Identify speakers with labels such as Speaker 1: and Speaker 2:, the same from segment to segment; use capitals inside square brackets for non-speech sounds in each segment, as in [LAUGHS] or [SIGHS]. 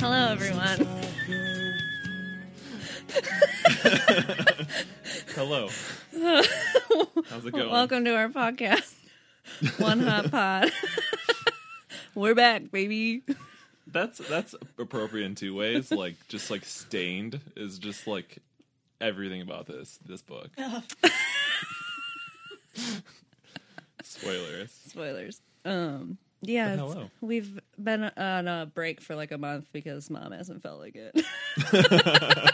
Speaker 1: Hello, everyone.
Speaker 2: [LAUGHS] Hello. How's it going?
Speaker 1: Welcome to
Speaker 2: [LAUGHS]
Speaker 1: our podcast, One Hot Pod. [LAUGHS] We're back, baby. [LAUGHS]
Speaker 2: That's that's appropriate in two ways. Like just like stained is just like everything about this this book. Spoilers.
Speaker 1: Spoilers. Um, yeah,
Speaker 2: But
Speaker 1: it's-
Speaker 2: hello.
Speaker 1: we've been on a break for like a month because mom hasn't felt like it. [LAUGHS]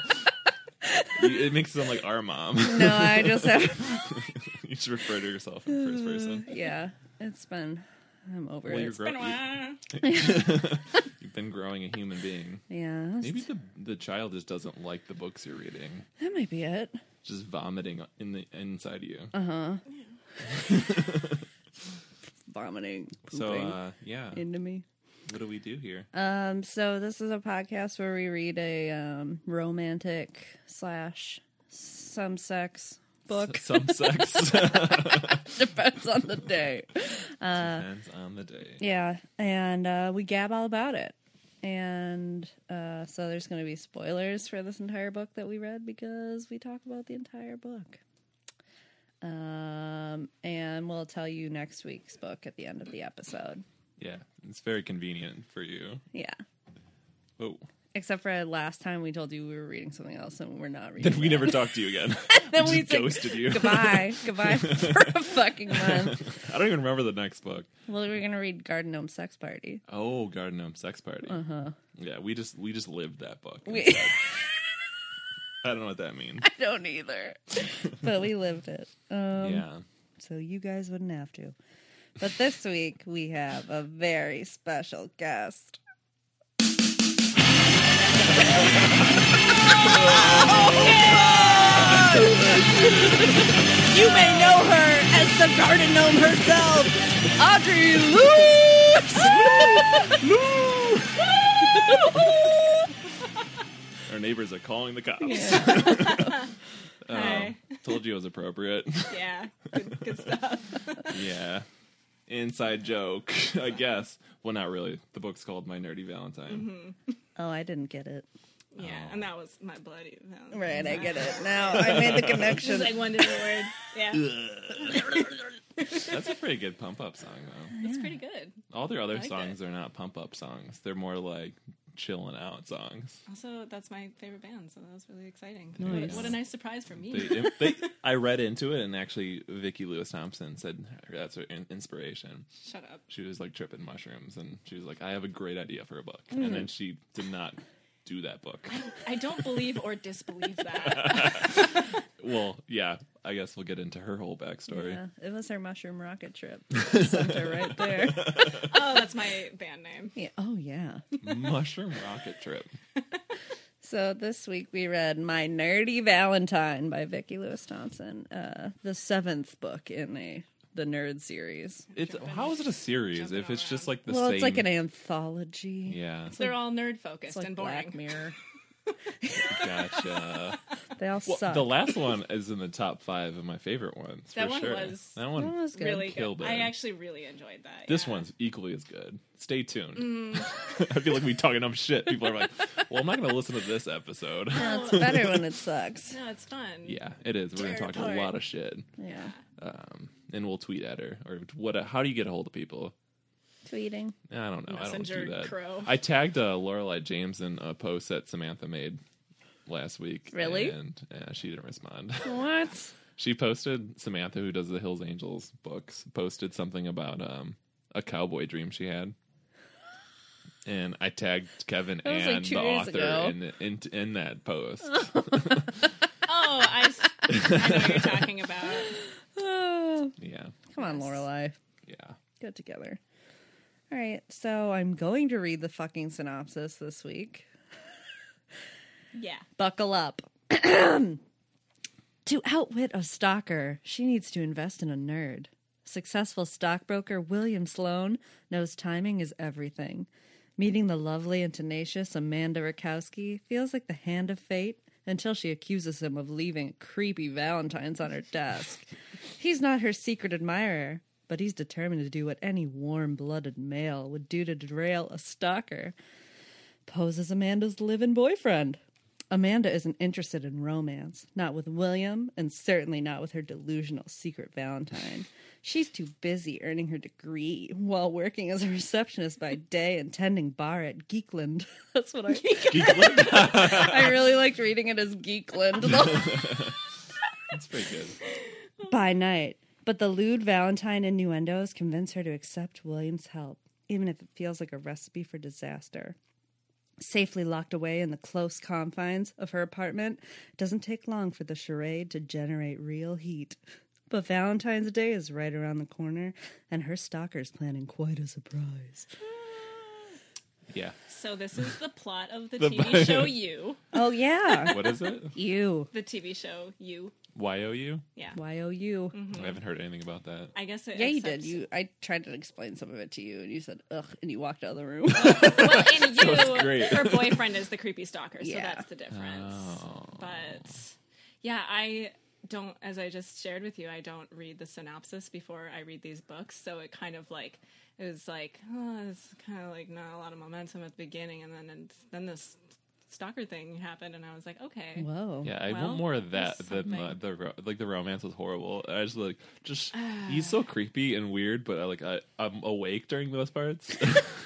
Speaker 2: You- It makes it sound like our mom. [LAUGHS]
Speaker 1: no, I just have.
Speaker 2: you should refer to yourself in first person.
Speaker 1: Yeah, it's been. I'm over
Speaker 2: Well,
Speaker 1: it.
Speaker 2: you're
Speaker 1: It's-
Speaker 2: grow-
Speaker 3: Been a while.
Speaker 2: you- [LAUGHS] You've been growing a human being.
Speaker 1: yeah, it's-
Speaker 2: Maybe the the child just doesn't like the books you're reading.
Speaker 1: that might be it.
Speaker 2: Just vomiting in the inside you.
Speaker 1: Vomiting, pooping
Speaker 2: so uh, yeah,
Speaker 1: into me.
Speaker 2: what do we do here?
Speaker 1: Um, so this is a podcast where we read a um, romantic slash some sex
Speaker 2: [LAUGHS]
Speaker 1: book.
Speaker 2: Some sex.
Speaker 1: [LAUGHS] Uh, Depends on the day.
Speaker 2: Depends on the day.
Speaker 1: Yeah, and uh, we gab all about it. And uh, so there's going to be spoilers for this entire book that we read because we talk about the entire book. Um, and we'll tell you next week's book at the end of the episode.
Speaker 2: Yeah, it's very convenient for you.
Speaker 1: Yeah.
Speaker 2: Oh,
Speaker 1: Except for last time we told you we were reading something else and we're not reading.
Speaker 2: then [LAUGHS] we never talked to you
Speaker 1: [LAUGHS]
Speaker 2: again.
Speaker 1: Then
Speaker 2: we
Speaker 1: we
Speaker 2: just
Speaker 1: said
Speaker 2: ghosted you. [LAUGHS]
Speaker 1: goodbye, goodbye for [LAUGHS] a fucking month.
Speaker 2: I don't even remember the next book.
Speaker 1: Well, we we're gonna read Garden Gnome Sex Party.
Speaker 2: Oh, Garden Gnome Sex Party. Uh huh. Yeah, we just we just lived that book.
Speaker 1: We-
Speaker 2: instead. [LAUGHS] I don't know what that means.
Speaker 1: I [LAUGHS] don't either, but we lived it. Um,
Speaker 2: yeah,
Speaker 1: So you guys wouldn't have to. But this week we have a very special guest. you may know her as the garden gnome herself, Audrey Lewis.
Speaker 2: our neighbors are calling the cops. [LAUGHS] Um,
Speaker 3: Hi.
Speaker 2: Told you it was appropriate. [LAUGHS]
Speaker 3: Yeah. Good, good stuff.
Speaker 2: yeah, inside joke, I guess. Well, not really. The book's called My Nerdy Valentine.
Speaker 1: oh, I didn't get it.
Speaker 3: Yeah.
Speaker 2: Oh.
Speaker 3: And that was my bloody Valentine.
Speaker 1: Right, I get it now. I made [LAUGHS] the
Speaker 3: Just
Speaker 1: connection.
Speaker 3: like one different
Speaker 1: [LAUGHS]
Speaker 3: word. Yeah.
Speaker 1: Mm-hmm.
Speaker 2: That's a pretty good pump up song though.
Speaker 3: It's pretty good.
Speaker 2: All their other
Speaker 3: like
Speaker 2: songs are not pump up songs. They're more like chilling out
Speaker 3: [LAUGHS]
Speaker 2: songs.
Speaker 3: Also, that's my favorite band, so that was really exciting.
Speaker 1: Nice.
Speaker 3: What, what a nice surprise for me.
Speaker 2: They, they, I read into it, and actually, Vicki Lewis Thompson said that's her in- inspiration.
Speaker 3: Shut up.
Speaker 2: She was like tripping mushrooms, and she was like, "I have a great idea for a book," and
Speaker 3: Mm.
Speaker 2: then she did not do that book.
Speaker 3: I don't believe or
Speaker 2: [LAUGHS]
Speaker 3: disbelieve that.
Speaker 2: well, yeah, I guess we'll get into her whole backstory.
Speaker 1: Yeah, it was her mushroom
Speaker 2: [LAUGHS]
Speaker 1: rocket trip. Center right there.
Speaker 3: oh, that's my band name.
Speaker 1: Yeah. Oh yeah.
Speaker 2: [LAUGHS] Mushroom rocket trip.
Speaker 1: So this week we read My Nerdy Valentine by Vicki Lewis Thompson, uh, the seventh book in a the nerd series.
Speaker 2: It's how is it a series
Speaker 3: Jumping
Speaker 2: if it's just
Speaker 3: around.
Speaker 2: like the
Speaker 1: well,
Speaker 2: same?
Speaker 1: it's like an anthology. [LAUGHS]
Speaker 2: yeah,
Speaker 3: They're all nerd focused
Speaker 1: It's like
Speaker 3: and boring.
Speaker 1: Black Mirror.
Speaker 2: [LAUGHS] gotcha.
Speaker 1: They all
Speaker 2: Well,
Speaker 1: suck.
Speaker 2: the last one is in the top five of my favorite ones.
Speaker 3: That
Speaker 2: for
Speaker 3: one
Speaker 2: sure.
Speaker 3: was-
Speaker 2: that one.
Speaker 1: That one was good.
Speaker 3: Really
Speaker 2: Killed
Speaker 3: good. I
Speaker 2: it.
Speaker 3: actually really enjoyed that.
Speaker 2: this
Speaker 3: yeah.
Speaker 2: one's equally as good. Stay tuned.
Speaker 3: Mm-hmm.
Speaker 2: [LAUGHS] I feel like we talking enough shit. People are like, "Well, I'm not going to listen to this episode." [LAUGHS]
Speaker 1: No, it's better when it sucks.
Speaker 3: No, it's fun.
Speaker 2: yeah, it is. We're going to talk
Speaker 3: Territory.
Speaker 2: a lot of shit,
Speaker 1: Yeah,
Speaker 2: um, and we'll tweet at her or what? How do you get a hold of people?
Speaker 1: tweeting.
Speaker 2: I don't know. I
Speaker 3: Messenger
Speaker 2: don't do that.
Speaker 3: crow.
Speaker 2: I tagged uh, Lorelai James in a post that Samantha made last week.
Speaker 1: Really?
Speaker 2: And uh, she didn't respond. [LAUGHS]
Speaker 1: What?
Speaker 2: She posted Samantha, who does the Hills Angels books, posted something about um a cowboy dream she had, and I tagged Kevin
Speaker 1: That was like
Speaker 2: and
Speaker 1: two
Speaker 2: the
Speaker 1: years
Speaker 2: author
Speaker 1: ago.
Speaker 2: in, in in that post.
Speaker 1: [LAUGHS]
Speaker 3: Oh, I,
Speaker 2: [LAUGHS]
Speaker 3: s- I know what you're talking about.
Speaker 1: Oh,
Speaker 2: yeah,
Speaker 1: come on, Lorelai.
Speaker 2: yeah.
Speaker 1: Get together. All right, so I'm going to read the fucking synopsis this week.
Speaker 3: Yeah.
Speaker 1: Buckle up. [CLEARS THROAT] to outwit a stalker, she needs to invest in a nerd. Successful stockbroker William Sloan knows timing is everything. Meeting the lovely and tenacious Amanda Rakowski feels like the hand of fate until she accuses him of leaving creepy valentines on her desk. He's not her secret admirer, but he's determined to do what any warm blooded male would do to derail a stalker. pose as Amanda's live in boyfriend. Amanda isn't interested in romance, not with William, and certainly not with her delusional secret Valentine. She's too busy earning her degree while working as a receptionist by day and tending bar at Geekland. [LAUGHS] That's what I [LAUGHS] I really liked reading it as Geekland.
Speaker 2: That's pretty good.
Speaker 1: by night. But the lewd Valentine innuendos convince her to accept William's help, even if it feels like a recipe for disaster. Safely locked away in the close confines of her apartment, it doesn't take long for the charade to generate real heat. But Valentine's Day is right around the corner, and her stalker's planning quite a surprise.
Speaker 2: Yeah.
Speaker 3: So this is the plot of the,
Speaker 2: The bio- [LAUGHS]
Speaker 3: TV show You.
Speaker 1: Oh, yeah.
Speaker 2: What is it?
Speaker 1: [LAUGHS] you.
Speaker 3: The TV show You.
Speaker 2: Y O U?
Speaker 3: Yeah.
Speaker 1: Y O U.
Speaker 2: I haven't heard anything about that.
Speaker 3: I guess it
Speaker 1: Mm-hmm. Yeah, you
Speaker 3: accepts-
Speaker 1: did. You, I tried to explain some of it to you, and you said "ugh," and you walked out of the room.
Speaker 3: Well, and you,
Speaker 2: great.
Speaker 3: her boyfriend is the creepy stalker, so
Speaker 1: Yeah.
Speaker 3: that's the difference. But yeah, I don't, as I just shared with you, I don't read the synopsis before I read these books, so it kind of like it was like oh, it's kind of like not a lot of momentum at the beginning, and then and then this stalker thing happened, and I was like, okay,
Speaker 1: Whoa.
Speaker 2: Yeah, I
Speaker 3: Well,
Speaker 2: want more of that
Speaker 3: there's
Speaker 2: than uh,
Speaker 3: something.
Speaker 2: the ro- like the romance was horrible. I just like
Speaker 1: [SIGHS]
Speaker 2: just he's so creepy and weird, but I like I, I'm awake during those
Speaker 1: [LAUGHS]
Speaker 2: parts.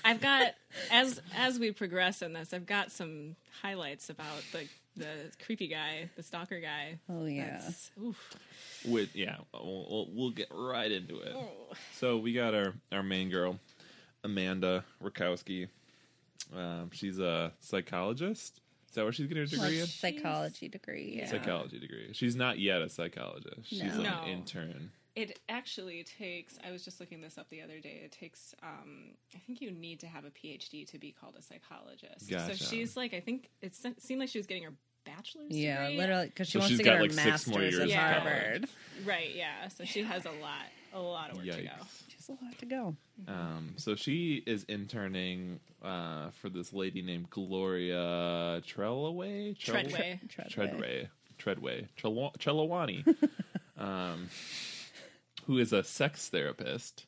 Speaker 3: I've got as as we progress in this, I've got some highlights about the the creepy guy, the stalker guy.
Speaker 1: Oh, yeah.
Speaker 3: That's- oof.
Speaker 2: With yeah, we'll, we'll- we'll get right into it.
Speaker 3: Oh.
Speaker 2: So we got our our main girl, Amanda Rakowski. Um, she's a psychologist. Is that where she's getting her
Speaker 1: Like
Speaker 2: degree? in?
Speaker 1: psychology degree. Yeah.
Speaker 2: Psychology degree. She's not yet a psychologist. She's
Speaker 1: No.
Speaker 2: like
Speaker 3: No.
Speaker 2: an intern.
Speaker 3: It actually takes, I was just looking this up the other day. It takes, um, I think you need to have a PhD to be called a psychologist.
Speaker 2: Gotcha.
Speaker 3: So she's like, I think it se- seemed like she was getting her bachelor's
Speaker 1: Yeah,
Speaker 3: degree.
Speaker 1: literally, because she
Speaker 2: So
Speaker 1: wants
Speaker 2: she's
Speaker 1: to
Speaker 2: got,
Speaker 1: get her
Speaker 2: like, six more
Speaker 1: master's at
Speaker 2: years
Speaker 3: of
Speaker 1: Harvard.
Speaker 3: Right, yeah. So she has a lot, a lot of work to
Speaker 2: Yikes.
Speaker 3: go.
Speaker 1: She's a lot to go.
Speaker 2: Um, so she is interning uh, for this lady named Gloria Trellaway?
Speaker 3: Treadway.
Speaker 2: Treadway. Treadway. Trelaw-
Speaker 3: [LAUGHS]
Speaker 2: Trelawani. um, who is a sex therapist,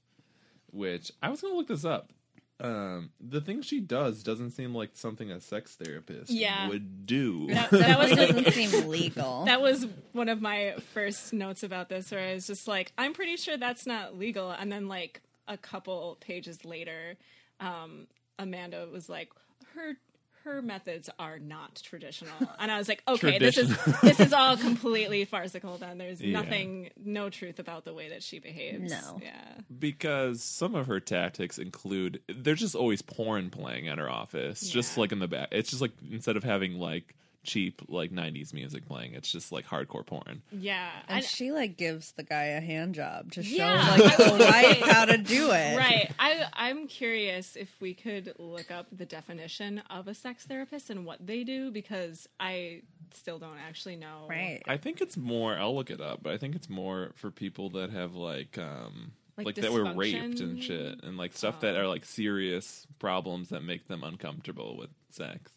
Speaker 2: which I was going to look this up. Um, the thing she does doesn't seem like something a sex therapist
Speaker 3: Yeah.
Speaker 2: would do.
Speaker 3: That, that was like,
Speaker 2: [LAUGHS]
Speaker 1: doesn't seem legal.
Speaker 3: [LAUGHS] that was one of my first notes about this, where I was just like, I'm pretty sure that's not legal. And then, like, a couple pages later, um, Amanda was like, her her methods are not traditional, and I was like, okay, this is [LAUGHS] this is all completely farcical. Then there's
Speaker 2: Yeah.
Speaker 3: nothing, no truth about the way that she behaves.
Speaker 1: No.
Speaker 3: yeah,
Speaker 2: because some of her tactics include there's just always porn playing at her office just
Speaker 3: Yeah.
Speaker 2: like in the back it's just like instead of having like cheap like 90s music playing it's just like hardcore porn
Speaker 3: yeah,
Speaker 1: and
Speaker 3: And-
Speaker 1: she like gives the guy a hand job to show
Speaker 3: Yeah,
Speaker 1: like
Speaker 3: I was
Speaker 1: the
Speaker 3: gonna
Speaker 1: wife
Speaker 3: say.
Speaker 1: how to do it.
Speaker 3: right. I I'm curious if we could look up the definition of a sex therapist and what they do because I still don't actually know.
Speaker 1: Right.
Speaker 2: i think it's more i'll look it up but i think it's more for people that have like um
Speaker 3: Like
Speaker 2: like, that were
Speaker 3: dysfunction?
Speaker 2: raped and shit and like stuff that are like serious problems that make them uncomfortable with sex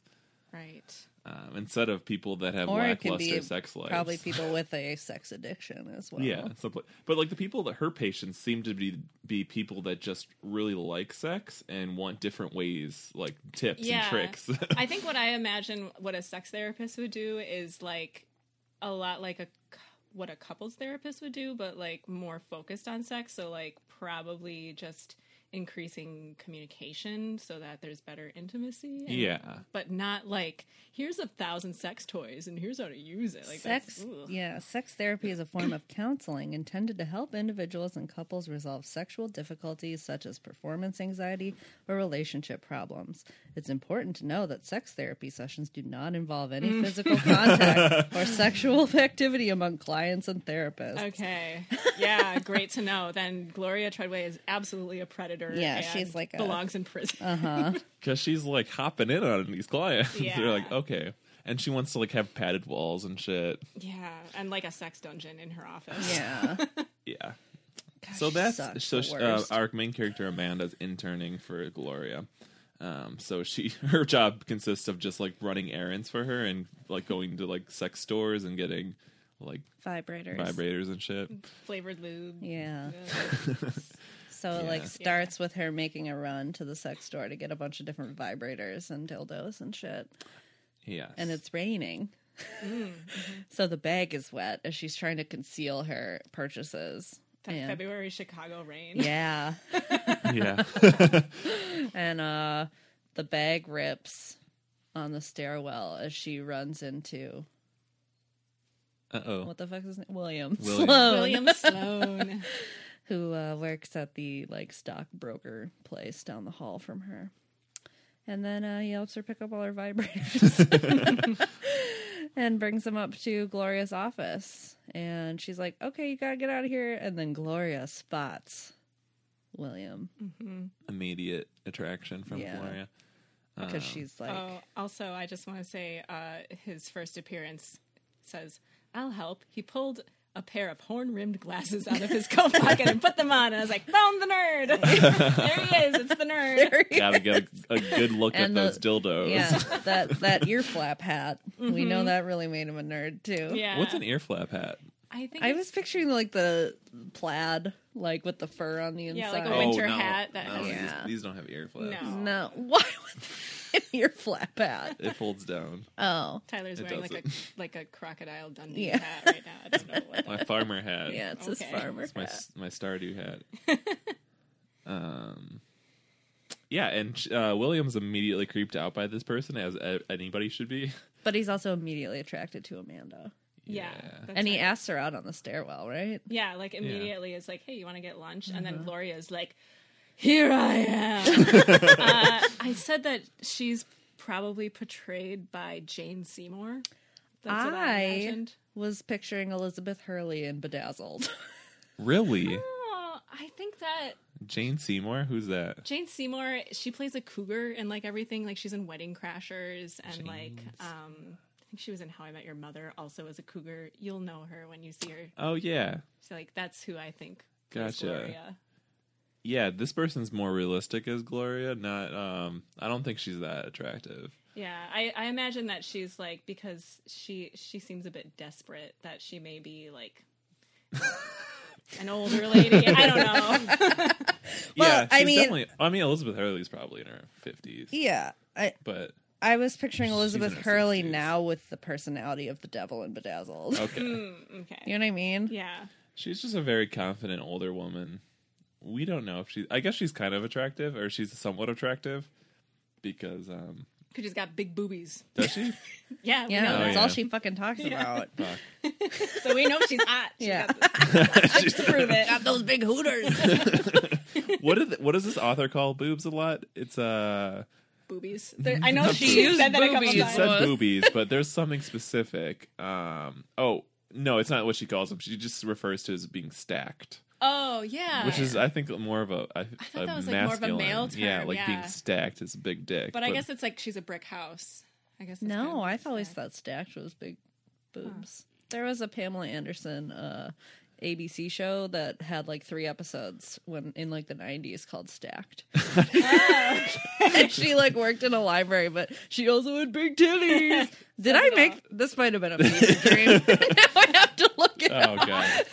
Speaker 3: Right.
Speaker 2: um, instead of people that have
Speaker 1: Or it could
Speaker 2: lackluster
Speaker 1: be
Speaker 2: sex lives
Speaker 1: probably people with a sex addiction as well.
Speaker 2: Yeah, so, but- but like the people that her patients seem to be be people that just really like sex and want different ways, like tips and
Speaker 3: Yeah.
Speaker 2: tricks. [LAUGHS]
Speaker 3: I think what I imagine what a sex therapist would do is like a lot like a cou- what a couples therapist would do, but like more focused on sex. So like probably just increasing communication so that there's better intimacy. and-
Speaker 2: yeah,
Speaker 3: But not like here's a thousand sex toys and here's how to use it. Like
Speaker 1: Sex,
Speaker 3: That's, ugh.
Speaker 1: yeah, sex therapy is a form of counseling intended to help individuals and couples resolve sexual difficulties such as performance anxiety or relationship problems. It's important to know that sex therapy sessions do not involve any
Speaker 3: Mm.
Speaker 1: physical
Speaker 3: [LAUGHS]
Speaker 1: contact or sexual activity among clients and therapists.
Speaker 3: Okay. Yeah, great to know. Then Gloria Treadway is absolutely a predator.
Speaker 1: Yeah,
Speaker 3: and
Speaker 1: she's like a- uh.
Speaker 3: belongs in prison.
Speaker 2: because she's like hopping in on these clients. [LAUGHS] They're like,
Speaker 3: Yeah.
Speaker 2: okay, and she wants to like have padded walls and shit.
Speaker 3: [LAUGHS] Yeah, and like a sex dungeon in her office. [LAUGHS]
Speaker 1: Yeah.
Speaker 2: Yeah.
Speaker 1: Gosh,
Speaker 2: so
Speaker 1: she
Speaker 2: that's
Speaker 1: sucks,
Speaker 2: so
Speaker 1: the
Speaker 2: sh- uh,
Speaker 1: worst.
Speaker 2: our main character Amanda's interning for Gloria. Um, so she [LAUGHS] her job consists of just like running errands for her and like going to like sex stores and getting like
Speaker 1: vibrators.
Speaker 2: vibrators and shit.
Speaker 3: Flavored lube.
Speaker 1: Yeah. So it
Speaker 2: Yeah.
Speaker 1: like starts with her making a run to the sex store to get a bunch of different vibrators and dildos and shit.
Speaker 2: Yes.
Speaker 1: And it's raining. [LAUGHS] so the bag is wet as she's trying to conceal her purchases.
Speaker 3: That
Speaker 1: And-
Speaker 3: February Chicago
Speaker 1: [LAUGHS]
Speaker 3: rain.
Speaker 1: Yeah.
Speaker 2: [LAUGHS]
Speaker 1: [LAUGHS]
Speaker 2: yeah.
Speaker 1: and uh the bag rips on the stairwell as she runs into
Speaker 2: uh oh.
Speaker 1: what the fuck is his name? William. [LAUGHS]
Speaker 2: William.
Speaker 1: Sloane,
Speaker 3: William Sloan.
Speaker 1: who uh, works at the like stockbroker place down the hall from her. And then uh, he helps her pick up all her vibrators [LAUGHS] and brings them up to Gloria's office. And she's like, okay, you gotta get out of here. And then Gloria spots William
Speaker 2: Immediate attraction from
Speaker 1: Yeah. [LAUGHS]
Speaker 2: Gloria.
Speaker 1: because she's like, [LAUGHS]
Speaker 3: Oh, also, I just want to say uh, his first appearance says, I'll help. He pulled a pair of horn rimmed glasses out
Speaker 2: [LAUGHS]
Speaker 3: of his coat pocket and put them on. And I was like, found the nerd. there he is. It's the nerd.
Speaker 2: Gotta get a, a good look at
Speaker 1: And the-
Speaker 2: those dildos.
Speaker 1: [LAUGHS] yeah,
Speaker 3: [LAUGHS]
Speaker 1: that, that ear flap hat. We know that really made him a nerd too.
Speaker 3: Mm-hmm. Yeah.
Speaker 2: What's an ear flap hat?
Speaker 3: I think
Speaker 1: I
Speaker 3: it's-
Speaker 1: was picturing like the plaid, like with the fur on the inside.
Speaker 3: Yeah, like a winter-
Speaker 1: Oh,
Speaker 2: no.
Speaker 3: hat that
Speaker 2: No,
Speaker 3: has-
Speaker 2: these-
Speaker 1: Yeah.
Speaker 2: these, don't have ear flaps.
Speaker 3: No.
Speaker 1: No, [LAUGHS] why would they have an ear flap hat?
Speaker 2: It folds down.
Speaker 1: Oh,
Speaker 3: Tyler's
Speaker 2: It
Speaker 3: wearing like a
Speaker 2: doesn't.
Speaker 3: like
Speaker 1: [LAUGHS]
Speaker 3: a crocodile Dundee
Speaker 1: Yeah.
Speaker 3: hat right now. I don't know
Speaker 2: [LAUGHS]
Speaker 3: what.
Speaker 2: My
Speaker 1: [LAUGHS]
Speaker 2: farmer hat.
Speaker 1: yeah, it's
Speaker 3: Okay.
Speaker 1: his farmer
Speaker 2: It's my
Speaker 1: hat.
Speaker 2: my Stardew hat. [LAUGHS] um, yeah, and uh, William's immediately creeped out by this person, as uh, anybody should be. [LAUGHS]
Speaker 1: But he's also immediately attracted to Amanda,
Speaker 3: Yeah.
Speaker 2: Yeah.
Speaker 3: that's
Speaker 1: and he
Speaker 3: right.
Speaker 1: asks her out on the stairwell, right?
Speaker 3: Yeah, like immediately it's like, hey, you want to get lunch? And then Gloria's like, here I am. uh, I said that she's probably portrayed by Jane Seymour. That's what I
Speaker 1: I-
Speaker 3: imagined.
Speaker 1: Was picturing Elizabeth Hurley in Bedazzled. [LAUGHS]
Speaker 2: Really,
Speaker 3: Oh, I think that
Speaker 2: Jane Seymour? Who's that?
Speaker 3: Jane Seymour, she plays a cougar in like everything. Like she's in Wedding Crashers and like, um, I think she was in How I Met Your Mother also as a cougar. You'll know her when you see her.
Speaker 2: Oh yeah,
Speaker 3: So like, that's who I think. plays
Speaker 2: Gotcha.
Speaker 3: Gloria.
Speaker 2: yeah. This person's more realistic as Gloria. Not. Um, I don't think she's that attractive.
Speaker 3: Yeah, I, I imagine that she's like because she she seems a bit desperate that she may be
Speaker 1: [LAUGHS]
Speaker 3: like an older lady. I don't
Speaker 1: [LAUGHS]
Speaker 3: know.
Speaker 1: Well,
Speaker 2: yeah,
Speaker 1: I
Speaker 2: she's
Speaker 1: mean-
Speaker 2: definitely. I mean, Elizabeth Hurley's probably in her fifties,
Speaker 1: yeah, I
Speaker 2: but
Speaker 1: I was picturing
Speaker 2: She's in
Speaker 1: Elizabeth
Speaker 2: her
Speaker 1: Hurley
Speaker 2: 60s.
Speaker 1: now with the personality of the devil in Bedazzled.
Speaker 2: okay,
Speaker 3: Mm, okay.
Speaker 1: You know what I mean?
Speaker 3: Yeah.
Speaker 2: she's just a very confident older woman. We don't know if she. I guess she's kind of attractive, or she's somewhat attractive, because um,
Speaker 3: Cuz she's got big boobies.
Speaker 2: does she?
Speaker 3: Yeah, we
Speaker 1: Yeah,
Speaker 3: know.
Speaker 2: Oh,
Speaker 1: that's
Speaker 2: yeah.
Speaker 1: all she fucking talks about.
Speaker 2: Fuck.
Speaker 3: So we know
Speaker 1: [LAUGHS]
Speaker 3: she's hot. She's
Speaker 1: Yeah.
Speaker 3: got
Speaker 2: [LAUGHS]
Speaker 1: [LAUGHS]
Speaker 3: the-
Speaker 2: She's-
Speaker 3: prove it.
Speaker 1: those big hooters.
Speaker 2: what did what does this author call boobs a lot? It's uh
Speaker 3: [LAUGHS] Boobies. There- I know
Speaker 1: She
Speaker 3: she
Speaker 1: used
Speaker 3: said that a couple
Speaker 1: boobies.
Speaker 2: it
Speaker 1: It
Speaker 2: said
Speaker 3: times.
Speaker 1: was.
Speaker 2: boobies, but there's something specific. Um oh no, it's not what she calls them. She just refers to as being stacked,
Speaker 3: Oh, yeah.
Speaker 2: which is uh, I think more of a I
Speaker 3: thought that was, like, more of a male term,
Speaker 2: yeah, like being
Speaker 3: yeah.
Speaker 2: stacked is a big dick.
Speaker 3: But I guess it's like she's a brick house. I guess that's kind of
Speaker 1: No,
Speaker 3: what
Speaker 1: I've
Speaker 3: it's
Speaker 1: always
Speaker 3: like.
Speaker 1: thought Stash was big boobs. There was a Pamela Anderson uh, ABC show that had like three episodes when in like the nineties called Stacked. [LAUGHS] and she like worked in a library, but she also had big [LAUGHS] titties. Did I
Speaker 3: it all.
Speaker 1: make this? Might have been a [LAUGHS] fever dream. now I have to look it
Speaker 2: [LAUGHS]
Speaker 1: up.
Speaker 2: oh
Speaker 3: [LAUGHS]
Speaker 2: god,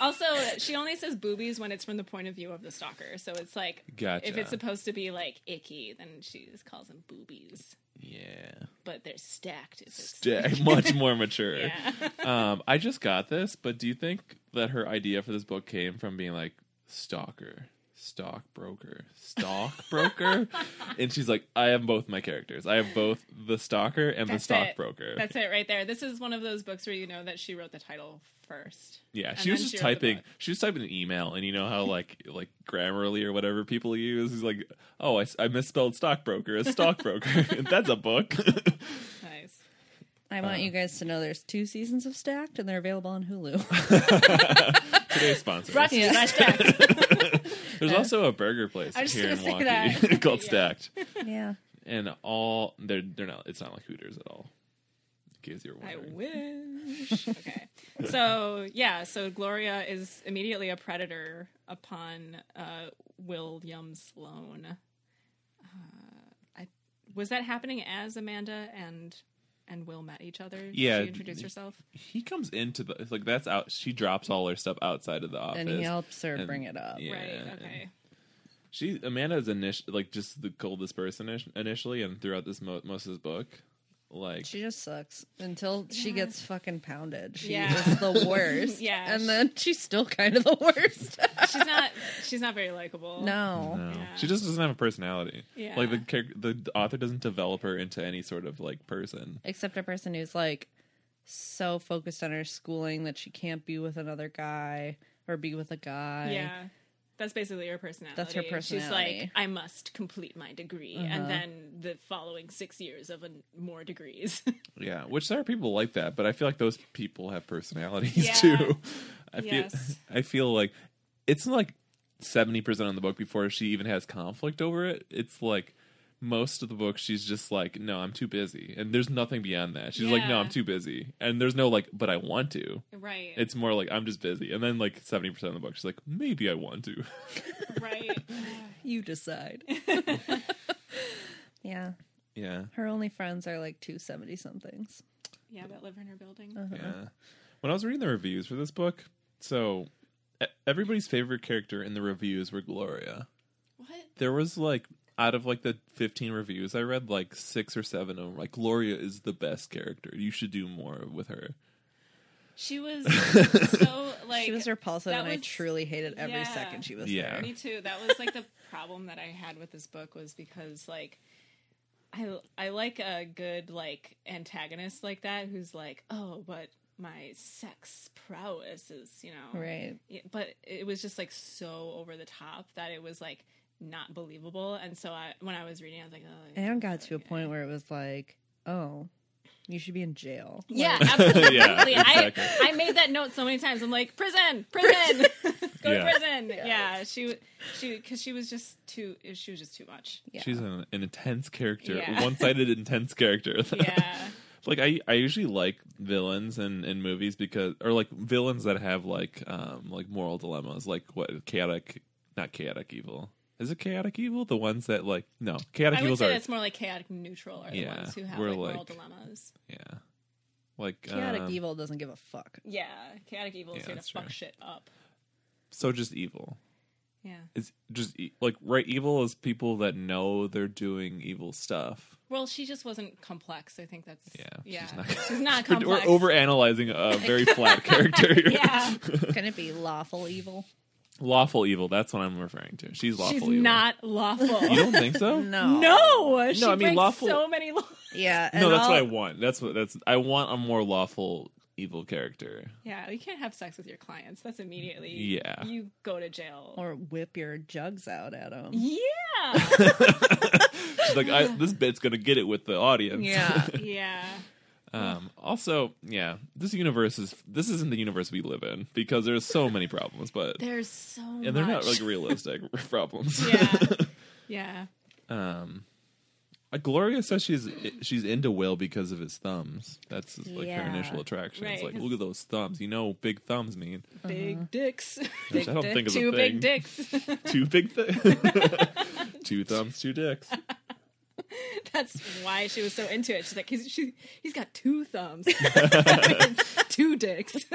Speaker 3: Also, she only says boobies when it's from the point of view of the stalker. So it's like,
Speaker 2: Gotcha.
Speaker 3: if it's supposed to be like icky, then she just calls them boobies.
Speaker 2: yeah,
Speaker 3: But they're stacked. If it's,
Speaker 2: stacked, [LAUGHS] much more mature.
Speaker 3: yeah. [LAUGHS]
Speaker 2: Um, I just got this, but do you think that her idea for this book came from being like stalker, stockbroker, stockbroker?
Speaker 3: [LAUGHS]
Speaker 2: and she's like, I have both my characters. I have both the stalker and
Speaker 3: That's
Speaker 2: the stockbroker.
Speaker 3: It. [LAUGHS] That's it right there. This is one of those books where you know that she wrote the title first.
Speaker 2: yeah,
Speaker 3: And
Speaker 2: she was
Speaker 3: then
Speaker 2: just
Speaker 3: wrote the
Speaker 2: typing.
Speaker 3: book.
Speaker 2: She was typing an email, and you know how like like Grammarly or whatever people use. He's like, oh, I, s- I misspelled stockbroker as
Speaker 3: [LAUGHS]
Speaker 2: stockbroker. That's a book.
Speaker 3: Nice.
Speaker 1: I want you guys to know there's two seasons of Stacked, and they're available on Hulu.
Speaker 2: Today's sponsor.
Speaker 3: Brought to you by Stacked.
Speaker 2: There's also a burger place
Speaker 3: I was
Speaker 2: here in
Speaker 3: just gonna say
Speaker 2: Milwaukee [LAUGHS]
Speaker 3: that.
Speaker 2: called
Speaker 3: Yeah.
Speaker 2: Stacked.
Speaker 1: [LAUGHS] yeah.
Speaker 2: and all they're they're not it's not like hooters at all in case you're
Speaker 3: I
Speaker 2: wondering
Speaker 3: wish. [LAUGHS] Okay. So yeah. So Gloria is immediately a predator upon uh, William Sloan. Uh, I was that happening as Amanda and and Will met each other. Did
Speaker 2: Yeah.
Speaker 3: She introduced herself.
Speaker 2: he comes into the it's like that's out she drops all her stuff outside of the office
Speaker 1: And he helps her
Speaker 2: and-
Speaker 1: bring it up.
Speaker 2: yeah,
Speaker 3: Right.
Speaker 2: and [LAUGHS]
Speaker 3: Okay.
Speaker 2: She Amanda is initially like just the coldest person init- initially, and throughout this mo- most of this book, like
Speaker 1: She just sucks until she gets fucking pounded. She
Speaker 3: Yeah.
Speaker 1: is
Speaker 3: [LAUGHS]
Speaker 1: the worst.
Speaker 3: Yeah.
Speaker 1: And then she's still kind of the worst. [LAUGHS]
Speaker 3: She's not. She's not very likable.
Speaker 1: no.
Speaker 2: no,
Speaker 3: Yeah.
Speaker 2: she just doesn't have a personality.
Speaker 3: Yeah.
Speaker 2: Like the char- the author doesn't develop her into any sort of like person.
Speaker 1: Except a person who's like so focused on her schooling that she can't be with another guy or be with a guy.
Speaker 3: Yeah. That's basically her Uh-huh. personality. She's
Speaker 1: personality.
Speaker 3: like, I must complete my degree, and then the following six years of an- more degrees. [LAUGHS]
Speaker 2: Yeah, which there are people like that, but I feel like those people have personalities
Speaker 3: Yeah.
Speaker 2: too. I feel
Speaker 3: Yes.
Speaker 2: I feel like it's like seventy percent of the book before she even has conflict over it. It's like most of the book she's just like, No, I'm too busy. And there's nothing beyond that. She's like, No,
Speaker 3: Yeah.
Speaker 2: I'm too busy. And there's no like, but I want to.
Speaker 3: right.
Speaker 2: It's more like I'm just busy. And then like seventy percent of the book, she's like, Maybe I want to. [LAUGHS]
Speaker 3: right.
Speaker 1: You
Speaker 3: [LAUGHS]
Speaker 1: decide. [LAUGHS] yeah.
Speaker 2: yeah.
Speaker 1: Her only friends are like two seventy somethings.
Speaker 3: Yeah, that live in her building.
Speaker 1: Uh.
Speaker 2: Yeah. When I was reading the reviews for this book, so e- everybody's favorite character in the reviews were Gloria.
Speaker 3: What?
Speaker 2: there was like out of like the 15 reviews i read like six or seven of them were like gloria is the best character you should do more with her
Speaker 1: [LAUGHS]
Speaker 3: She was so like.
Speaker 1: she was repulsive
Speaker 3: that
Speaker 1: and I
Speaker 3: was-
Speaker 1: truly hated every
Speaker 3: yeah.
Speaker 1: second she was
Speaker 2: Yeah.
Speaker 1: there.
Speaker 3: Me too. That
Speaker 1: [LAUGHS]
Speaker 3: was like the problem that I had with this book was because like I I like a good like antagonist like that who's like, "Oh, but my sex prowess is, you know."
Speaker 1: Right.
Speaker 3: Yeah, but it was just like so over the top that it was like not believable. And so I when I was reading I was like, "Oh." yeah."
Speaker 1: And got to a point where it was like, oh, you should be in jail.
Speaker 3: Yeah,
Speaker 2: [LAUGHS]
Speaker 3: absolutely.
Speaker 2: Yeah, exactly.
Speaker 3: I, I made that note so many times. I'm like, prison, prison, [LAUGHS] go
Speaker 2: Yeah.
Speaker 3: to prison. Yeah, she she because she was just too she was just too
Speaker 2: [LAUGHS]
Speaker 3: much.
Speaker 1: Yeah.
Speaker 2: she's an, an intense character
Speaker 3: Yeah.
Speaker 2: [LAUGHS] one-sided intense character
Speaker 3: [LAUGHS] Yeah.
Speaker 2: [LAUGHS] like I, I usually like villains in, in movies because or like villains that have like um like moral dilemmas like what chaotic not chaotic evil is it chaotic evil the ones that like no chaotic
Speaker 3: I would
Speaker 2: evils
Speaker 3: say
Speaker 2: are
Speaker 3: that's more like chaotic neutral are the
Speaker 2: Yeah,
Speaker 3: ones who have
Speaker 2: we're
Speaker 3: like, moral
Speaker 2: like-
Speaker 3: dilemmas.
Speaker 2: yeah like
Speaker 1: Chaotic
Speaker 2: um,
Speaker 1: evil doesn't give a fuck.
Speaker 3: Yeah, chaotic evil is
Speaker 2: Yeah,
Speaker 3: here to
Speaker 2: that's
Speaker 3: fuck
Speaker 2: true.
Speaker 3: shit up.
Speaker 2: so just evil
Speaker 3: Yeah.
Speaker 2: it's just e- like right evil is people that know they're doing evil stuff
Speaker 3: Well, she just wasn't complex. I think that's
Speaker 2: yeah
Speaker 3: yeah.
Speaker 2: she's not, [LAUGHS]
Speaker 3: She's not
Speaker 2: We're-
Speaker 3: complex.
Speaker 2: we're overanalyzing a
Speaker 3: [LAUGHS]
Speaker 2: very flat character here. [LAUGHS]
Speaker 3: Yeah,
Speaker 1: Can it be lawful evil?
Speaker 2: lawful evil that's what i'm referring to she's lawful
Speaker 3: she's
Speaker 2: evil.
Speaker 3: not lawful.
Speaker 2: you don't think so
Speaker 1: No.
Speaker 3: [LAUGHS] no, she
Speaker 2: I mean,
Speaker 3: breaks
Speaker 2: lawful-
Speaker 3: so many laws.
Speaker 1: Yeah.
Speaker 2: no that's
Speaker 1: all,
Speaker 2: what i want that's what that's i want a more lawful evil character
Speaker 3: Yeah, you can't have sex with your clients. That's immediately
Speaker 2: Yeah.
Speaker 3: You go to jail.
Speaker 1: Or whip your jugs out
Speaker 2: [LAUGHS]
Speaker 1: at them.
Speaker 3: yeah,
Speaker 2: she's like
Speaker 3: [LAUGHS]
Speaker 2: I, this bit's gonna get it with the audience
Speaker 3: yeah.
Speaker 2: [LAUGHS] um also yeah this universe is this isn't the universe we live in because there's so many problems but
Speaker 3: There's so
Speaker 2: and they're not like realistic [LAUGHS] problems [LAUGHS]
Speaker 3: yeah, yeah.
Speaker 2: Um, uh, Gloria says she's she's into Will because of his thumbs. That's like her
Speaker 1: Yeah.
Speaker 2: initial attraction. It's
Speaker 3: Right.
Speaker 2: like, look at those thumbs. You know, big thumbs mean
Speaker 3: Big [LAUGHS] dicks.
Speaker 2: Which I don't
Speaker 1: dick,
Speaker 2: think is
Speaker 3: Two
Speaker 2: a thing.
Speaker 3: big dicks. [LAUGHS]
Speaker 2: Two big thi- [LAUGHS] two thumbs, two dicks.
Speaker 3: That's why she was so into it. She's like, he's, she, he's got
Speaker 2: [LAUGHS]
Speaker 3: two thumbs, [LAUGHS] two dicks. [LAUGHS]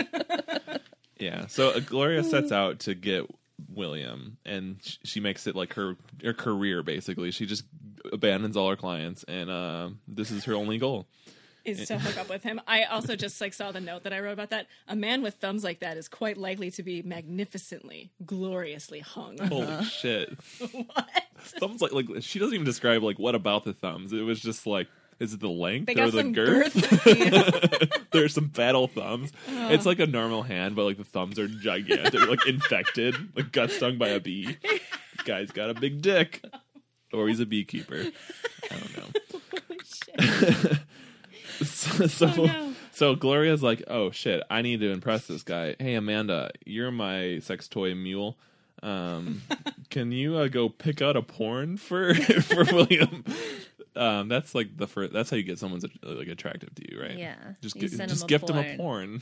Speaker 2: Yeah. So uh, Gloria sets out to get William, and sh- she makes it like her her career. Basically, she just abandons all her clients, and uh, this is her only goal.
Speaker 3: Is to hook up with him. I also just like saw the note that I wrote about that. A man with thumbs like that is quite likely to be magnificently, gloriously hung. [LAUGHS]
Speaker 2: Holy shit!
Speaker 3: what?
Speaker 2: Thumbs like like she doesn't even describe like what about the thumbs. It was just like. Is it the length
Speaker 3: They
Speaker 2: or
Speaker 3: got
Speaker 2: the
Speaker 3: some
Speaker 2: girth?
Speaker 3: girth. [LAUGHS]
Speaker 2: [LAUGHS] There's some battle thumbs. It's like a normal hand, but like the thumbs are gigantic, like infected, like got stung by a bee. Guy's got a big dick, or he's a beekeeper. I don't know.
Speaker 3: [LAUGHS] Holy shit.
Speaker 2: [LAUGHS] So, so,
Speaker 3: Oh, no.
Speaker 2: so Gloria's like, oh shit, I need to impress this guy. Hey Amanda, you're my sex toy mule. Um, can you uh, go pick out a porn for [LAUGHS] for William? Um, that's like the first. That's how you get someone's like attractive to you, right?
Speaker 1: Yeah.
Speaker 2: Just
Speaker 1: You
Speaker 2: gi-
Speaker 1: send 'em
Speaker 2: just
Speaker 1: a
Speaker 2: gift him a
Speaker 1: porn.
Speaker 2: porn.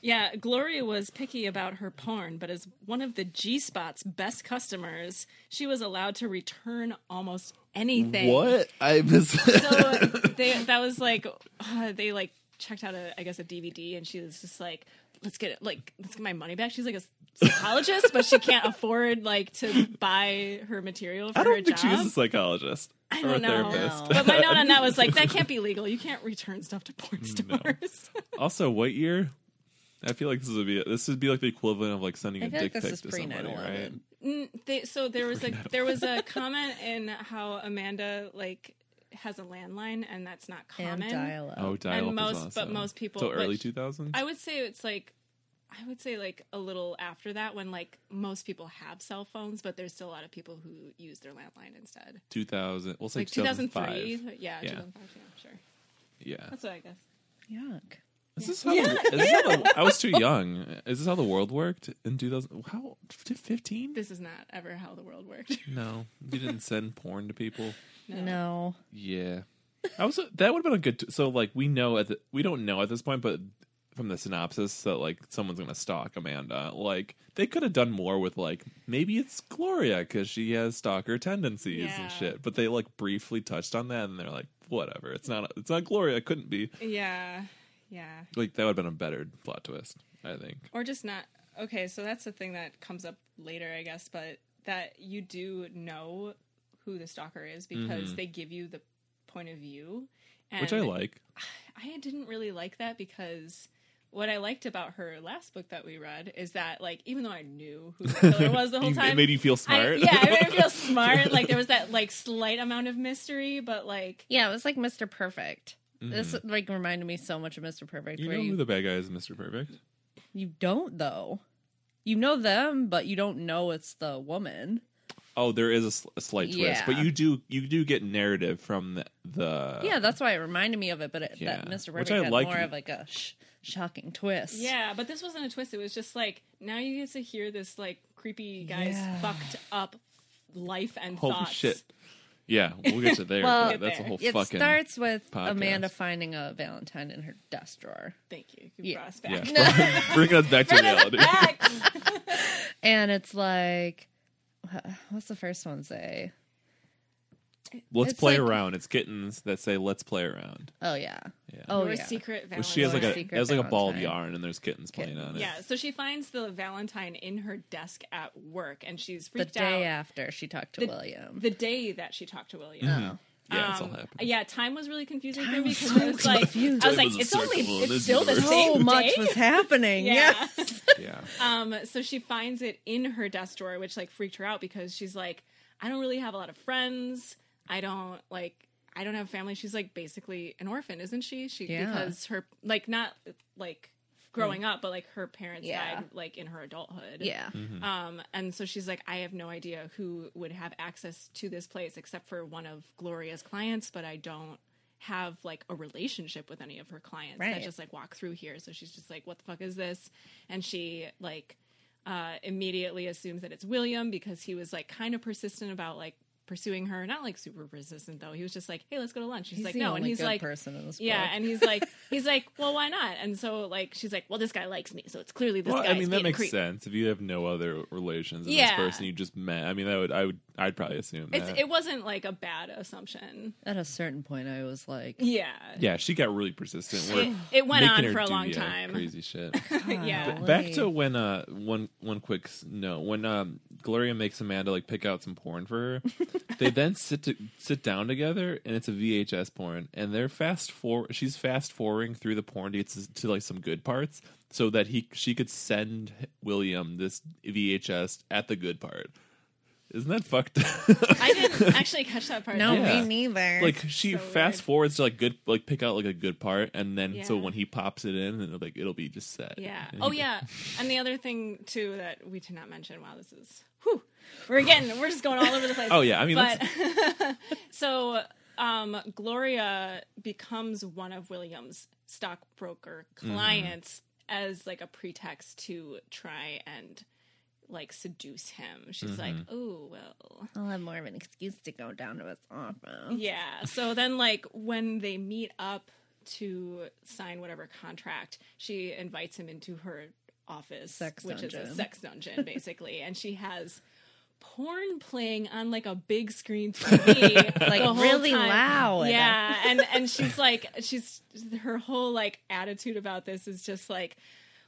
Speaker 3: Yeah, Gloria was picky about her porn, but as one of the G Spot's best customers, she was allowed to return almost anything.
Speaker 2: What? I miss. [LAUGHS]
Speaker 3: So uh, they that was like uh, they like checked out a I guess a DVD, and she was just like, "Let's get it, like let's get my money back." She's like, "It's psychologist, but she can't afford like to buy her material for
Speaker 2: I
Speaker 3: her
Speaker 2: don't think
Speaker 3: job.
Speaker 2: she was a psychologist
Speaker 3: I
Speaker 2: or a
Speaker 3: don't know.
Speaker 2: therapist. [LAUGHS]
Speaker 3: But my note on that was like, that can't be legal. You can't return stuff to porn stores.
Speaker 2: also, what year? I feel like this would be this would be like the equivalent of like sending
Speaker 1: I
Speaker 2: a
Speaker 1: feel like
Speaker 2: dick
Speaker 1: this
Speaker 2: pic
Speaker 1: is
Speaker 2: to somebody, right?
Speaker 1: pre-9/11.
Speaker 3: Mm, they, so there was a there was a comment in how Amanda like has a landline, and that's not
Speaker 1: and
Speaker 3: common.
Speaker 1: dial up.
Speaker 2: Oh, dial
Speaker 3: most-
Speaker 2: was
Speaker 3: but
Speaker 2: awesome.
Speaker 3: most people-
Speaker 2: So
Speaker 3: but
Speaker 2: early
Speaker 3: sh-
Speaker 2: two thousands.
Speaker 3: I would say it's like I would say like a little after that when like most people have cell phones, but there's still a lot of people who use their landline instead.
Speaker 2: Two thousand. We'll say
Speaker 3: Like
Speaker 2: two thousand five.
Speaker 3: 2003, yeah,
Speaker 2: Yeah.
Speaker 3: 2005, yeah, sure.
Speaker 2: Yeah.
Speaker 3: That's what I guess.
Speaker 1: Yuck.
Speaker 2: Is this how? the, is this how the, I was [LAUGHS] too young. Is this how the world worked in 2000? How? 15?
Speaker 3: This is not ever how the world worked. [LAUGHS]
Speaker 2: No, you didn't send porn to people.
Speaker 1: No.
Speaker 2: Yeah, I was. That would have been a good. T- so like we know at the, we don't know at this point, but from the synopsis that like someone's gonna stalk Amanda. Like they could have done more with like maybe it's Gloria because she has stalker tendencies
Speaker 3: Yeah.
Speaker 2: and shit. But they like briefly touched on that and they're like whatever. It's not. It's not Gloria. It couldn't be.
Speaker 3: Yeah, yeah.
Speaker 2: Like that would have been a better plot twist. I think.
Speaker 3: or just not okay so that's the thing that comes up later i guess but that you do know who the stalker is because they give you the point of view and
Speaker 2: Mm-hmm. Which I like.
Speaker 3: [SIGHS] i didn't really like that because what i liked about her last book that we read is that like even though i knew who
Speaker 2: [LAUGHS]
Speaker 3: the killer was the whole
Speaker 2: You-
Speaker 3: time
Speaker 2: It made you feel
Speaker 3: I,
Speaker 2: smart.
Speaker 3: yeah, it made me feel smart. Like there was that like slight amount of mystery, but like
Speaker 1: Yeah, it was like Mr. Perfect. This like reminded me so much of Mr. Perfect.
Speaker 2: [LAUGHS] Mm-hmm. you
Speaker 1: where
Speaker 2: know
Speaker 1: you,
Speaker 2: who the bad guy is, Mr. Perfect.
Speaker 1: you don't though. You know them, but you don't know it's the woman.
Speaker 2: Oh, there is a, sl- a slight twist,
Speaker 1: Yeah.
Speaker 2: but you do you do get narrative from the, the
Speaker 1: yeah, that's why it reminded me of it. But it,
Speaker 2: Uh, Yeah.
Speaker 1: that Mr.
Speaker 2: Which
Speaker 1: Perfect
Speaker 2: I
Speaker 1: had
Speaker 2: like-
Speaker 1: more of like a sh- shocking twist.
Speaker 3: Yeah, but this wasn't a twist. It was just like now you get to hear this like creepy guy's
Speaker 1: Yeah.
Speaker 3: fucked up life and
Speaker 2: Holy
Speaker 3: thoughts.
Speaker 2: shit! Yeah, we'll get to there.
Speaker 1: Well,
Speaker 2: but that's a
Speaker 3: Get
Speaker 2: whole
Speaker 1: It
Speaker 2: fucking.
Speaker 1: starts with
Speaker 2: podcast.
Speaker 1: Amanda finding a Valentine in her desk drawer,
Speaker 3: Thank you. You
Speaker 1: Yeah.
Speaker 3: brought us
Speaker 2: Yeah,
Speaker 3: back.
Speaker 1: [LAUGHS]
Speaker 2: [LAUGHS] bring us
Speaker 3: [LAUGHS]
Speaker 2: back to reality.
Speaker 3: Back!
Speaker 1: and it's like, wha- what's the first one say?
Speaker 2: Let's
Speaker 1: It's
Speaker 2: play
Speaker 3: [LAUGHS]
Speaker 1: like-
Speaker 2: around. It's kittens that say "Let's play around."
Speaker 1: Oh yeah,
Speaker 2: Yeah.
Speaker 1: oh
Speaker 3: Your [LAUGHS]
Speaker 1: yeah.
Speaker 3: secret Valentine.
Speaker 2: Well, she has like a
Speaker 1: Secret
Speaker 2: it has like a ball of
Speaker 1: Valentine.
Speaker 2: yarn, and there's kittens playing on it.
Speaker 3: yeah, so she finds the Valentine in her desk at work, and she's
Speaker 1: the
Speaker 3: freaked
Speaker 1: day
Speaker 3: out.
Speaker 1: after she talked to
Speaker 3: The-
Speaker 1: William.
Speaker 3: The day that she talked to William.
Speaker 2: Mm-hmm. yeah, it's all
Speaker 3: Um,
Speaker 2: happening.
Speaker 3: yeah, time was really confusing for
Speaker 1: Time
Speaker 3: me
Speaker 1: was
Speaker 3: because
Speaker 1: so
Speaker 3: I was like,
Speaker 1: confusing.
Speaker 3: I
Speaker 2: Time
Speaker 3: was like,
Speaker 2: was a
Speaker 3: it's only,
Speaker 2: circle, and
Speaker 3: it's
Speaker 2: it's
Speaker 3: still the
Speaker 2: reversed. [LAUGHS]
Speaker 3: same
Speaker 1: so much
Speaker 3: day?
Speaker 1: was happening. yeah.
Speaker 3: [LAUGHS]
Speaker 2: Yeah,
Speaker 3: Um, so she finds it in her desk drawer, which like freaked her out because she's like, I don't really have a lot of friends. I don't like, I don't have family. She's like basically an orphan, isn't she? She
Speaker 1: Yeah. Hmm.
Speaker 3: because her like not like growing up, but like her parents
Speaker 1: Yeah.
Speaker 3: died like in her adulthood.
Speaker 1: Yeah.
Speaker 2: Mm.
Speaker 3: Um, and so she's like, I have no idea who would have access to this place except for one of Gloria's clients, but I don't have like a relationship with any of her clients that
Speaker 1: Right.
Speaker 3: just like walk through here. So she's just like, what the fuck is this? And she like uh, immediately assumes that it's William because he was like kind of persistent about like pursuing her. Not like super persistent though. He was just like, hey, let's go to lunch. She's
Speaker 1: He's
Speaker 3: like,
Speaker 1: the
Speaker 3: no.
Speaker 1: only
Speaker 3: And he's
Speaker 1: good
Speaker 3: like,
Speaker 1: person in this
Speaker 3: yeah.
Speaker 1: book.
Speaker 3: And he's like, he's like, well, why not? And so like, she's like, well, this guy likes me. So it's clearly this
Speaker 2: well,
Speaker 3: guy's
Speaker 2: I mean that
Speaker 3: being a
Speaker 2: makes
Speaker 3: creep.
Speaker 2: sense. If you have no other relations, in
Speaker 3: Yeah.
Speaker 2: this person you just met. I mean, that would I would I'd probably assume
Speaker 3: It's,
Speaker 2: that.
Speaker 3: it wasn't like a bad assumption.
Speaker 1: At a certain point, I was like,
Speaker 3: Yeah.
Speaker 2: yeah, she got really persistent.
Speaker 3: It,
Speaker 2: We're
Speaker 3: [LAUGHS] it went
Speaker 2: making
Speaker 3: on
Speaker 2: her
Speaker 3: for a
Speaker 2: do,
Speaker 3: long
Speaker 2: yeah,
Speaker 3: time. Oh,
Speaker 2: Crazy shit.
Speaker 3: [LAUGHS] yeah.
Speaker 1: Wow.
Speaker 2: back
Speaker 1: Golly.
Speaker 2: to when uh one one quick s- no when um Gloria makes Amanda like pick out some porn
Speaker 3: [LAUGHS]
Speaker 2: for her, they then sit to sit down together and it's a VHS porn and they're fast for she's fast forwarding through the porn to get to, to, like some good parts so that he she could send William this VHS at the good part. Isn't that fucked? up? [LAUGHS]
Speaker 3: I didn't actually catch that
Speaker 1: [LAUGHS]
Speaker 3: part.
Speaker 1: no,
Speaker 2: Yeah.
Speaker 1: me neither.
Speaker 2: like she
Speaker 3: so
Speaker 2: fast
Speaker 3: weird.
Speaker 2: forwards to like good like pick out like a good part and then so
Speaker 3: Yeah.
Speaker 2: when he pops it in and like it'll be just set.
Speaker 3: Yeah.
Speaker 2: And
Speaker 3: Oh
Speaker 2: he-
Speaker 3: yeah. And the other thing too that we did not mention. Wow, this is. Whew. We're getting. We're just going all over the place.
Speaker 2: [LAUGHS] Oh yeah, I mean
Speaker 3: But
Speaker 2: that's
Speaker 3: [LAUGHS] so um, Gloria becomes one of William's stockbroker clients
Speaker 2: Mm-hmm.
Speaker 3: as like a pretext to try and like seduce him. She's
Speaker 2: Mm-hmm.
Speaker 3: like, oh well.
Speaker 1: I'll have more of an excuse to go down to his office.
Speaker 3: Yeah. So then, like, when they meet up to sign whatever contract, she invites him into her office,
Speaker 1: Sex
Speaker 3: which is a
Speaker 1: dungeon.
Speaker 3: sex
Speaker 1: [LAUGHS]
Speaker 3: dungeon, basically. and she has porn playing on like a
Speaker 1: [LAUGHS]
Speaker 3: big screen TV,
Speaker 1: Like,
Speaker 3: the whole
Speaker 1: really
Speaker 3: time.
Speaker 1: loud.
Speaker 3: Yeah, and and she's like, she's her whole like attitude about this is just like.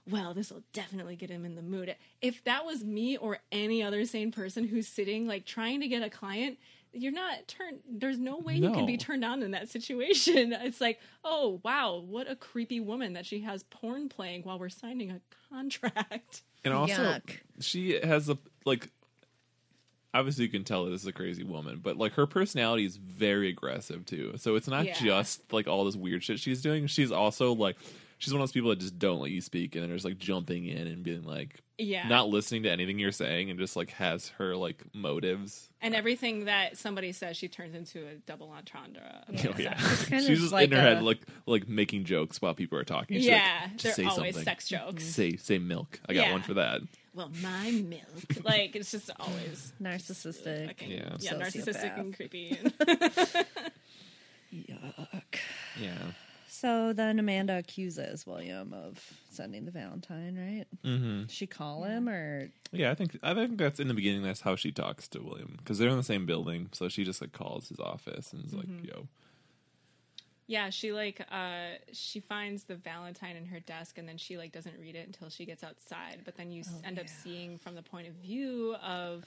Speaker 3: well, this will definitely get him in the mood. If that was me or any other sane person who's sitting like trying to get a client, you're not turned. There's no way you can be
Speaker 2: No.
Speaker 3: turned on in that situation. [LAUGHS] It's like, oh wow, what a creepy woman that she has porn playing while we're signing a contract. [LAUGHS]
Speaker 2: And also,
Speaker 1: Yuck.
Speaker 2: she has a like. Obviously, you can tell this is a crazy woman, but like her personality is very aggressive too. So it's not
Speaker 3: Yeah.
Speaker 2: just like all this weird shit she's doing. She's also like, she's one of those people that just don't let you speak, and they're just like jumping in and being like,
Speaker 3: Yeah,
Speaker 2: not listening to anything you're saying, and just like has her like motives.
Speaker 3: and everything that somebody says, she turns into a double
Speaker 2: [LAUGHS]
Speaker 3: entendre.
Speaker 2: Oh, yeah,
Speaker 1: kind
Speaker 2: she's
Speaker 1: of
Speaker 2: just
Speaker 1: like
Speaker 2: in her head
Speaker 1: a-
Speaker 2: like like making jokes while people are talking. She's like,
Speaker 3: [LAUGHS] yeah,
Speaker 2: just say
Speaker 3: they're always
Speaker 2: something.
Speaker 3: sex jokes.
Speaker 2: Say say milk. I got
Speaker 3: Yeah.
Speaker 2: one for that.
Speaker 3: Well, my milk, like it's just
Speaker 2: [LAUGHS]
Speaker 3: always
Speaker 1: Narcissistic.
Speaker 3: fucking,
Speaker 2: Yeah.
Speaker 3: yeah, narcissistic
Speaker 1: Sociopath.
Speaker 3: and creepy.
Speaker 2: [LAUGHS]
Speaker 3: And-
Speaker 1: Yuck.
Speaker 2: Yeah.
Speaker 1: So then Amanda accuses William of sending the Valentine, right? Mm-hmm. She call him or
Speaker 2: Yeah, I think I think that's in the beginning. That's how she talks to William because they're in the same building. So she just like calls his office and is like,
Speaker 3: Mm-hmm.
Speaker 2: "Yo,
Speaker 3: Yeah, she like uh she finds the Valentine in her desk and then she like doesn't read it until she gets outside. But then you s end up seeing from the point of view of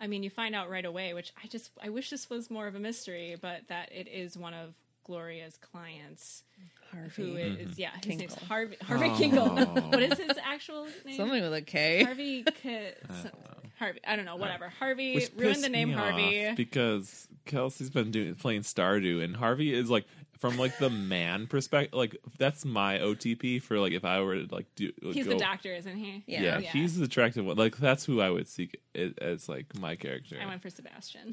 Speaker 3: I mean, you find out right away, which I just I wish this was more of a mystery, but that it is one of Gloria's clients who
Speaker 1: Harvey.
Speaker 2: Mm.
Speaker 3: is
Speaker 2: Mm-hmm.
Speaker 3: yeah, his name's
Speaker 1: Kinkle.
Speaker 3: Harvey Harvey
Speaker 2: Oh.
Speaker 3: Kinkle. [LAUGHS] what is his actual name?
Speaker 1: Something with a K.
Speaker 3: Harvey K- Harvey I don't know, whatever. Harvey
Speaker 2: Which
Speaker 3: ruined
Speaker 2: pissed
Speaker 3: the name
Speaker 2: me off
Speaker 3: Harvey.
Speaker 2: because Kelsey's been doing playing Stardew and Harvey is like from like the man perspective. Like that's my OTP for like if I were to like do.
Speaker 3: He's
Speaker 2: go-
Speaker 3: the doctor, isn't he?
Speaker 2: Yeah,
Speaker 1: Yeah.
Speaker 2: he's the attractive one. Like that's who I would seek as, as like my character.
Speaker 3: I went for Sebastian.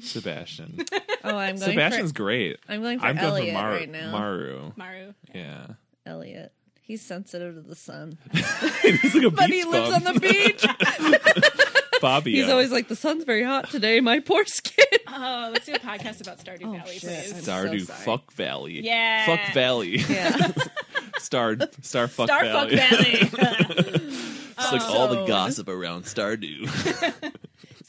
Speaker 1: [LAUGHS]
Speaker 2: Sebastian.
Speaker 1: Oh, I'm going
Speaker 2: Sebastian's
Speaker 1: for
Speaker 2: great.
Speaker 1: I'm going for
Speaker 2: I'm going
Speaker 1: Elliot
Speaker 2: for Mar-
Speaker 1: right now.
Speaker 2: Maru.
Speaker 3: Maru.
Speaker 1: [LAUGHS]
Speaker 2: Yeah, [LAUGHS]
Speaker 1: Elliot. He's sensitive to the sun.
Speaker 2: he's like a
Speaker 1: But
Speaker 2: beach
Speaker 1: he lives
Speaker 2: bum.
Speaker 1: on the beach.
Speaker 2: [LAUGHS] Fabio.
Speaker 1: He's always like, the sun's very hot today. My poor skin.
Speaker 3: Oh, let's do a podcast about
Speaker 1: [LAUGHS]
Speaker 3: Stardew Valley,
Speaker 1: Oh, shit.
Speaker 3: please.
Speaker 1: I'm so
Speaker 2: Stardew
Speaker 1: sorry.
Speaker 2: Fuck Valley.
Speaker 3: Yeah.
Speaker 2: Fuck
Speaker 1: [LAUGHS]
Speaker 2: Valley. [LAUGHS]
Speaker 1: [LAUGHS] Yeah.
Speaker 2: Star Star Fuck
Speaker 3: Star Fuck
Speaker 2: Valley.
Speaker 3: Valley.
Speaker 2: [LAUGHS]
Speaker 3: [LAUGHS]
Speaker 2: it's like all the
Speaker 1: So-
Speaker 2: gossip around
Speaker 1: [LAUGHS]
Speaker 2: Stardew.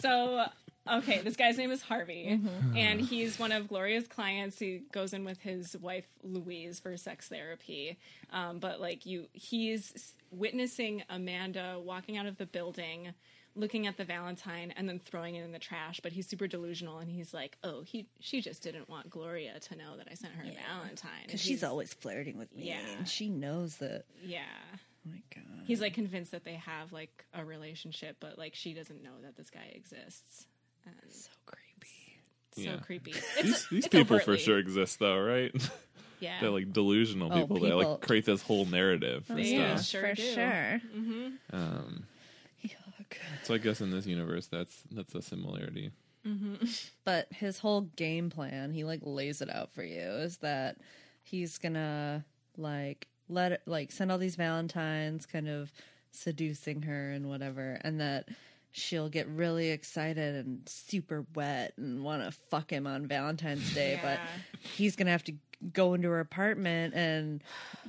Speaker 3: so, okay, this guy's name is Harvey,
Speaker 1: Mm-hmm.
Speaker 3: and he's one of Gloria's clients. He goes in with his wife Louise for sex therapy, um, but like you, he's witnessing Amanda walking out of the building. Looking at the Valentine and then throwing it in the trash, but he's super delusional and he's like, "Oh, he she just didn't want Gloria to know that I sent her a Valentine." And
Speaker 1: Because she's
Speaker 3: he's-
Speaker 1: always flirting with me.
Speaker 3: Yeah.
Speaker 1: And she knows that.
Speaker 3: yeah.
Speaker 1: Oh my God.
Speaker 3: he's like convinced that they have like a relationship, but like she doesn't know that this guy exists.
Speaker 1: So creepy.
Speaker 3: So
Speaker 2: Yeah. [LAUGHS]
Speaker 3: creepy.
Speaker 2: these
Speaker 3: It's-
Speaker 2: these
Speaker 3: it's
Speaker 2: people for
Speaker 3: overtly-
Speaker 2: sure exist though, right? [LAUGHS]
Speaker 3: Yeah.
Speaker 2: They're like delusional
Speaker 1: Oh,
Speaker 2: people. They like
Speaker 1: people. Oh,
Speaker 2: create this whole narrative and
Speaker 3: They yeah.
Speaker 1: yeah,
Speaker 2: stuff.
Speaker 3: sure
Speaker 1: for
Speaker 3: do.
Speaker 1: sure.
Speaker 2: Um,
Speaker 1: Yuck.
Speaker 2: so I guess in this universe, that's that's a similarity.
Speaker 1: but his whole game plan he like lays it out for you is that he's gonna like let it, like send all these valentines kind of seducing her and whatever and that she'll get really excited and super wet and want to fuck him on valentine's day
Speaker 3: Yeah.
Speaker 1: but he's gonna have to go into her apartment and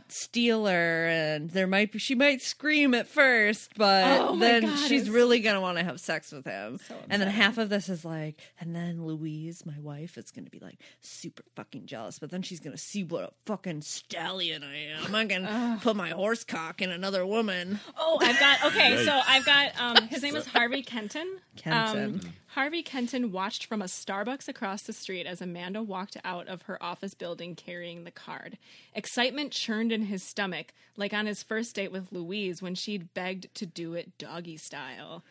Speaker 1: steal her and there might be she might scream at first but
Speaker 3: Oh my
Speaker 1: then
Speaker 3: God,
Speaker 1: she's
Speaker 3: it's-
Speaker 1: really gonna want to have sex with him
Speaker 3: So
Speaker 1: and then
Speaker 3: upsetting.
Speaker 1: half of this is like, and then Louise, my wife, is going to be like super fucking jealous, but then she's going to see what a fucking stallion I am. I'm going to put my horse cock in another woman.
Speaker 3: Oh, I've got okay. So
Speaker 2: Yikes.
Speaker 3: I've got um, his
Speaker 2: [LAUGHS]
Speaker 3: name is Harvey Kenton.
Speaker 1: Kenton.
Speaker 3: Um, Harvey Kenton watched from a Starbucks across the street as Amanda walked out of her office building carrying the card. Excitement churned in his stomach, like on his first date with Louise when she'd begged to do it doggy style.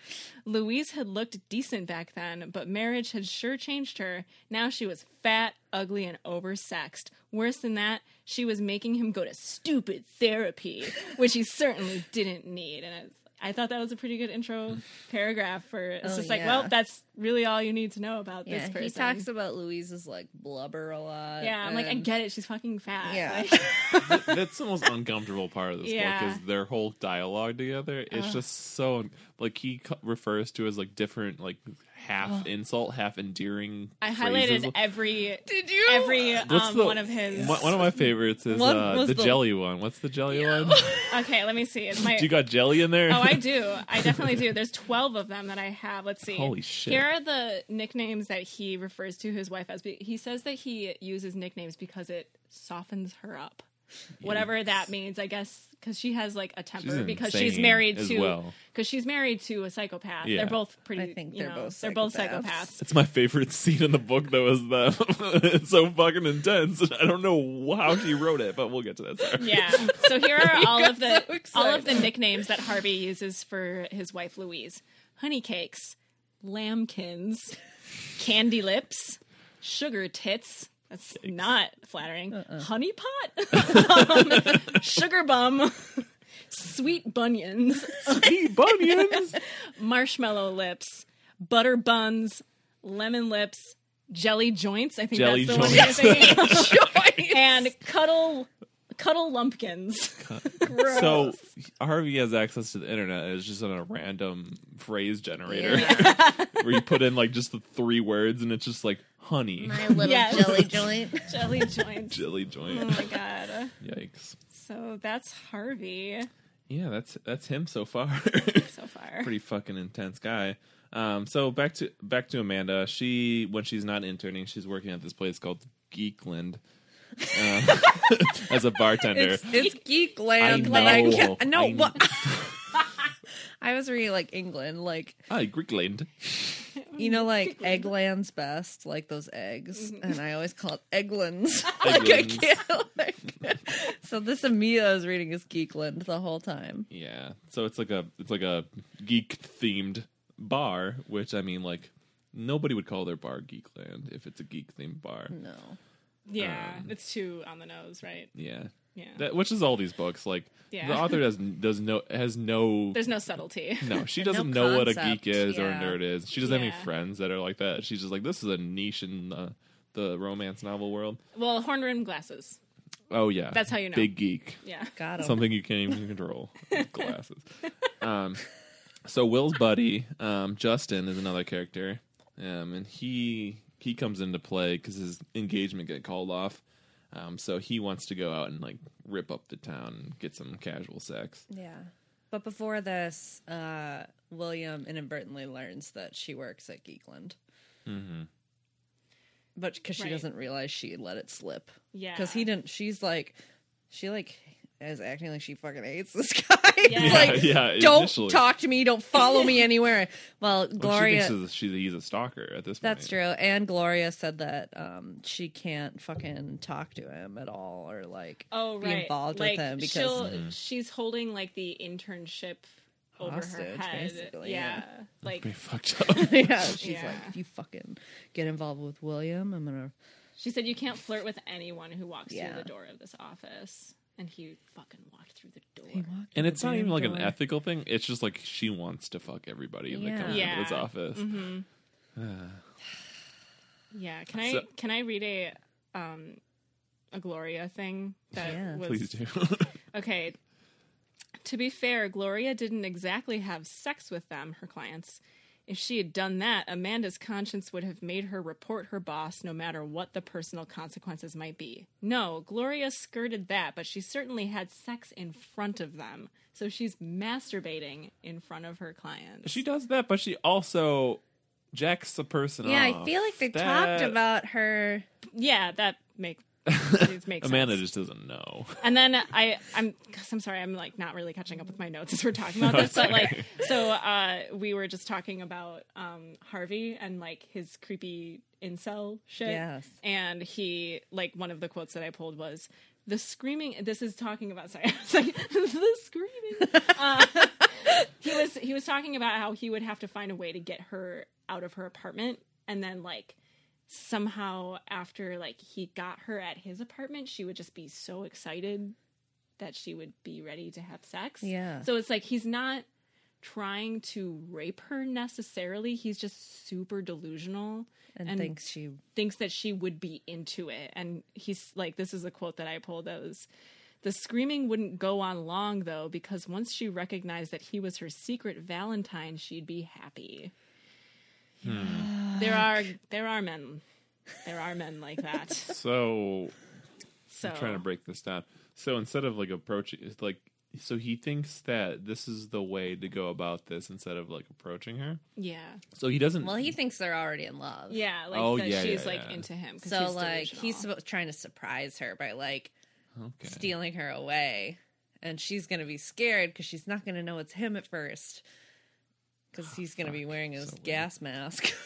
Speaker 3: Louise had looked decent back then, but marriage had sure changed her. Now she was fat, ugly, and oversexed. Worse than that, she was making him go to stupid therapy, which he certainly didn't need. And it's, I thought that was a pretty good intro paragraph for it's
Speaker 1: Oh,
Speaker 3: just like,
Speaker 1: yeah.
Speaker 3: well, that's really all you need to know about
Speaker 1: Yeah,
Speaker 3: this person.
Speaker 1: he talks about Louise's like blubber a lot.
Speaker 3: yeah, I'm like, I
Speaker 1: and-
Speaker 3: get it. She's fucking fat.
Speaker 1: Yeah.
Speaker 3: Like,
Speaker 2: that's the most uncomfortable part of this book
Speaker 3: Yeah.
Speaker 2: is their whole dialogue together. It's just so un- like he co- refers to as like different like half insult, half endearing.
Speaker 3: I
Speaker 2: phrases.
Speaker 3: highlighted every
Speaker 1: [LAUGHS] Did you? [LAUGHS]
Speaker 3: every
Speaker 2: What's
Speaker 3: um,
Speaker 2: the-
Speaker 3: one of his.
Speaker 2: One, one of my favorites is
Speaker 1: What
Speaker 2: uh,
Speaker 1: was
Speaker 2: the,
Speaker 1: the-
Speaker 2: jelly one. What's the jelly one? [LAUGHS]
Speaker 3: Okay, let me see. It's [LAUGHS] my.
Speaker 2: Do you got jelly in there?
Speaker 3: Oh,
Speaker 2: [LAUGHS]
Speaker 3: I do. I definitely do. There's 12 of them that I have. Let's see.
Speaker 2: Holy shit.
Speaker 3: Here are the nicknames that he refers to his wife as. He says that he uses nicknames because it softens her up. whatever that means. I guess because she has like a temper
Speaker 2: She's
Speaker 3: because she's
Speaker 2: insane
Speaker 3: married
Speaker 2: as
Speaker 3: to
Speaker 2: well.
Speaker 3: because she's married to a psychopath.
Speaker 2: Yeah.
Speaker 3: They're both pretty.
Speaker 1: I think
Speaker 3: you
Speaker 1: they're
Speaker 3: know,
Speaker 1: both
Speaker 3: they're both
Speaker 1: psychopaths.
Speaker 3: psychopaths.
Speaker 2: It's my favorite scene in the book, though, is them. [LAUGHS] it's so fucking intense. I don't know how she wrote it, but we'll get to that. Sarah.
Speaker 3: [LAUGHS] Yeah. So here are all of the
Speaker 1: so excited.
Speaker 3: all of the nicknames that Harvey uses for his wife Louise: honey cakes, lambkins, candy lips, sugar tits. That's not flattering. Honey pot, [LAUGHS] Um, sugar bum, sweet bunions,
Speaker 2: Sweet [LAUGHS] bunions.
Speaker 3: marshmallow lips, butter buns, lemon lips, jelly joints. I think
Speaker 2: Jelly
Speaker 3: that's the one
Speaker 2: joints.
Speaker 3: you're thinking. of. [LAUGHS] and cuddle cuddle lumpkins.
Speaker 2: So Harvey has access to the internet. And it's just on a random phrase generator [LAUGHS] where you put in like just the three words, and it's just like honey,
Speaker 1: My little
Speaker 3: Yes.
Speaker 1: [LAUGHS] jelly joint.
Speaker 3: [LAUGHS] jelly joints.
Speaker 2: jelly
Speaker 3: [LAUGHS] Oh
Speaker 2: joint.
Speaker 3: my god.
Speaker 2: Yikes.
Speaker 3: So that's Harvey
Speaker 2: Yeah, that's that's him so far. [LAUGHS]
Speaker 3: so far.
Speaker 2: Pretty fucking intense guy. Um, so back to back to Amanda. She when she's not interning, she's working at this place called Geekland uh, [LAUGHS] as a bartender.
Speaker 1: It's, it's geek
Speaker 2: I
Speaker 1: land. but I
Speaker 2: know.
Speaker 1: can't- no,
Speaker 2: I-
Speaker 1: what? [LAUGHS] I was reading like England, like
Speaker 2: Hi, Geekland.
Speaker 1: you know, like Eggland's best, like those eggs, and I always call it [LAUGHS] Egglands. like I
Speaker 2: Egglands.
Speaker 1: can't. Like, [LAUGHS] so this Amia I was reading is Geekland the whole time.
Speaker 2: Yeah. So it's like a it's like a geek themed bar, which I mean like nobody would call their bar Geekland if it's a geek themed bar.
Speaker 3: Hmm.
Speaker 1: No,
Speaker 3: yeah, it's too on the nose, right?
Speaker 2: Yeah.
Speaker 3: Yeah.
Speaker 2: um, That, which is all these books like the
Speaker 3: Yeah.
Speaker 2: author does does no has no
Speaker 3: There's
Speaker 2: [LAUGHS]
Speaker 3: no subtlety.
Speaker 2: no, she doesn't
Speaker 1: no
Speaker 2: know what a
Speaker 1: concept,
Speaker 2: geek is or a
Speaker 1: yeah.
Speaker 2: nerd is. She doesn't have
Speaker 3: Yeah.
Speaker 2: any friends that are like that. She's just like this is a niche in the, the romance novel world.
Speaker 3: Well, horn rimmed glasses.
Speaker 2: Oh yeah,
Speaker 3: That's how you know.
Speaker 2: big geek.
Speaker 3: Yeah.
Speaker 1: got him.
Speaker 2: something you can't even
Speaker 1: [LAUGHS]
Speaker 2: control glasses um so will's buddy um justin is another character um and he he comes into play because his engagement got called off um so he wants to go out and like rip up the town and get some casual sex
Speaker 1: Yeah. But before this, uh, William inadvertently learns that she works at Geekland. Mm-hmm. But because she
Speaker 3: Right.
Speaker 1: doesn't realize she let it slip.
Speaker 3: Yeah.
Speaker 1: Because he didn't, she's like, she like is acting like she fucking hates this [LAUGHS] guy.
Speaker 3: Yeah.
Speaker 1: It's like,
Speaker 2: [LAUGHS] Yeah, yeah,
Speaker 1: don't
Speaker 2: initially.
Speaker 1: talk to me, don't follow me anywhere. Well,
Speaker 2: Well,
Speaker 1: Gloria.
Speaker 2: she thinks she's, she's, he's a stalker at this
Speaker 1: That's
Speaker 2: point
Speaker 1: true. And Gloria said that um, she can't fucking talk to him at all or like
Speaker 3: Oh,
Speaker 1: be
Speaker 3: right.
Speaker 1: involved
Speaker 3: like,
Speaker 1: with him because
Speaker 3: she'll,
Speaker 2: Mm-hmm.
Speaker 3: she's holding like the internship over her
Speaker 1: Hostage,
Speaker 3: head.
Speaker 1: basically,
Speaker 3: yeah. Like
Speaker 2: Pretty fucked
Speaker 1: [LAUGHS]
Speaker 2: up
Speaker 3: [LAUGHS]
Speaker 1: yeah, she's
Speaker 3: Yeah.
Speaker 1: like, if you fucking get involved with William, I'm gonna.
Speaker 3: she said, you can't flirt with anyone who walks
Speaker 1: Yeah.
Speaker 3: through the door of this office. And he fucking walked through the door.
Speaker 1: He walked
Speaker 2: and
Speaker 1: in
Speaker 2: it's
Speaker 1: the
Speaker 2: not even
Speaker 1: damn
Speaker 2: like an
Speaker 1: door.
Speaker 2: ethical thing it's just like she wants to fuck everybody in
Speaker 1: Yeah. Mm-hmm.
Speaker 2: that comes into his
Speaker 3: Yeah.
Speaker 2: office
Speaker 3: Yeah, can I
Speaker 2: So-
Speaker 3: can I read a um a Gloria thing that
Speaker 1: Yeah.
Speaker 3: was
Speaker 2: please do
Speaker 3: Okay. To be fair, Gloria didn't exactly have sex with them, her clients. If she had done that, Amanda's conscience would have made her report her boss no matter what the personal consequences might be. No, Gloria skirted that, but she certainly had sex in front of them. So she's masturbating in front of her clients.
Speaker 2: She does that, but she also jacks the person
Speaker 1: Yeah, I
Speaker 2: off.
Speaker 1: feel like they
Speaker 2: That-
Speaker 1: talked about her.
Speaker 3: yeah, that make, it makes
Speaker 2: Amanda
Speaker 3: sense.
Speaker 2: just doesn't
Speaker 1: [LAUGHS]
Speaker 2: know.
Speaker 3: And then I, I'm, cause I'm sorry, I'm like not really catching up with my notes as we're talking about
Speaker 2: No,
Speaker 3: this. But
Speaker 2: it's
Speaker 3: like,
Speaker 2: okay. [LAUGHS]
Speaker 3: so uh, we were just talking about um, Harvey and like his creepy incel shit.
Speaker 1: Yes.
Speaker 3: And he, like, one of the quotes that I pulled was, "The screaming." This is talking about. [LAUGHS] Sorry, I was like, the screaming.
Speaker 1: [LAUGHS]
Speaker 3: Uh, [LAUGHS] he was he was talking about how he would have to find a way to get her out of her apartment, and then like somehow after like he got her at his apartment, she would just be so excited that she would be ready to have sex.
Speaker 1: Yeah.
Speaker 3: So it's like he's not trying to rape her necessarily. He's just super delusional
Speaker 1: and,
Speaker 3: And-
Speaker 1: thinks she.
Speaker 3: thinks that she would be into it. And he's like, this is a quote that I pulled that was the screaming wouldn't go on long though, because once she recognized that he was her secret Valentine, she'd be happy.
Speaker 2: Hmm.
Speaker 3: There are there are men. There are men
Speaker 2: [LAUGHS]
Speaker 3: like that.
Speaker 2: So
Speaker 3: So
Speaker 2: I'm trying to break this down. So instead of like approaching, it's like so he thinks that this is the way to go about this instead of like approaching her.
Speaker 3: Yeah.
Speaker 2: So he doesn't.
Speaker 1: Well, he thinks they're already in love.
Speaker 3: Yeah, like
Speaker 2: Oh,
Speaker 3: that
Speaker 2: yeah,
Speaker 3: she's
Speaker 2: yeah,
Speaker 3: like
Speaker 2: yeah.
Speaker 3: into him. 'cause
Speaker 1: So like
Speaker 3: delusional.
Speaker 1: he's suppo- trying to surprise her by like
Speaker 2: Okay.
Speaker 1: stealing her away. And she's going to be scared because she's not going to know it's him at first because he's going to be wearing his
Speaker 2: so weird.
Speaker 1: gas mask. [LAUGHS]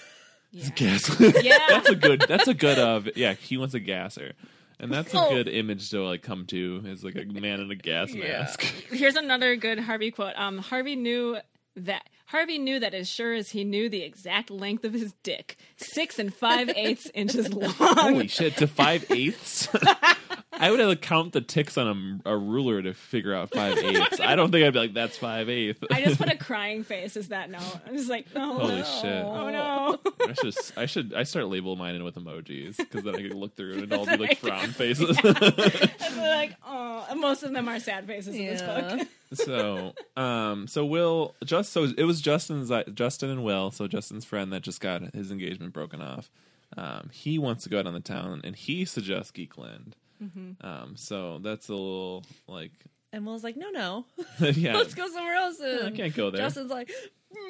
Speaker 3: Yeah.
Speaker 2: [LAUGHS] Gas.
Speaker 3: Yeah.
Speaker 2: [LAUGHS] that's a good. That's a good. Uh, yeah, he wants a gasser, and that's a
Speaker 3: Oh.
Speaker 2: good image to like come to. Is like a man in a gas
Speaker 1: Yeah.
Speaker 2: mask.
Speaker 3: Here's another good Harvey quote. Um, Harvey knew that Harvey knew that as sure as he knew the exact length of his dick, six and five
Speaker 2: [LAUGHS]
Speaker 3: eighths inches long. [LAUGHS]
Speaker 2: Holy shit! To five eighths. [LAUGHS] I would have to count the ticks on a, a ruler to figure out five eighths. I don't think I'd be like, that's five eighths.
Speaker 3: I just put a crying face. Is that no? I'm just like, oh
Speaker 2: Holy
Speaker 3: no,
Speaker 2: shit.
Speaker 3: oh no. [LAUGHS]
Speaker 2: I should I should I start labeling mine in with emojis because then I could look through it and all be like
Speaker 3: That's right.
Speaker 2: frown faces.
Speaker 3: I'm like, oh. And most of them are sad faces in this book.
Speaker 1: yeah.
Speaker 2: [LAUGHS] so um so Will just so it was Justin's uh, Justin and Will so Justin's friend that just got his engagement broken off. Um, he wants to go out on the town and he suggests Geekland. Um, so that's a little like [LAUGHS]
Speaker 1: And Will's like, no, no,
Speaker 2: yeah.
Speaker 1: let's go somewhere else.
Speaker 2: I
Speaker 1: And
Speaker 2: can't go there.
Speaker 1: Justin's like,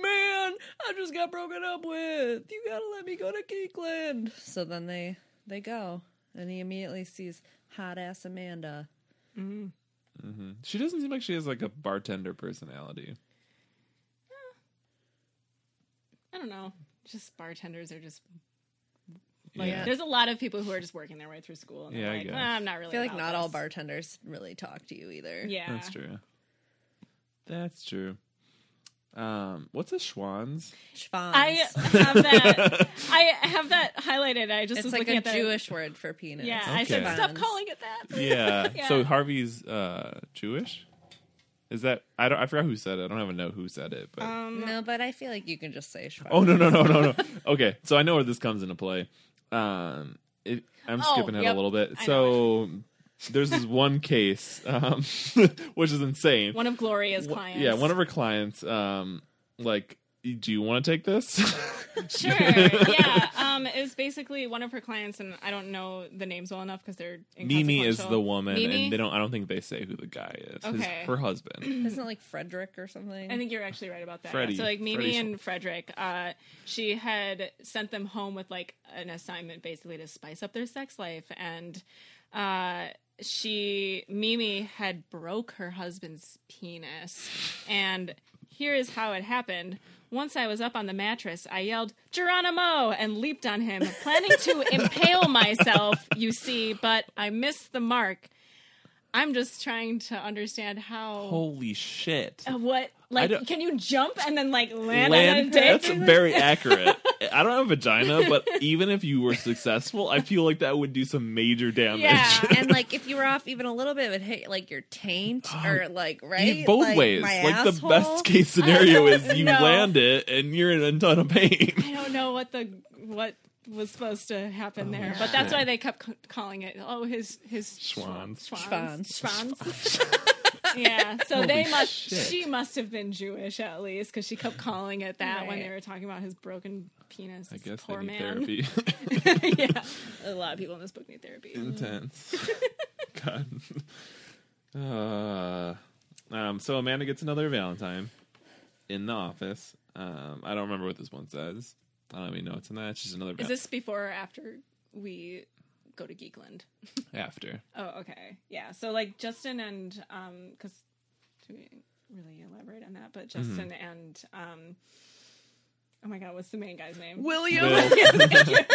Speaker 1: man, I just got broken up with. You gotta let me go to Geekland. So then they they go, and he immediately sees hot ass Amanda.
Speaker 2: She doesn't seem like she has like a bartender personality.
Speaker 3: I don't know. Just bartenders are just like
Speaker 1: Yeah.
Speaker 3: there's a lot of people who are just working their way through school. And they're
Speaker 2: Yeah, I
Speaker 3: like,
Speaker 2: guess.
Speaker 3: "Ah, I'm not really.
Speaker 1: I feel like
Speaker 3: about
Speaker 1: not all
Speaker 3: this."
Speaker 1: bartenders really talk to you either.
Speaker 3: Yeah,
Speaker 2: That's true. That's true. Um, what's a Schwann's?
Speaker 1: Schwanz.
Speaker 3: I have
Speaker 2: [LAUGHS]
Speaker 3: that. I have that highlighted. I just
Speaker 1: it's
Speaker 3: was
Speaker 1: like
Speaker 3: looking
Speaker 1: a
Speaker 3: at that.
Speaker 1: Jewish word for penis.
Speaker 3: Yeah, I said
Speaker 2: Okay.
Speaker 3: stop calling it that.
Speaker 2: yeah.
Speaker 3: Yeah.
Speaker 2: So Harvey's uh Jewish? Is that I don't I forgot who said it. I don't even know who said it, but
Speaker 3: Um,
Speaker 1: No, but I feel like you can just say Schwanz.
Speaker 2: Oh no no no no no. okay, so I know where this comes into play. Um it, I'm
Speaker 3: Oh,
Speaker 2: skipping ahead
Speaker 3: yep.
Speaker 2: a little bit.
Speaker 3: I
Speaker 2: So there's this one case um [LAUGHS] which is insane.
Speaker 3: one of Gloria's
Speaker 2: Wha-
Speaker 3: clients.
Speaker 2: Yeah, one of her clients um like do you want to take this?
Speaker 3: [LAUGHS]
Speaker 2: [LAUGHS]
Speaker 3: Sure. yeah. Um, it was basically one of her clients, and I don't know the names well enough because they're
Speaker 2: Mimi is the
Speaker 3: inconsequential.
Speaker 2: woman,
Speaker 3: Mimi?
Speaker 2: and they don't. I don't think they say who the guy is. His-
Speaker 3: Okay.
Speaker 2: her [CLEARS THROAT] husband.
Speaker 1: [LAUGHS] Isn't it like Frederick or something?
Speaker 3: I think you're actually right about that.
Speaker 2: Freddie.
Speaker 3: So like Mimi
Speaker 2: Freddie
Speaker 3: and Frederick, uh, she had sent them home with like an assignment basically to spice up their sex life, and uh, she Mimi had broke her husband's penis, and here is how it happened. Once I was up on the mattress, I yelled Geronimo and leaped on him, planning
Speaker 2: [LAUGHS]
Speaker 3: to impale myself. You see, but I missed the mark. I'm just trying to understand how
Speaker 2: Holy shit!
Speaker 3: uh, What like
Speaker 2: don't-
Speaker 3: can you jump and then like land, on a
Speaker 2: Land.
Speaker 3: dick?
Speaker 2: That's [LAUGHS] very accurate. I don't have a [LAUGHS] vagina, but even if you were successful, I feel like that would do some major damage. [LAUGHS]
Speaker 3: Yeah.
Speaker 1: and like if you were off even a little bit, it would hit like your taint or like right
Speaker 2: You- Oh, both
Speaker 1: Like,
Speaker 2: ways.
Speaker 1: my
Speaker 2: Like the
Speaker 1: asshole.
Speaker 2: best case [LAUGHS] scenario is you
Speaker 3: No.
Speaker 2: land it and you're in a ton of pain. [LAUGHS]
Speaker 3: I don't know what the what was supposed to happen
Speaker 2: Oh,
Speaker 3: there, but that's why they kept c- calling it. Oh, his his
Speaker 2: Schwans.
Speaker 3: Schwans. Schwans. [LAUGHS] yeah, so they
Speaker 2: Holy
Speaker 3: must.
Speaker 2: shit.
Speaker 3: She must have been Jewish at least, because she kept calling it that when
Speaker 1: Right.
Speaker 3: they were talking about his broken penis.
Speaker 2: I guess
Speaker 3: poor
Speaker 2: they need
Speaker 3: man.
Speaker 2: therapy.
Speaker 3: [LAUGHS] yeah, a lot of people in this book need therapy.
Speaker 2: Intense.
Speaker 3: [LAUGHS]
Speaker 2: God. Uh, um, so Amanda gets another Valentine in the office. Um, I don't remember what this one says. I don't even know what's in that. It's just another
Speaker 3: Is
Speaker 2: val-
Speaker 3: this before or after we go to Geekland? [LAUGHS]
Speaker 2: after.
Speaker 3: Oh, okay. Yeah. So like Justin and um cuz do we really elaborate on that, but Justin and um Oh my god, what's the main guy's name?
Speaker 1: William.
Speaker 3: [LAUGHS]
Speaker 2: Will,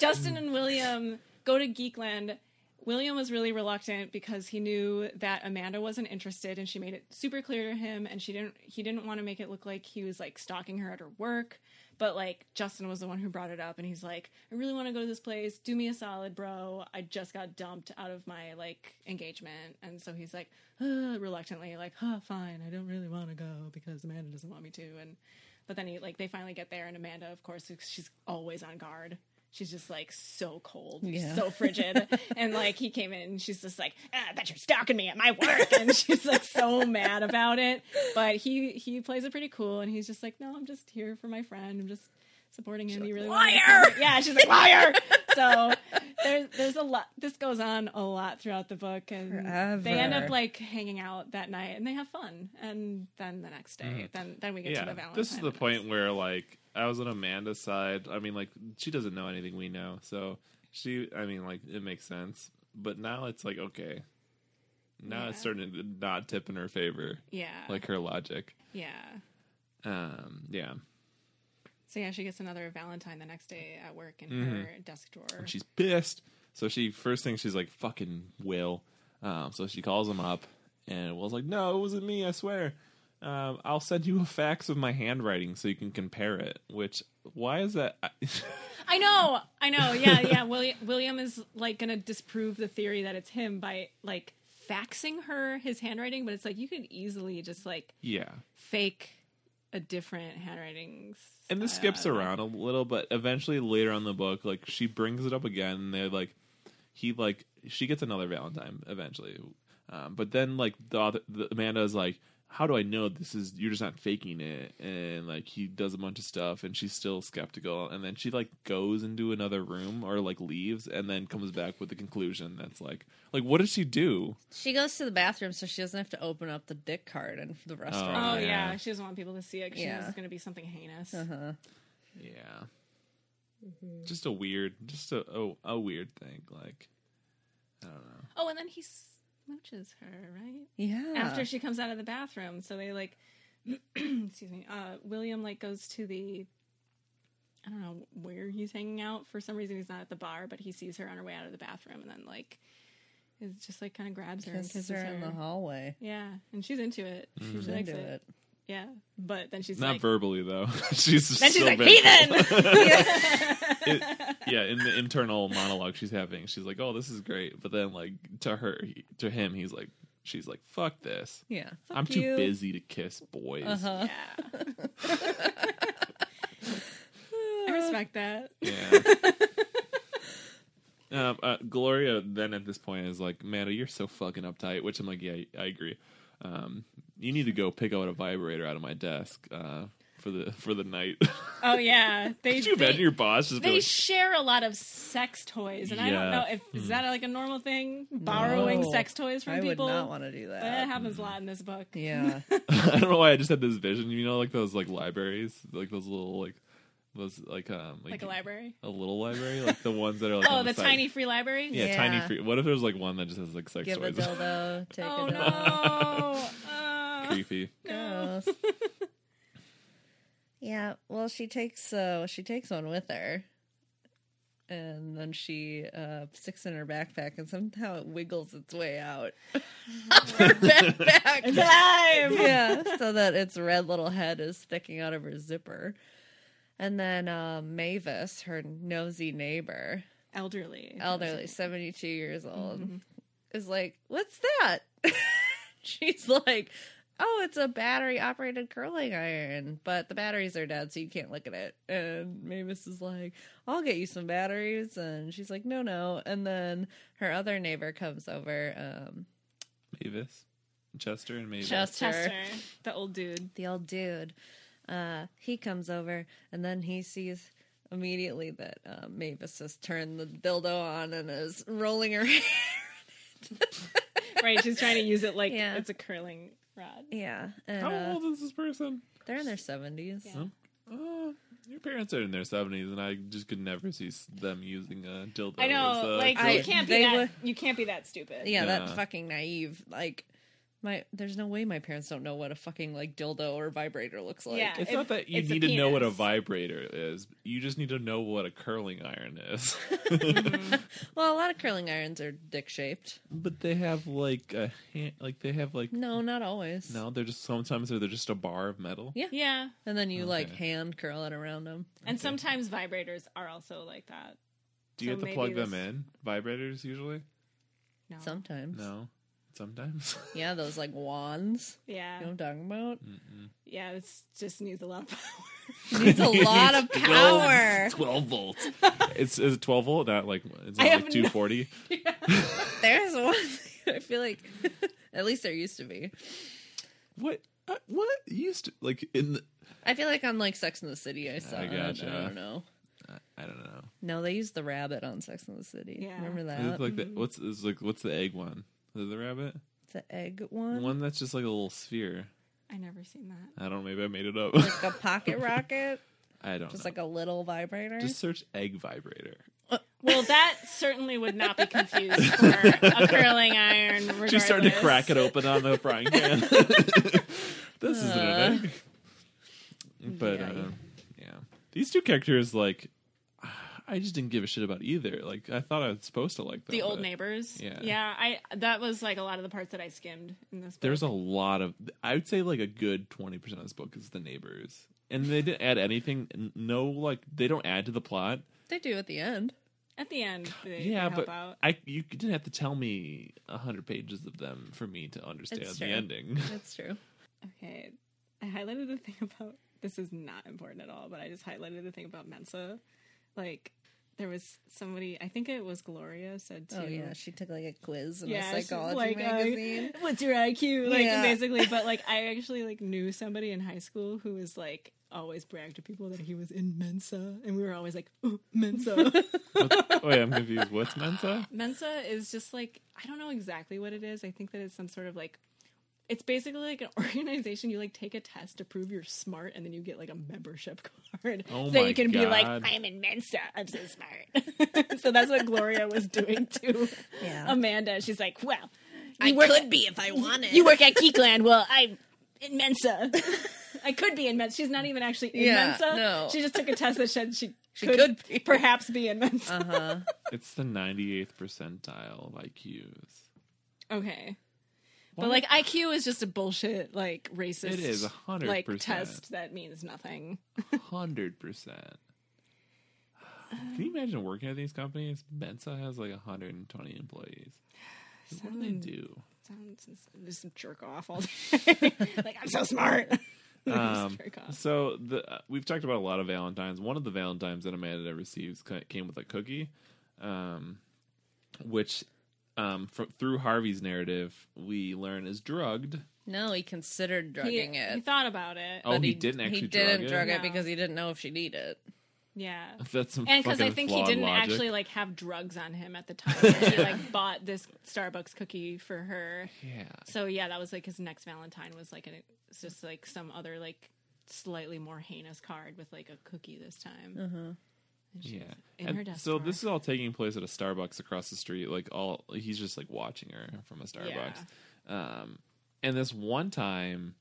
Speaker 3: Justin and William go to Geekland. William was really reluctant because he knew that Amanda wasn't interested and she made it super clear to him and she didn't he didn't want to make it look like he was like stalking her at her work. But like Justin was the one who brought it up and he's like, I really want to go to this place. Do me a solid, bro. I just got dumped out of my like engagement. And so he's like, uh, reluctantly, like, huh, fine, I don't really want to go because Amanda doesn't want me to. And but then he like they finally get there, and Amanda, of course, is- she's always on guard. She's just like so cold,
Speaker 1: Yeah.
Speaker 3: so
Speaker 1: [LAUGHS]
Speaker 3: frigid, and like he came in, and she's just like, ah, "I bet you're stalking me at my work," and she's like so mad about it. But he he plays it pretty cool, and he's just like, "No, I'm just here for my friend. I'm just supporting him. You really want me to
Speaker 1: "Liar!"
Speaker 3: come?" Yeah, she's like liar. so there's there's a lot. This goes on a lot throughout the book, and they end
Speaker 1: Forever.
Speaker 3: up like hanging out that night, and they have fun. And then the next day, then then we get to
Speaker 2: Mm-hmm. yeah.
Speaker 3: the Valentine.
Speaker 2: This is the
Speaker 3: and it's-
Speaker 2: point where like I was on Amanda's side. I mean, like she doesn't know anything we know, so she. I mean, like it makes sense. But now it's like okay, Now it's starting to not tip in her favor,
Speaker 3: Yeah.
Speaker 2: like her logic.
Speaker 3: yeah.
Speaker 2: Um, yeah,
Speaker 3: So yeah, she gets another Valentine the next day at work in her desk drawer.
Speaker 2: and she's pissed. So she first thing she's like, "Fucking Will." Um, so she calls him up, and Will's like, "No, it wasn't me. I swear." Um, I'll send you a fax of my handwriting so you can compare it. Which why is that? [LAUGHS]
Speaker 3: I know, I know. Yeah, yeah. [LAUGHS] William, William is like going to disprove the theory that it's him by like faxing her his handwriting, but it's like you could easily just like
Speaker 2: yeah,
Speaker 3: fake a different handwriting. uh,
Speaker 2: and this
Speaker 3: style.
Speaker 2: skips around a little but eventually later on in the book like she brings it up again and they're like he like she gets another valentine eventually um, but then like the, author, the amanda's like how do i know this is you're just not faking it and like he does a bunch of stuff and she's still skeptical and then she like goes into another room or like leaves and then comes back with the conclusion that's like like what did she do
Speaker 1: She goes to the bathroom so she doesn't have to open up the dick card in the
Speaker 3: Oh
Speaker 1: restaurant.
Speaker 2: Oh,
Speaker 3: yeah.
Speaker 2: yeah.
Speaker 3: she doesn't want people to see it. 'cause She knows
Speaker 1: Yeah.
Speaker 3: it's going to be something heinous.
Speaker 1: Uh-huh.
Speaker 2: yeah just a weird just a, a a weird thing like i don't know
Speaker 3: Oh, and then he smooches her right
Speaker 1: Yeah.
Speaker 3: after she comes out of the bathroom. So they like, [CLEARS THROAT] excuse me. Uh, William like goes to the. I don't know where he's hanging out. For some reason, he's not at the bar, but he sees her on her way out of the bathroom, and then like, is just like kind of grabs her and
Speaker 1: kisses her in the hallway.
Speaker 3: Yeah, and she's into it.
Speaker 1: She's
Speaker 3: She likes
Speaker 1: into
Speaker 3: it.
Speaker 1: it.
Speaker 3: Yeah, but then she's
Speaker 2: Mm-hmm. Not
Speaker 3: like,
Speaker 2: verbally though. [LAUGHS] she's
Speaker 3: then she's
Speaker 2: so
Speaker 3: like,
Speaker 2: vengeful.
Speaker 3: [LAUGHS] heathen.
Speaker 2: [LAUGHS]
Speaker 3: [LAUGHS]
Speaker 2: It- yeah, in the internal monologue she's having, she's like, "Oh, this is great," but then like to her, he- to him, he's like, "She's like, fuck this.
Speaker 1: Yeah.
Speaker 2: I'm too
Speaker 3: you."
Speaker 2: busy to kiss boys."
Speaker 1: Uh-huh.
Speaker 3: yeah, I respect that.
Speaker 2: Yeah.
Speaker 3: [LAUGHS]
Speaker 2: um, uh, Gloria then at this point is like, "Manda, you're so fucking uptight," which I'm like, "Yeah, I agree. Um, you need to go pick out a vibrator out of my desk uh, for the for the night." [LAUGHS]
Speaker 3: Oh yeah, they.
Speaker 2: Could you
Speaker 3: they-
Speaker 2: imagine your boss just be
Speaker 3: they
Speaker 2: like,
Speaker 3: share a lot of sex toys, and I
Speaker 2: Yeah.
Speaker 3: don't know if is that like a normal thing, borrowing
Speaker 1: No.
Speaker 3: sex toys from
Speaker 1: I would
Speaker 3: people.
Speaker 1: not want to do
Speaker 3: but that
Speaker 1: that.
Speaker 3: happens a lot in this book.
Speaker 2: [LAUGHS]
Speaker 1: Yeah.
Speaker 2: I don't know why I just had this vision. You know, like those like libraries, like those little like those like um
Speaker 3: like a library.
Speaker 2: a little library, like the ones that are like
Speaker 3: [LAUGHS] oh,
Speaker 2: on
Speaker 3: the,
Speaker 2: side.
Speaker 3: tiny free library.
Speaker 2: yeah,
Speaker 1: Yeah.
Speaker 2: tiny free. What if there's like one that just has like sex
Speaker 1: Give a
Speaker 2: toys?
Speaker 1: dildo. Take [LAUGHS]
Speaker 3: Oh
Speaker 1: a
Speaker 3: [LAUGHS]
Speaker 1: dildo.
Speaker 3: no. Uh,
Speaker 2: [LAUGHS] Creepy.
Speaker 1: Gross. [LAUGHS] yeah. Well, she takes uh, she takes one with her, and then she uh, sticks it in her backpack, and somehow it wiggles its way out of her backpack. [LAUGHS]
Speaker 3: time.
Speaker 1: yeah, so that its red little head is sticking out of her zipper. And then uh, Mavis, her nosy neighbor,
Speaker 3: Elderly. Mm-hmm.
Speaker 1: elderly, 72 years old, is like, What's that? [LAUGHS] She's like, Oh, it's a battery operated curling iron, but the batteries are dead, so you can't look at it. And Mavis is like, I'll get you some batteries. And she's like, No, no. And then her other neighbor comes over, um,
Speaker 2: Mavis, Chester, and Mavis.
Speaker 1: Chester.
Speaker 3: Chester, the old dude.
Speaker 1: the old dude. Uh, he comes over, and then he sees immediately that uh, Mavis has turned the dildo on and is rolling her [LAUGHS] hair.
Speaker 3: Right, she's trying to use it like
Speaker 1: Yeah.
Speaker 3: it's a curling rod.
Speaker 1: yeah, and
Speaker 2: How
Speaker 1: uh,
Speaker 2: old is this person?
Speaker 1: they're in their seventies.
Speaker 3: Yeah.
Speaker 2: Huh? Uh, your parents are in their seventies, and I just could never see s- them using a dildo.
Speaker 3: I know,
Speaker 2: as a
Speaker 3: like
Speaker 1: I-
Speaker 3: you
Speaker 2: curling-
Speaker 3: can't be
Speaker 1: they
Speaker 3: that.
Speaker 1: were-
Speaker 3: You can't be that stupid.
Speaker 1: Yeah, that
Speaker 2: Yeah.
Speaker 1: fucking naive. Like, my there's no way my parents don't know what a fucking like dildo or vibrator looks like.
Speaker 3: Yeah.
Speaker 2: It's
Speaker 3: It-
Speaker 2: not that you
Speaker 3: it's a
Speaker 2: need to know what a
Speaker 3: penis.
Speaker 2: vibrator is. You just need to know what a curling iron
Speaker 3: [LAUGHS]
Speaker 2: is. [LAUGHS]
Speaker 1: Well, a lot of curling irons are dick shaped.
Speaker 2: But they have like a hand, like they have like
Speaker 1: No, not always.
Speaker 2: no. They're just sometimes they're just a bar of metal.
Speaker 1: Yeah.
Speaker 3: Yeah,
Speaker 1: And then you like
Speaker 2: Okay.
Speaker 1: hand curl it around them.
Speaker 3: and sometimes vibrators are also like that.
Speaker 2: Do you
Speaker 3: So
Speaker 2: have to
Speaker 3: maybe
Speaker 2: plug them
Speaker 3: this-
Speaker 2: in? Vibrators usually?
Speaker 3: No.
Speaker 1: Sometimes.
Speaker 2: No, sometimes.
Speaker 1: Yeah, those like wands.
Speaker 3: Yeah.
Speaker 1: You know what I'm talking about?
Speaker 2: Mm.
Speaker 3: Yeah, this just needs [LAUGHS] a lot of power.
Speaker 2: [LAUGHS]
Speaker 1: Needs a lot of
Speaker 2: It's
Speaker 1: power.
Speaker 2: 12, Twelve
Speaker 1: [LAUGHS]
Speaker 2: volts. it's is it twelve volt? Not like it's not
Speaker 3: I
Speaker 2: like
Speaker 3: have
Speaker 2: two
Speaker 3: no-
Speaker 2: forty.
Speaker 1: There's one. [LAUGHS] I feel like at least there used to be.
Speaker 2: What? Uh, what You used to like in? The,
Speaker 1: I feel like on like Sex in the City, I saw. it.
Speaker 2: gotcha.
Speaker 1: I don't know.
Speaker 2: I don't know.
Speaker 1: No, they used the rabbit on Sex in the City.
Speaker 3: Yeah.
Speaker 1: Remember
Speaker 2: Is
Speaker 1: that?
Speaker 2: it like the, what's is like what's the egg one? Is it the rabbit?
Speaker 1: the egg
Speaker 2: The
Speaker 1: one,
Speaker 2: one that's just like a little sphere.
Speaker 3: I never seen that.
Speaker 2: I don't. know. Maybe I made it up.
Speaker 1: like a pocket rocket,
Speaker 2: [LAUGHS] I don't.
Speaker 1: just
Speaker 2: know.
Speaker 1: like a little vibrator.
Speaker 2: just search egg vibrator.
Speaker 3: Well, that certainly would not be
Speaker 2: [LAUGHS]
Speaker 3: confused for a curling iron. Regardless.
Speaker 2: She's starting to crack it open on the frying pan. [LAUGHS] this isn't an egg. But
Speaker 1: yeah.
Speaker 2: yeah. Uh, yeah, these two characters, like, [SIGHS] I just didn't give a shit about either. Like, I thought I was supposed to like them.
Speaker 3: The old
Speaker 2: but
Speaker 3: neighbors.
Speaker 2: yeah.
Speaker 3: yeah. I that was like a lot of the parts that I skimmed in this. Book.
Speaker 2: There's a lot of, I would say, like a good twenty percent of this book is the neighbors, and they didn't add anything. N- No, like they don't add to the plot.
Speaker 1: They do at the end.
Speaker 3: at the end. They,
Speaker 2: yeah,
Speaker 3: they help
Speaker 2: but
Speaker 3: out.
Speaker 2: I you didn't have to tell me a hundred pages of them for me to understand
Speaker 1: It's
Speaker 2: the
Speaker 1: true.
Speaker 2: ending. [LAUGHS]
Speaker 1: That's true.
Speaker 3: Okay. I highlighted the thing about this is not important at all, but I just highlighted the thing about Mensa. Like there was somebody, I think it was Gloria said too.
Speaker 1: [LAUGHS] Oh yeah, she took like a quiz in
Speaker 3: Yeah,
Speaker 1: a
Speaker 3: she's
Speaker 1: psychology
Speaker 3: like, uh, [LAUGHS]
Speaker 1: magazine.
Speaker 3: What's your IQ? Like
Speaker 1: Yeah.
Speaker 3: basically, but like I actually like knew somebody in high school who was like always bragged to people that he was in Mensa, and we were always like oh, Mensa.
Speaker 1: [LAUGHS]
Speaker 2: What- Wait, Oh, I'm confused. What's Mensa?
Speaker 3: Mensa is just like I don't know exactly what it is. I think that it's some sort of like it's basically like an [LAUGHS] organization. You like take a test to prove you're smart, and then you get like a membership [LAUGHS] card.
Speaker 2: Oh
Speaker 3: so
Speaker 2: my
Speaker 3: you can be like,
Speaker 2: God.
Speaker 3: I'm in Mensa. I'm so smart. [LAUGHS] so that's what Gloria was doing to
Speaker 1: [LAUGHS] Yeah.
Speaker 3: Amanda. She's like, well,
Speaker 4: I
Speaker 3: you work,
Speaker 4: could be if I wanted.
Speaker 3: Um, you work at Geekland. Well, I'm in Mensa. I could be in Mensa. She's not even actually in
Speaker 1: Yeah,
Speaker 3: Mensa.
Speaker 1: no.
Speaker 3: She just took a test that said she,
Speaker 1: She
Speaker 3: could,
Speaker 1: could be.
Speaker 3: perhaps be in Mensa.
Speaker 1: Uh huh.
Speaker 2: It's the 98th percentile of IQs.
Speaker 3: Okay.
Speaker 2: Why-
Speaker 3: But like IQ is just a bullshit like racist.
Speaker 2: It is 100%.
Speaker 3: like test that means nothing.
Speaker 2: Hundred percent. Can you imagine working at these companies? Mensa has like 120 employees. What do they do?
Speaker 3: Sounds just jerk off all day. [LAUGHS] like I'm so smart. [LAUGHS]
Speaker 2: Um,
Speaker 3: [LAUGHS] just jerk off.
Speaker 2: So the uh, we've talked about a lot of Valentines. One of the Valentines that Amanda receives ca- came with a cookie, um, which um, fr- through Harvey's narrative we learn is drugged.
Speaker 1: No, he considered
Speaker 3: He,
Speaker 1: drugging it.
Speaker 3: he thought about it.
Speaker 2: Oh, he, didn't actually
Speaker 1: He didn't
Speaker 2: drug,
Speaker 1: drug
Speaker 2: it.
Speaker 1: it,
Speaker 3: No.
Speaker 1: because he didn't know if she'd eat it.
Speaker 3: Yeah.
Speaker 2: [LAUGHS] That's some
Speaker 3: And because
Speaker 2: because
Speaker 3: I think he didn't
Speaker 2: logic.
Speaker 3: actually like have drugs on him at the time. he like [LAUGHS] bought this Starbucks cookie for her.
Speaker 2: Yeah,
Speaker 3: So yeah, that was like his next Valentine was like an, it's just like some other like slightly more heinous card with like a cookie this time.
Speaker 1: Uh-huh.
Speaker 3: And she
Speaker 2: yeah.
Speaker 3: was in
Speaker 2: And
Speaker 3: her desk
Speaker 2: so
Speaker 3: drawer.
Speaker 2: this is all taking place at a Starbucks across the street. Like all, he's just like watching her from a Starbucks. Um, and this one time,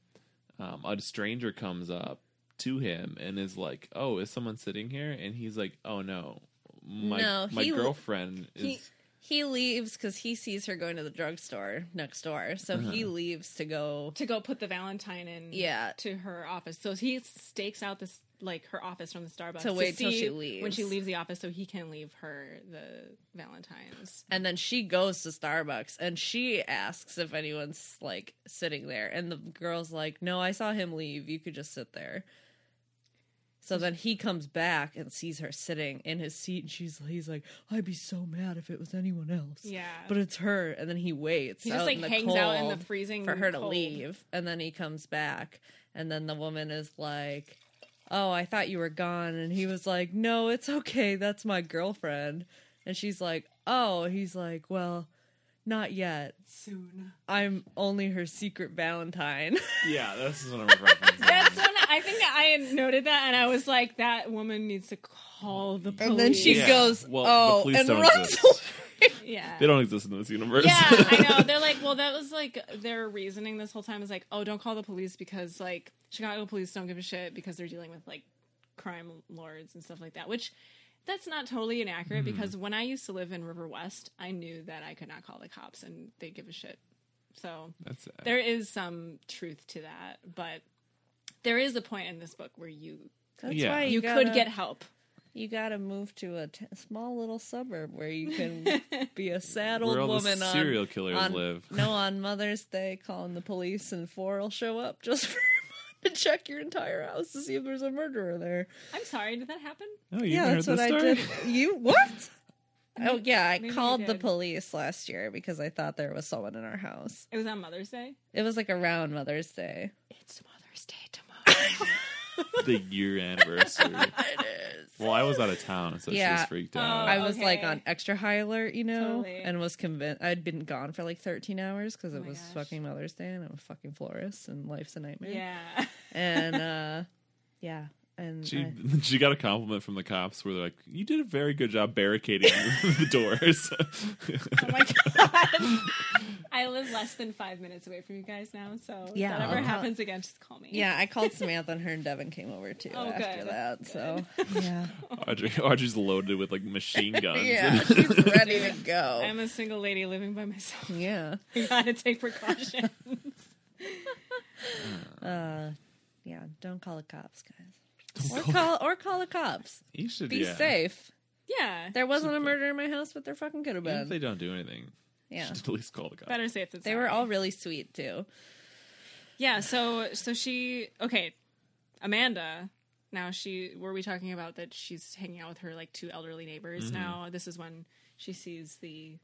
Speaker 2: um, a stranger comes up to him and is like, "Oh, is someone sitting here?" And he's like, "Oh no, my
Speaker 1: No,
Speaker 2: my
Speaker 1: he-
Speaker 2: girlfriend is."
Speaker 1: [LAUGHS] He he leaves because he sees her going to the drugstore next door, so
Speaker 2: Uh-huh.
Speaker 1: he leaves to go.
Speaker 3: to go put the Valentine in
Speaker 1: Yeah.
Speaker 3: to her office. So he stakes out this like her office from the Starbucks
Speaker 1: To wait till
Speaker 3: see
Speaker 1: she
Speaker 3: when she
Speaker 1: leaves.
Speaker 3: leaves the office so he can leave her the Valentines.
Speaker 1: And then she goes to Starbucks and she asks if anyone's like sitting there. And the girl's like, No, I saw him leave. You could just sit there. So then he comes back and sees her sitting in his seat. And she's he's like, I'd be so mad if it was anyone else.
Speaker 3: Yeah.
Speaker 1: But it's her. And then he waits.
Speaker 3: He just,
Speaker 1: out
Speaker 3: like,
Speaker 1: in the
Speaker 3: hangs out in the
Speaker 1: cold
Speaker 3: freezing
Speaker 1: for her to
Speaker 3: cold.
Speaker 1: leave. And then he comes back. And then the woman is like, oh, I thought you were gone. And he was like, no, it's okay. That's my girlfriend. And she's like, oh, he's like, well, not yet.
Speaker 3: Soon.
Speaker 1: I'm only her secret Valentine. [LAUGHS]
Speaker 2: yeah, this is what I'm referencing.
Speaker 3: That's when I think I noted that and I was like, that woman needs to call the police.
Speaker 1: And then she
Speaker 2: Yeah.
Speaker 1: goes,
Speaker 2: Well, the
Speaker 1: oh,
Speaker 2: police
Speaker 1: and
Speaker 2: don't
Speaker 1: runs
Speaker 2: exist.
Speaker 1: away.
Speaker 3: Yeah.
Speaker 2: they don't exist in this universe.
Speaker 3: yeah,
Speaker 2: [LAUGHS]
Speaker 3: I know. They're like, well, that was like their reasoning this whole time is like, oh, don't call the police because like Chicago police don't give a shit because they're dealing with like crime lords and stuff like that, which that's not totally inaccurate because when I used to live in River West, I knew that I could not call the cops and they give a shit. So
Speaker 2: That's sad.
Speaker 3: there is some truth to that, but there is a point in this book where you
Speaker 1: That's
Speaker 2: Yeah.
Speaker 1: why you,
Speaker 3: you
Speaker 1: gotta,
Speaker 3: could get help.
Speaker 1: You gotta move to a t- small little suburb where you can
Speaker 3: [LAUGHS]
Speaker 1: be a sad old
Speaker 2: where all
Speaker 1: woman
Speaker 2: the
Speaker 1: on-
Speaker 2: serial killers
Speaker 1: on, [LAUGHS]
Speaker 2: live.
Speaker 1: No, on Mother's Day, calling the police and four will show up just [LAUGHS] for to check your entire house to see if there's a murderer there.
Speaker 3: I'm sorry, did that happen?
Speaker 2: Oh, you
Speaker 1: yeah,
Speaker 2: heard
Speaker 1: that's
Speaker 2: this
Speaker 1: what I
Speaker 2: story?
Speaker 1: did. You
Speaker 3: [LAUGHS]
Speaker 1: what? Oh yeah, I
Speaker 3: Maybe you
Speaker 1: called the
Speaker 3: did.
Speaker 1: police last year because I thought there was someone in our house.
Speaker 3: It was on Mother's Day.
Speaker 1: It was like around Mother's Day.
Speaker 3: It's Mother's Day tomorrow. [LAUGHS]
Speaker 2: The year anniversary.
Speaker 1: [LAUGHS]
Speaker 2: Well, I was out of town, so she
Speaker 1: Yeah.
Speaker 2: was freaked
Speaker 3: Oh,
Speaker 2: out.
Speaker 1: I was like
Speaker 3: okay.
Speaker 1: on extra high alert, you know,
Speaker 3: Totally.
Speaker 1: and was convinced I'd been gone for like 13 hours because
Speaker 3: Oh
Speaker 1: it
Speaker 3: my
Speaker 1: was
Speaker 3: gosh.
Speaker 1: fucking
Speaker 3: [LAUGHS]
Speaker 1: Mother's Day and I'm a fucking florist and life's a nightmare.
Speaker 3: yeah.
Speaker 1: and uh yeah and
Speaker 2: She
Speaker 1: I-
Speaker 2: [LAUGHS] she got a compliment from the cops where they're like, "You did a very good job barricading [LAUGHS] the doors." [LAUGHS]
Speaker 3: Oh my god! [LAUGHS] I live less than five minutes away from you guys now, so if
Speaker 1: Yeah.
Speaker 3: that ever
Speaker 1: Oh.
Speaker 3: happens again, just call me.
Speaker 1: yeah, I called Samantha, and her and Devin came over too
Speaker 3: Oh,
Speaker 1: after
Speaker 3: good.
Speaker 1: that.
Speaker 3: Good.
Speaker 1: So yeah,
Speaker 2: Audrey Audrey's loaded with like
Speaker 1: [LAUGHS]
Speaker 2: machine guns. [LAUGHS]
Speaker 1: yeah, she's ready to go.
Speaker 3: I'm a single lady living by myself. [LAUGHS]
Speaker 1: yeah,
Speaker 3: I gotta
Speaker 1: [LAUGHS]
Speaker 3: take precautions.
Speaker 1: uh, yeah. Don't call the cops,
Speaker 2: Don't
Speaker 1: guys. Or
Speaker 2: call-
Speaker 1: call or call the cops.
Speaker 2: you should
Speaker 1: Be
Speaker 2: yeah.
Speaker 1: safe.
Speaker 3: yeah,
Speaker 1: There wasn't a murder in my house, but there fucking could have
Speaker 2: Even if they
Speaker 1: been.
Speaker 2: don't do anything, you
Speaker 1: Yeah,
Speaker 2: should at least call the cops.
Speaker 3: better safe than
Speaker 1: they were
Speaker 3: sorry.
Speaker 1: all really sweet too.
Speaker 3: Yeah, so so she okay, Amanda. Now she were we talking about that she's hanging out with her like two elderly neighbors now. This is when she sees the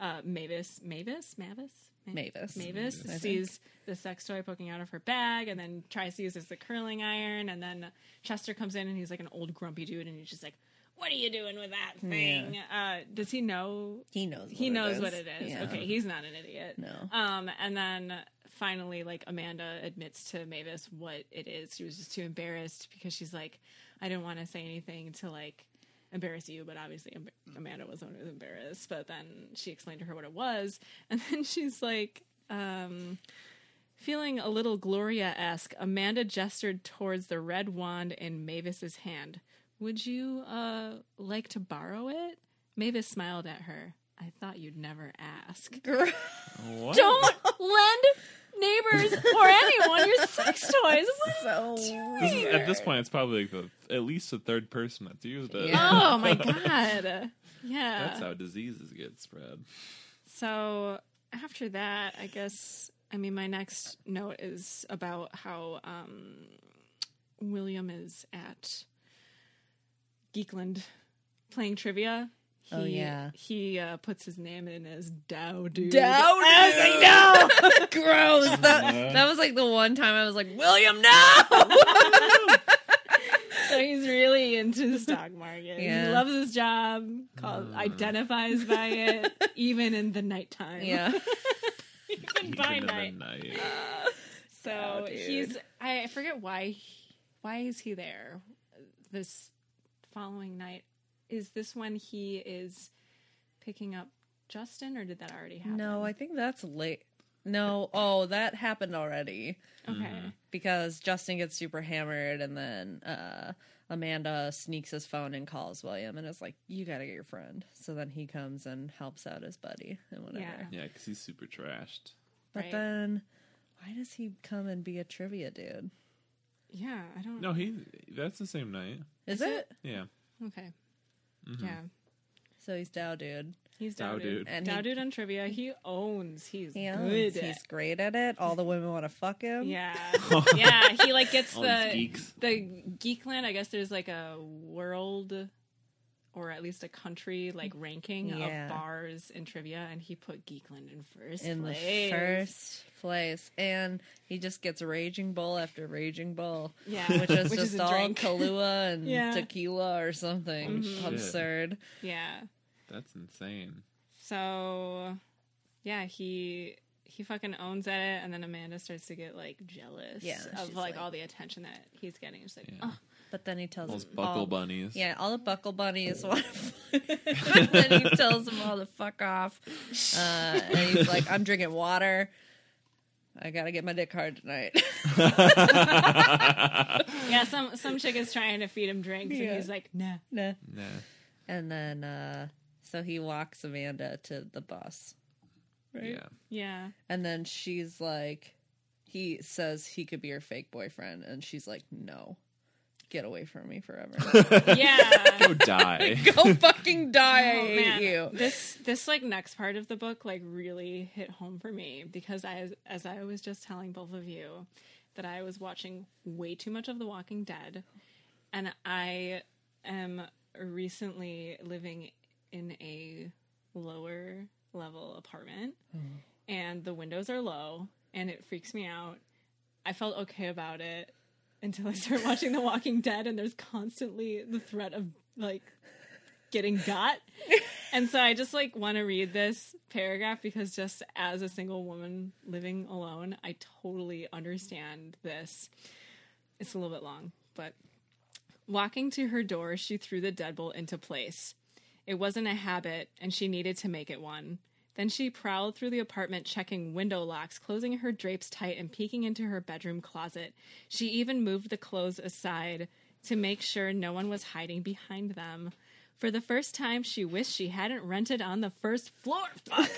Speaker 3: uh Mavis Mavis Mavis Ma-
Speaker 1: Mavis.
Speaker 3: Mavis
Speaker 1: I
Speaker 3: sees the sex toy poking out of her bag and then tries to use it as a curling iron and then Chester comes in and he's like an old grumpy dude and he's just like what are you doing with that thing? Uh, does he know
Speaker 1: He knows. What
Speaker 3: he
Speaker 1: it
Speaker 3: knows
Speaker 1: is.
Speaker 3: what it is.
Speaker 1: Yeah.
Speaker 3: Okay, he's not an idiot.
Speaker 1: No.
Speaker 3: Um, and then finally, like Amanda admits to Mavis what it is. She was just too embarrassed because she's like, I didn't want to say anything to like embarrass you, but obviously Am- Amanda was the one who was embarrassed. But then she explained to her what it was, and then [LAUGHS] she's like, um. Feeling a little Gloria esque, Amanda gestured towards the red wand in Mavis's hand. Would you uh, like to borrow it? Mavis smiled at her. I thought you'd never ask.
Speaker 1: Girl.
Speaker 2: What?
Speaker 3: Don't lend neighbors or anyone your sex toys. What?
Speaker 1: so
Speaker 2: This is- at this
Speaker 1: weird.
Speaker 2: point, it's probably the, at least the third person that's used it.
Speaker 1: Yeah.
Speaker 2: [LAUGHS]
Speaker 3: Oh my god. Yeah.
Speaker 2: That's how diseases get spread.
Speaker 3: So after that, I guess I mean my next note is about how um, William is at Geekland playing trivia. He,
Speaker 1: Oh, yeah.
Speaker 3: he uh, puts his name in as Dow Dude.
Speaker 1: Dow
Speaker 3: I was like, no.
Speaker 1: no! [LAUGHS] Gross. That,
Speaker 2: Yeah.
Speaker 1: that was like the one time I was like, William, [LAUGHS] no!
Speaker 3: [LAUGHS] So he's really into the stock market.
Speaker 1: Yeah.
Speaker 3: He loves his job. Called, Identifies by it, even in the nighttime.
Speaker 1: yeah.
Speaker 3: even by
Speaker 2: Even
Speaker 3: night.
Speaker 2: in the night.
Speaker 3: So
Speaker 1: Oh, dude.
Speaker 3: he's I forget why he- why is he there this following night? Is this when he is picking up Justin or did that already happen?
Speaker 1: No, I think that's late. No, oh, that happened already
Speaker 3: Okay.
Speaker 1: because Justin gets super hammered and then uh, Amanda sneaks his phone and calls William and is like, You gotta get your friend. So then he comes and helps out his buddy and whatever.
Speaker 3: Yeah.
Speaker 2: Yeah, because he's super trashed.
Speaker 1: But
Speaker 3: Right.
Speaker 1: then why does he come and be a trivia dude?
Speaker 3: Yeah, I don't
Speaker 2: No, he. That's the same night.
Speaker 1: Is,
Speaker 3: Is
Speaker 1: it?
Speaker 3: it?
Speaker 2: Yeah.
Speaker 3: Okay. Yeah.
Speaker 1: So he's Dow dude.
Speaker 3: He's
Speaker 2: Dow
Speaker 3: Dow
Speaker 2: dude.
Speaker 3: dude.
Speaker 1: And
Speaker 3: Dow
Speaker 1: he-
Speaker 3: dude on trivia. He owns. He's
Speaker 1: He
Speaker 3: good.
Speaker 1: owns. He's great at it. All the women want to fuck him.
Speaker 3: Yeah. yeah, he like gets
Speaker 2: All these
Speaker 3: the
Speaker 2: geeks.
Speaker 3: the Geekland, I guess there's like a world or at least a country like ranking
Speaker 1: Mm. Yeah.
Speaker 3: of bars in trivia and he put Geekland in first
Speaker 1: in
Speaker 3: place.
Speaker 1: the first place, and he just gets raging bull after raging bull,
Speaker 3: Yeah.
Speaker 1: which is
Speaker 3: [LAUGHS] Which
Speaker 1: just
Speaker 3: is a
Speaker 1: all
Speaker 3: drink.
Speaker 1: Kahlua and
Speaker 3: Yeah. Mm-hmm.
Speaker 1: tequila or something
Speaker 2: Mhm. shit.
Speaker 1: absurd.
Speaker 3: Yeah.
Speaker 2: That's insane.
Speaker 3: So yeah, he he fucking owns at it and then Amanda starts to get like jealous
Speaker 1: Yeah,
Speaker 3: of
Speaker 1: she's
Speaker 3: like,
Speaker 1: like-
Speaker 3: all the attention that he's getting. She's like,
Speaker 2: Yeah.
Speaker 3: oh,
Speaker 1: But then he tells
Speaker 2: Those
Speaker 1: them
Speaker 2: buckle
Speaker 1: all,
Speaker 2: bunnies.
Speaker 1: Yeah, all the
Speaker 2: [LAUGHS]
Speaker 1: buckle bunnies want. [LAUGHS] and then he tells them all to fuck off, uh, and he's like, "I'm drinking water. I gotta get my dick hard tonight." [LAUGHS]
Speaker 3: yeah, some some chick is trying to feed him drinks
Speaker 1: Yeah.
Speaker 3: and he's like, nah.
Speaker 1: Nah.
Speaker 2: Nah.
Speaker 1: and then, uh, so he walks Amanda to the bus, right?
Speaker 2: Yeah.
Speaker 3: Yeah.
Speaker 1: And then she's like, he says he could be her fake boyfriend. And she's like, no, get away from
Speaker 2: [LAUGHS]
Speaker 1: me forever. [LAUGHS]
Speaker 3: Yeah.
Speaker 2: Go die.
Speaker 1: Go fucking die. I
Speaker 3: Oh,
Speaker 1: hate
Speaker 3: man.
Speaker 1: you.
Speaker 3: This this like next part of the book like really hit home for me because I as I was just telling both of you that I was watching way too much of The Walking Dead and I am recently living in a lower level apartment
Speaker 1: Hmm.
Speaker 3: and the windows are low and it freaks me out. I felt okay about it until I started watching The Walking Dead and there's constantly the threat of like getting got. And so I just like want to read this paragraph because just as a single woman living alone, I totally understand this. It's a little bit long, but Walking to her door, she threw the deadbolt into place. It wasn't a habit, and she needed to make it one. Then she prowled through the apartment, checking window locks, closing her drapes tight, and peeking into her bedroom closet. She even moved the clothes aside to make sure no one was hiding behind them. For the first time, she wished she hadn't rented on the first floor. Fuck.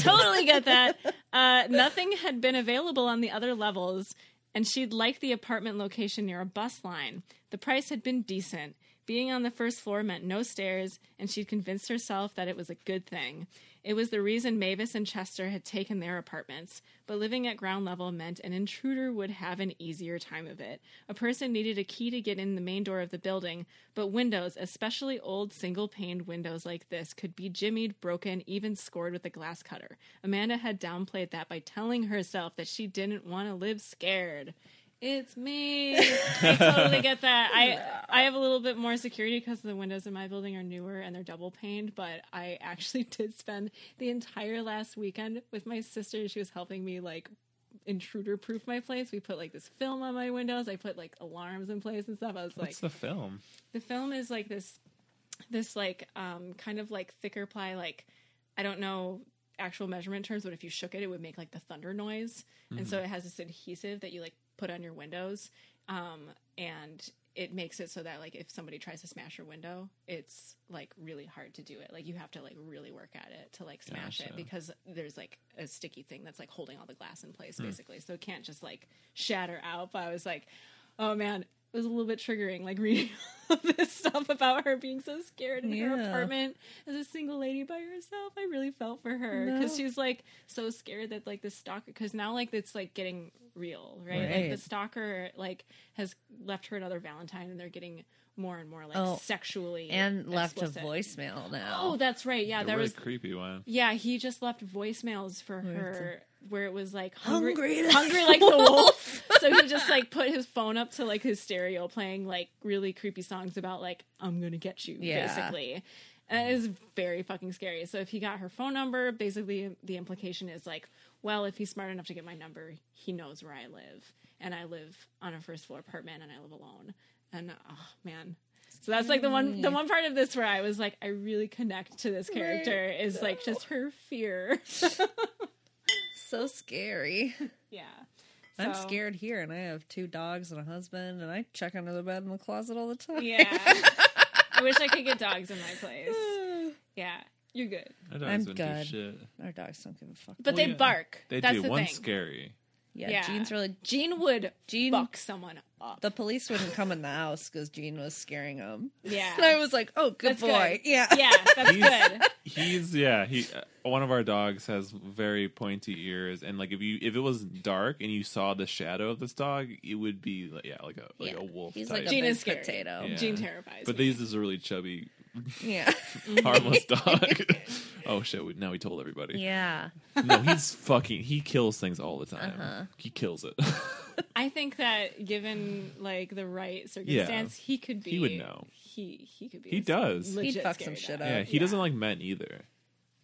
Speaker 3: totally get that. Uh, nothing had been available on the other levels, and she'd liked the apartment location near a bus line. The price had been decent. Being on the first floor meant no stairs, and she'd convinced herself that it was a good thing. It was the reason Mavis and Chester had taken their apartments, but living at ground level meant an intruder would have an easier time of it. A person needed a key to get in the main door of the building, but windows, especially old single paned windows like this, could be jimmied, broken, even scored with a glass cutter. Amanda had downplayed that by telling herself that she didn't want to live scared. It's me. I totally get that. I I have a little bit more security because the windows in my building are newer and they're double paned. But I actually [LAUGHS] did spend the entire last weekend with my sister. She was helping me like intruder proof my place. We put like this film on my windows. I put like alarms in place and stuff. I was like,
Speaker 2: What's the film?
Speaker 3: the film is like this this like um kind of like thicker ply like i don't know actual measurement terms but if you shook it it would make like the thunder noise and so it has this adhesive that you like put on your windows um and it makes it so that like if somebody tries to smash your window it's like really hard to do it like you have to like really work at it to like smash it
Speaker 2: Gotcha.
Speaker 3: because there's like a sticky thing that's like holding all the glass in place basically so it can't just like shatter out but i was like oh man it was a little bit triggering like reading [LAUGHS] all this stuff about her being so scared in her
Speaker 1: Yeah.
Speaker 3: apartment as a single lady by herself i really felt for her because
Speaker 1: No.
Speaker 3: she's like so scared that like the stalker because now like it's like getting real right, like the
Speaker 1: Right.
Speaker 3: stalker like has left her another valentine and they're getting more and more like
Speaker 1: Oh,
Speaker 3: sexually
Speaker 1: and left
Speaker 3: explicit.
Speaker 1: a voicemail now.
Speaker 3: oh that's right yeah
Speaker 2: Yeah,
Speaker 3: there
Speaker 2: what
Speaker 3: was
Speaker 2: a creepy one.
Speaker 3: yeah, he just left voicemails for her where it was like hungry,
Speaker 1: Hungry
Speaker 3: hungry,
Speaker 1: like [LAUGHS]
Speaker 3: like, the wolf. so he just like put his phone up to like his stereo, playing like really creepy songs about like I'm gonna get you,
Speaker 1: Yeah.
Speaker 3: basically. And it is very fucking scary. So if he got her phone number, basically the implication is like, well, if he's smart enough to get my number, he knows where I live, and I live on a first floor apartment, and I live alone. And oh man. So that's like the one the one part of this where I was like I really connect to this character is like just her fear. [LAUGHS]
Speaker 1: so scary.
Speaker 3: yeah.
Speaker 1: I'm
Speaker 3: So,
Speaker 1: scared here, and I have two dogs and a husband, and I check under the bed in the closet all the time.
Speaker 3: Yeah. I wish I could get dogs in my place.
Speaker 2: [SIGHS]
Speaker 3: Yeah. You're good.
Speaker 2: I don't
Speaker 1: I'm
Speaker 2: always do
Speaker 1: good.
Speaker 2: shit.
Speaker 1: Our dogs don't give a fuck.
Speaker 3: But
Speaker 2: Well,
Speaker 3: they
Speaker 2: yeah.
Speaker 3: bark.
Speaker 2: They
Speaker 3: that's
Speaker 2: do.
Speaker 3: The
Speaker 2: One's
Speaker 3: thing.
Speaker 2: scary.
Speaker 1: yeah,
Speaker 3: yeah.
Speaker 1: Jean's really.
Speaker 3: Gene would
Speaker 1: Gene-
Speaker 3: fuck someone up.
Speaker 1: The police wouldn't come in the house because Jean was scaring them.
Speaker 3: yeah.
Speaker 1: And I was like, "Oh, good
Speaker 3: That's
Speaker 1: boy."
Speaker 3: good.
Speaker 1: Yeah.
Speaker 3: [LAUGHS] Yeah, that's
Speaker 2: He's-
Speaker 3: good.
Speaker 2: He's yeah. He uh, one of our dogs has very pointy ears, and like if you if it was dark and you saw the shadow of this dog, it would be like, yeah like a like
Speaker 1: Yeah.
Speaker 2: a wolf.
Speaker 1: He's
Speaker 2: type.
Speaker 1: like a
Speaker 3: Gene
Speaker 1: big
Speaker 3: is scary.
Speaker 1: potato.
Speaker 2: Yeah.
Speaker 3: Gene terrifies.
Speaker 2: but
Speaker 3: me.
Speaker 2: this is a really
Speaker 1: [LAUGHS]
Speaker 2: chubby, [LAUGHS]
Speaker 1: Yeah.
Speaker 2: harmless dog. [LAUGHS] oh shit! We, now we told everybody.
Speaker 1: Yeah.
Speaker 2: No, he's fucking. He kills things all the time.
Speaker 1: Uh-huh.
Speaker 2: He kills it.
Speaker 3: I think that given like the right circumstance, he could be
Speaker 2: He would know.
Speaker 3: He he could be
Speaker 2: He
Speaker 3: a
Speaker 2: does.
Speaker 3: legit
Speaker 1: He'd fuck
Speaker 3: scary
Speaker 1: some shit
Speaker 3: dog.
Speaker 1: up.
Speaker 2: yeah, he doesn't like men either.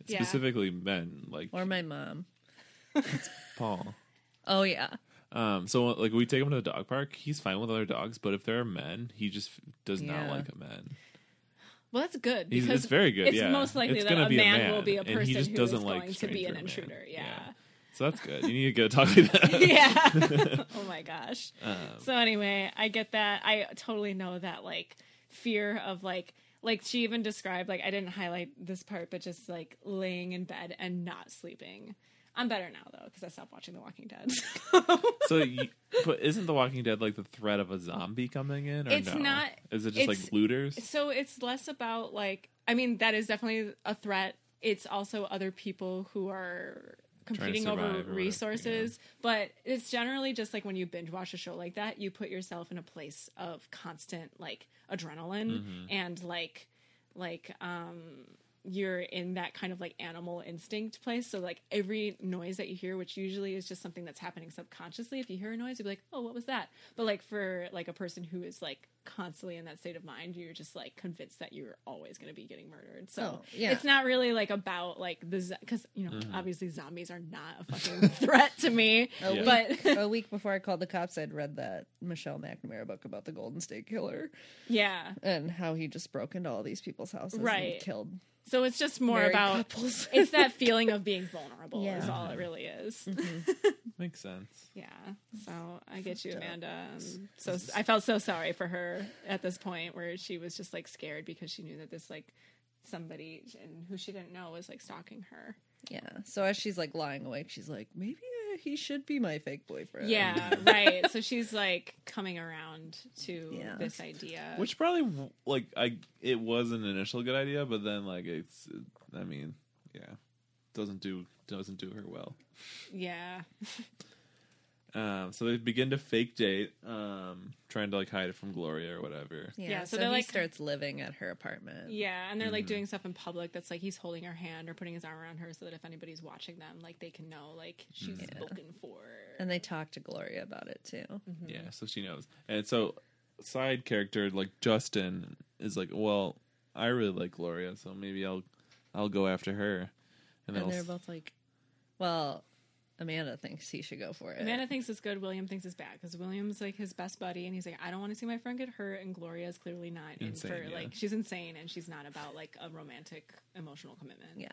Speaker 3: Yeah.
Speaker 2: Specifically, men like
Speaker 1: Or my mom.
Speaker 2: Paul.
Speaker 1: Oh yeah.
Speaker 2: Um, so like we take him to the dog park, he's fine with other dogs, but if there are men, he just f- does
Speaker 1: Yeah.
Speaker 2: not like men.
Speaker 3: Well, that's good
Speaker 2: He's,
Speaker 3: because
Speaker 2: it's very good.
Speaker 3: It's
Speaker 2: yeah.
Speaker 3: most likely
Speaker 2: It's
Speaker 3: that
Speaker 2: gonna
Speaker 3: a man, will be a
Speaker 2: and
Speaker 3: person
Speaker 2: he just
Speaker 3: who
Speaker 2: doesn't
Speaker 3: is
Speaker 2: like
Speaker 3: going to be
Speaker 2: stranger
Speaker 3: an
Speaker 2: men.
Speaker 3: intruder. Yeah.
Speaker 2: So that's good. You need to get a dog like that.
Speaker 3: [LAUGHS] Yeah. oh my gosh.
Speaker 2: Um,
Speaker 3: So anyway, I get that. I totally know that like fear of like like she even described like I didn't highlight this part, but just like laying in bed and not sleeping. I'm better now though because I stopped watching The Walking Dead. [LAUGHS]
Speaker 2: so, you, but isn't The Walking Dead like the threat of a zombie coming in? Or
Speaker 3: It's
Speaker 2: no?
Speaker 3: not-
Speaker 2: Is it just
Speaker 3: it's-
Speaker 2: like looters?
Speaker 3: So it's less about like I mean that is definitely a threat. It's also other people who are competing
Speaker 2: survive or
Speaker 3: over
Speaker 2: whatever,
Speaker 3: resources, but it's generally just like when you binge watch a show like that, you put yourself in a place
Speaker 2: Mm-hmm.
Speaker 3: of constant like adrenaline and like like um you're in that kind of like animal instinct place. So like every noise that you hear, which usually is just something that's happening subconsciously, if you hear a noise, you'd be like, "Oh, what was that?" But like for like a person who is like constantly in that state of mind, you're just like convinced that you're always going to be getting murdered. So
Speaker 1: Oh, yeah.
Speaker 3: it's not really like about like the because you know obviously zombies are not a fucking [LAUGHS] threat to me,
Speaker 1: A
Speaker 2: Yeah.
Speaker 3: but. [LAUGHS]
Speaker 1: week, a week before I called the cops, I'd read that Michelle McNamara book about the Golden State Killer
Speaker 3: Yeah.
Speaker 1: and how he just broke into all these people's houses
Speaker 3: Right.
Speaker 1: and killed
Speaker 3: So it's just more
Speaker 1: married
Speaker 3: about
Speaker 1: couples.
Speaker 3: it's
Speaker 1: [LAUGHS]
Speaker 3: that feeling of being vulnerable
Speaker 1: Yeah.
Speaker 3: is all it really is.
Speaker 2: Makes sense.
Speaker 3: Yeah. So I get you,
Speaker 1: Fucked up.
Speaker 3: Amanda. Um, so I felt so sorry for her at this point where she was just like scared because she knew that this like somebody and who she didn't know was like stalking her.
Speaker 1: yeah. So as she's like lying awake, she's like, maybe uh, he should be my fake boyfriend. [LAUGHS]
Speaker 3: Yeah, right. So she's like coming around to
Speaker 1: Yeah.
Speaker 3: this idea.
Speaker 2: Which probably like I it was an initial good idea, but then like it's I mean yeah doesn't do doesn't do her well.
Speaker 3: yeah.
Speaker 2: Um, so they begin to fake date, um, trying to like hide it from Gloria or whatever.
Speaker 1: Yeah.
Speaker 3: Yeah, so
Speaker 1: so
Speaker 3: they're
Speaker 1: he
Speaker 3: like-
Speaker 1: starts living at her apartment.
Speaker 3: Yeah, and they're
Speaker 1: Mm.
Speaker 3: like doing stuff in public that's like he's holding her hand or putting his arm around her so that if anybody's watching them, like they can know like she's spoken for.
Speaker 1: And they talk to Gloria about it too.
Speaker 2: Yeah, so she knows. And so side character like Justin is like, well, I really like Gloria, so maybe I'll I'll go after her. And,
Speaker 1: And
Speaker 2: I'll
Speaker 1: they're
Speaker 2: s-
Speaker 1: both like, well, Amanda thinks he should go for it.
Speaker 3: Amanda thinks it's good. William thinks it's bad because William's like his best buddy, and he's like, I don't want to see my friend get hurt. And Gloria is clearly not in
Speaker 2: Insane,
Speaker 3: for
Speaker 2: yeah.
Speaker 3: like she's insane and she's not about like a romantic emotional commitment.
Speaker 1: Yeah.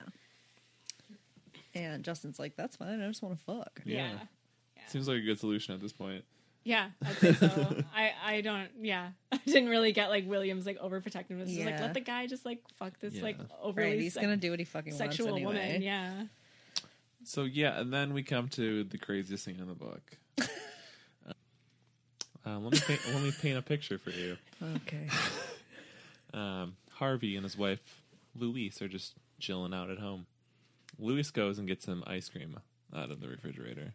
Speaker 1: And Justin's like, that's fine. I just want to fuck.
Speaker 3: yeah,
Speaker 2: Yeah. seems like a good solution at this point.
Speaker 3: yeah. I'd say so. [LAUGHS] I I don't. Yeah, [LAUGHS] I didn't really get like William's like overprotectiveness. Just like
Speaker 1: Yeah.
Speaker 3: let the guy just like fuck this like
Speaker 2: Yeah.
Speaker 3: overly
Speaker 1: Right. He's
Speaker 3: sex-
Speaker 1: gonna do what he fucking
Speaker 3: sexual
Speaker 1: wants anyway.
Speaker 3: woman. Yeah,
Speaker 2: So yeah, and then we come to the craziest thing in the
Speaker 1: [LAUGHS]
Speaker 2: book. uh, let me paint, let me paint a picture for you.
Speaker 1: Okay.
Speaker 2: um, Harvey and his wife Luis are just chilling out at home. Luis goes and gets some ice cream out of the refrigerator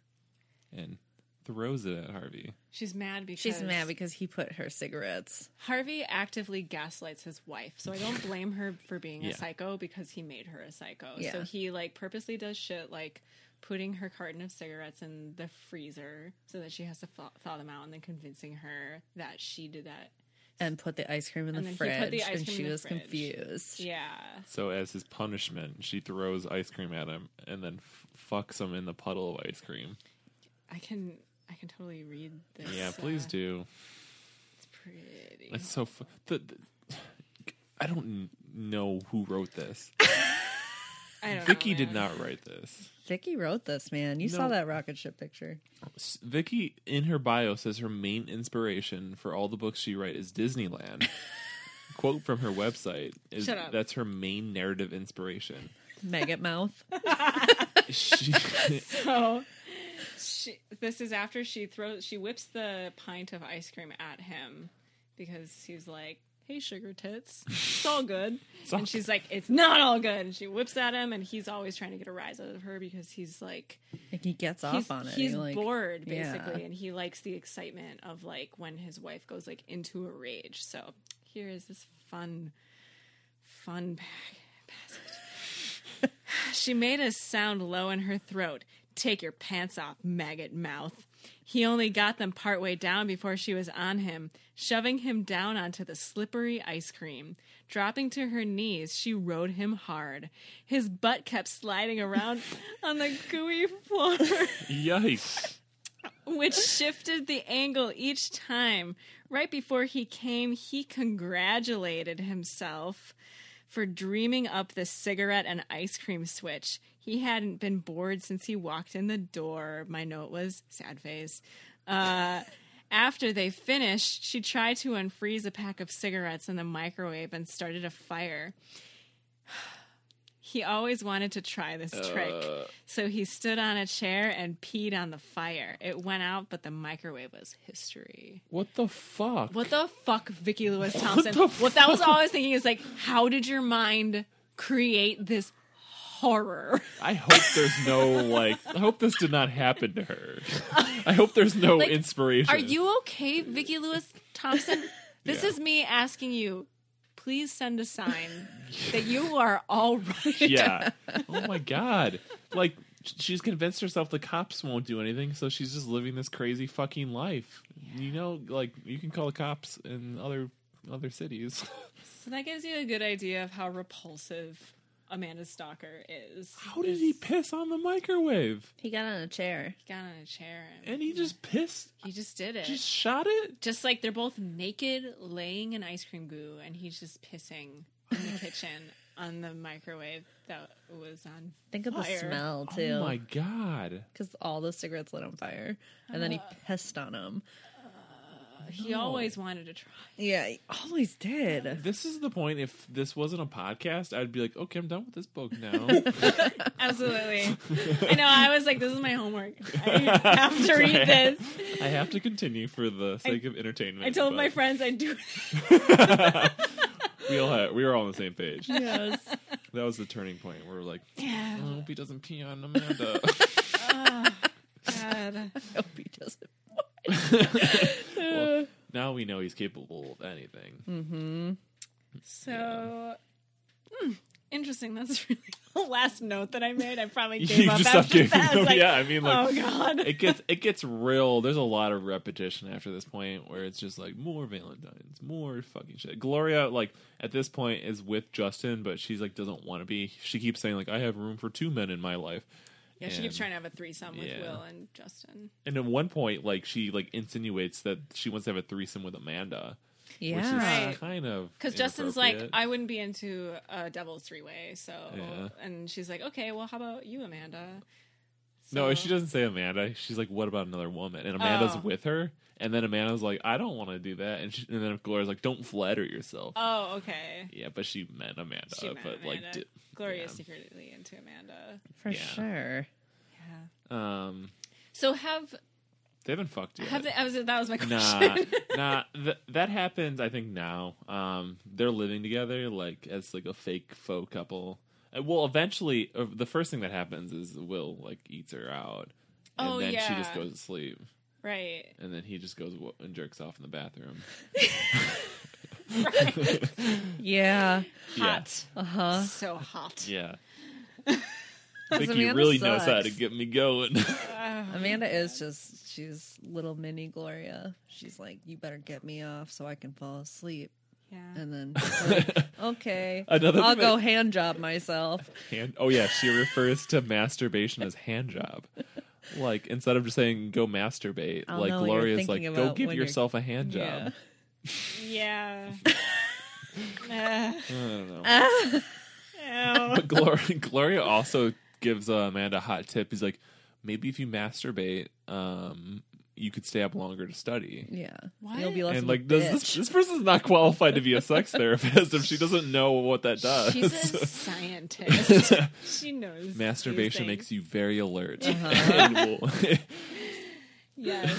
Speaker 2: and throws it at Harvey.
Speaker 3: she's mad because
Speaker 1: She's mad because he put her cigarettes.
Speaker 3: Harvey actively gaslights his wife, so I don't blame her for being a
Speaker 2: Yeah.
Speaker 3: psycho because he made her a psycho. So
Speaker 1: Yeah.
Speaker 3: he like purposely does shit like putting her carton of cigarettes in the freezer so that she has to thaw, thaw them out, and then convincing her that she did that.
Speaker 1: And put the ice cream in
Speaker 3: And
Speaker 1: the
Speaker 3: then he put the
Speaker 1: fridge,
Speaker 3: ice
Speaker 1: and
Speaker 3: cream
Speaker 1: she
Speaker 3: in the
Speaker 1: was
Speaker 3: fridge.
Speaker 1: confused.
Speaker 3: Yeah,
Speaker 2: So as his punishment, she throws ice cream at him and then f- fucks him in the puddle of ice cream.
Speaker 3: I can. I can totally read this.
Speaker 2: Yeah, please
Speaker 3: uh,
Speaker 2: do.
Speaker 3: It's pretty.
Speaker 2: That's so. Fu- the, the- I don't n- know who wrote this.
Speaker 3: I don't
Speaker 2: Vicky
Speaker 3: know,
Speaker 2: did
Speaker 3: man.
Speaker 2: not write this.
Speaker 1: Vicky wrote this, man. You
Speaker 2: No.
Speaker 1: saw that rocket ship [LAUGHS] picture.
Speaker 2: S- Vicky in her bio says her main inspiration for all the books she write is [LAUGHS] Disneyland. Quote from her website is
Speaker 3: Shut up.
Speaker 2: that's her main narrative inspiration.
Speaker 1: Maggot mouth.
Speaker 2: [LAUGHS] She,
Speaker 3: [LAUGHS] So she, this is after she throws she whips the pint of ice cream at him because he's like, "Hey, sugar tits, [LAUGHS] it's all good."
Speaker 2: all
Speaker 3: and she's like, "It's not all good." And she whips at him, and he's always trying to get a rise out of her because he's like,
Speaker 1: Like he gets off
Speaker 3: he's,
Speaker 1: on it.
Speaker 3: he's
Speaker 1: He, like,
Speaker 3: bored
Speaker 1: yeah.
Speaker 3: basically, and he likes the excitement of like when his wife goes like into a rage. So here is this fun, fun bag she made a sound low in her throat. Take your pants off, maggot mouth. He only got them partway down before she was on him, shoving him down onto the slippery ice cream. Dropping to her knees, she rode him hard. His butt kept sliding around on the gooey floor,
Speaker 2: yikes.
Speaker 3: which shifted the angle each time. Right before he came, he congratulated himself for dreaming up the cigarette and ice cream switch. He hadn't been bored since he walked in the door. My note was sad face. Uh, after they finished, she tried to unfreeze a pack of cigarettes in the microwave and started a fire. He always wanted to try this trick, so he stood on a chair and peed on the fire. It went out, but the microwave was history.
Speaker 2: What the fuck?
Speaker 3: What the fuck, Vicki Lewis Thompson?
Speaker 2: the
Speaker 3: What, that was all I was thinking is like, how did your mind create this [LAUGHS] horror?
Speaker 2: I hope there's no like. I hope this did not happen to her. I hope there's no
Speaker 3: Like,
Speaker 2: inspiration.
Speaker 3: [LAUGHS] Are you okay, Vicki Lewis Thompson? This
Speaker 2: Yeah.
Speaker 3: is me asking you. please send a sign that you are all right.
Speaker 2: yeah. [LAUGHS] Oh my god. Like sh- she's convinced herself the cops won't do anything, so she's just living this crazy fucking life. You know, like you can call the cops in other other cities. [LAUGHS]
Speaker 3: [LAUGHS] So that gives you a good idea of how repulsive Amanda Stalker is.
Speaker 2: How did he
Speaker 3: Is-
Speaker 2: piss on the microwave?
Speaker 1: He got on a chair.
Speaker 3: He got on a chair and,
Speaker 2: And he just pissed
Speaker 3: he just did it.
Speaker 2: just shot it?
Speaker 3: just like they're both naked laying in ice cream goo and he's just pissing in the
Speaker 2: [LAUGHS]
Speaker 3: kitchen on the microwave that was on
Speaker 1: Think of the
Speaker 3: Fire.
Speaker 1: smell
Speaker 2: Oh my
Speaker 1: too,
Speaker 2: god.
Speaker 1: because all the cigarettes lit on fire, and then he
Speaker 3: Uh.
Speaker 1: pissed on them.
Speaker 3: he always wanted to
Speaker 2: [LAUGHS]
Speaker 3: try
Speaker 1: Yeah, he always did.
Speaker 2: This is the point if this wasn't a podcast, I'd be like, "Okay, I'm done with this book now."
Speaker 3: absolutely
Speaker 2: [LAUGHS]
Speaker 3: i know i was like this is my homework i have to read this
Speaker 2: I have to continue for the sake of entertainment.
Speaker 3: i told
Speaker 2: but
Speaker 3: my friends i'd do it
Speaker 2: [LAUGHS] we all had, we were all on the same page.
Speaker 1: [LAUGHS] Yes.
Speaker 2: That was the turning point where we're like,
Speaker 3: yeah
Speaker 2: I hope he doesn't pee on
Speaker 3: [LAUGHS]
Speaker 2: Amanda.
Speaker 3: Ah, God.
Speaker 1: I hope he doesn't.
Speaker 2: Well, now we know he's capable of anything.
Speaker 3: Hmm. so hmm, interesting that's [LAUGHS] really the last note that i made
Speaker 2: [LAUGHS]
Speaker 3: i probably gave up after that I was like,
Speaker 2: yeah, I mean, like
Speaker 3: oh god
Speaker 2: it gets it gets real. There's a lot of repetition after this point where it's just like more Valentines, more fucking shit. Gloria, like at this point, is with Justin, but she's like doesn't want to be. She keeps saying like, I have room for two men in my life.
Speaker 3: yeah she keeps
Speaker 2: And-
Speaker 3: trying to have a threesome with
Speaker 2: Yeah.
Speaker 3: will and justin
Speaker 2: And at one point, like she like insinuates that she wants to have a threesome with Amanda,
Speaker 1: Yeah.
Speaker 2: which
Speaker 3: Right.
Speaker 2: is kind of
Speaker 3: Because Justin's like,
Speaker 2: inappropriate.
Speaker 3: I wouldn't be into a devil's three way. So,
Speaker 2: Yeah.
Speaker 3: and she's like, okay, well, how about you, Amanda?
Speaker 2: No,
Speaker 3: So-
Speaker 2: she doesn't say Amanda. She's like, "What about another woman?" And Amanda's
Speaker 3: Oh.
Speaker 2: with her, and then Amanda's like, "I don't want to do that." And, she, and then Gloria's like, "Don't flatter yourself."
Speaker 3: Oh, okay.
Speaker 2: yeah, but she meant Amanda,
Speaker 3: She meant
Speaker 2: but like,
Speaker 3: Amanda.
Speaker 2: di-
Speaker 3: Gloria
Speaker 2: yeah.
Speaker 3: is secretly into Amanda.
Speaker 1: For
Speaker 2: Yeah.
Speaker 1: sure.
Speaker 3: Yeah.
Speaker 2: um,
Speaker 3: So have
Speaker 2: they haven't fucked yet.
Speaker 3: have they, [LAUGHS] I was that was my
Speaker 2: nah,
Speaker 3: question. [LAUGHS]
Speaker 2: nah. Th- that happens, I think, now. Um, they're living together, like as like a fake faux couple. Uh, Well, eventually, uh, the first thing that happens is Will like eats her out, and
Speaker 3: Oh,
Speaker 2: then she just
Speaker 3: yeah.
Speaker 2: goes to sleep.
Speaker 3: right.
Speaker 2: and then he just goes w- and jerks off in the bathroom.
Speaker 1: Yeah.
Speaker 3: Hot.
Speaker 1: Uh huh.
Speaker 3: So hot.
Speaker 1: [LAUGHS]
Speaker 2: Yeah. I think he
Speaker 1: Amanda
Speaker 2: really knows how to
Speaker 1: sucks.
Speaker 2: get me going.
Speaker 3: Ugh.
Speaker 1: Amanda is just she's little mini Gloria. She's like, you better get me off so I can fall asleep,
Speaker 3: yeah.
Speaker 1: and then she's
Speaker 2: [LAUGHS]
Speaker 1: like, okay,
Speaker 2: Another
Speaker 1: I'll
Speaker 2: thing
Speaker 1: go hand job myself.
Speaker 2: hand- oh yeah, she refers to masturbation as hand job. Like instead of just saying go masturbate,
Speaker 1: I'll
Speaker 2: like
Speaker 1: know what you're
Speaker 2: Gloria's like
Speaker 1: thinking
Speaker 2: go
Speaker 1: about
Speaker 2: give
Speaker 1: when you're-
Speaker 2: yourself a hand
Speaker 1: [LAUGHS]
Speaker 2: job.
Speaker 3: [LAUGHS] Yeah. Ugh.
Speaker 2: I don't know.
Speaker 3: Ew.
Speaker 2: But Gloria, [LAUGHS] Gloria also gives uh, Amanda a hot tip. He's like, maybe if you masturbate, um, you could stay up longer to study.
Speaker 1: [LAUGHS] Yeah,
Speaker 3: What?
Speaker 1: you'll be less
Speaker 2: and
Speaker 1: of a
Speaker 2: like does this,
Speaker 1: bitch.
Speaker 2: this person's not qualified to be a sex therapist if she doesn't know what that does.
Speaker 3: She's
Speaker 2: [LAUGHS]
Speaker 3: a scientist. she knows. these
Speaker 2: Masturbation
Speaker 3: things.
Speaker 2: makes you very
Speaker 3: [LAUGHS]
Speaker 2: alert.
Speaker 1: Uh-huh.
Speaker 2: [LAUGHS] And will-
Speaker 3: Yes.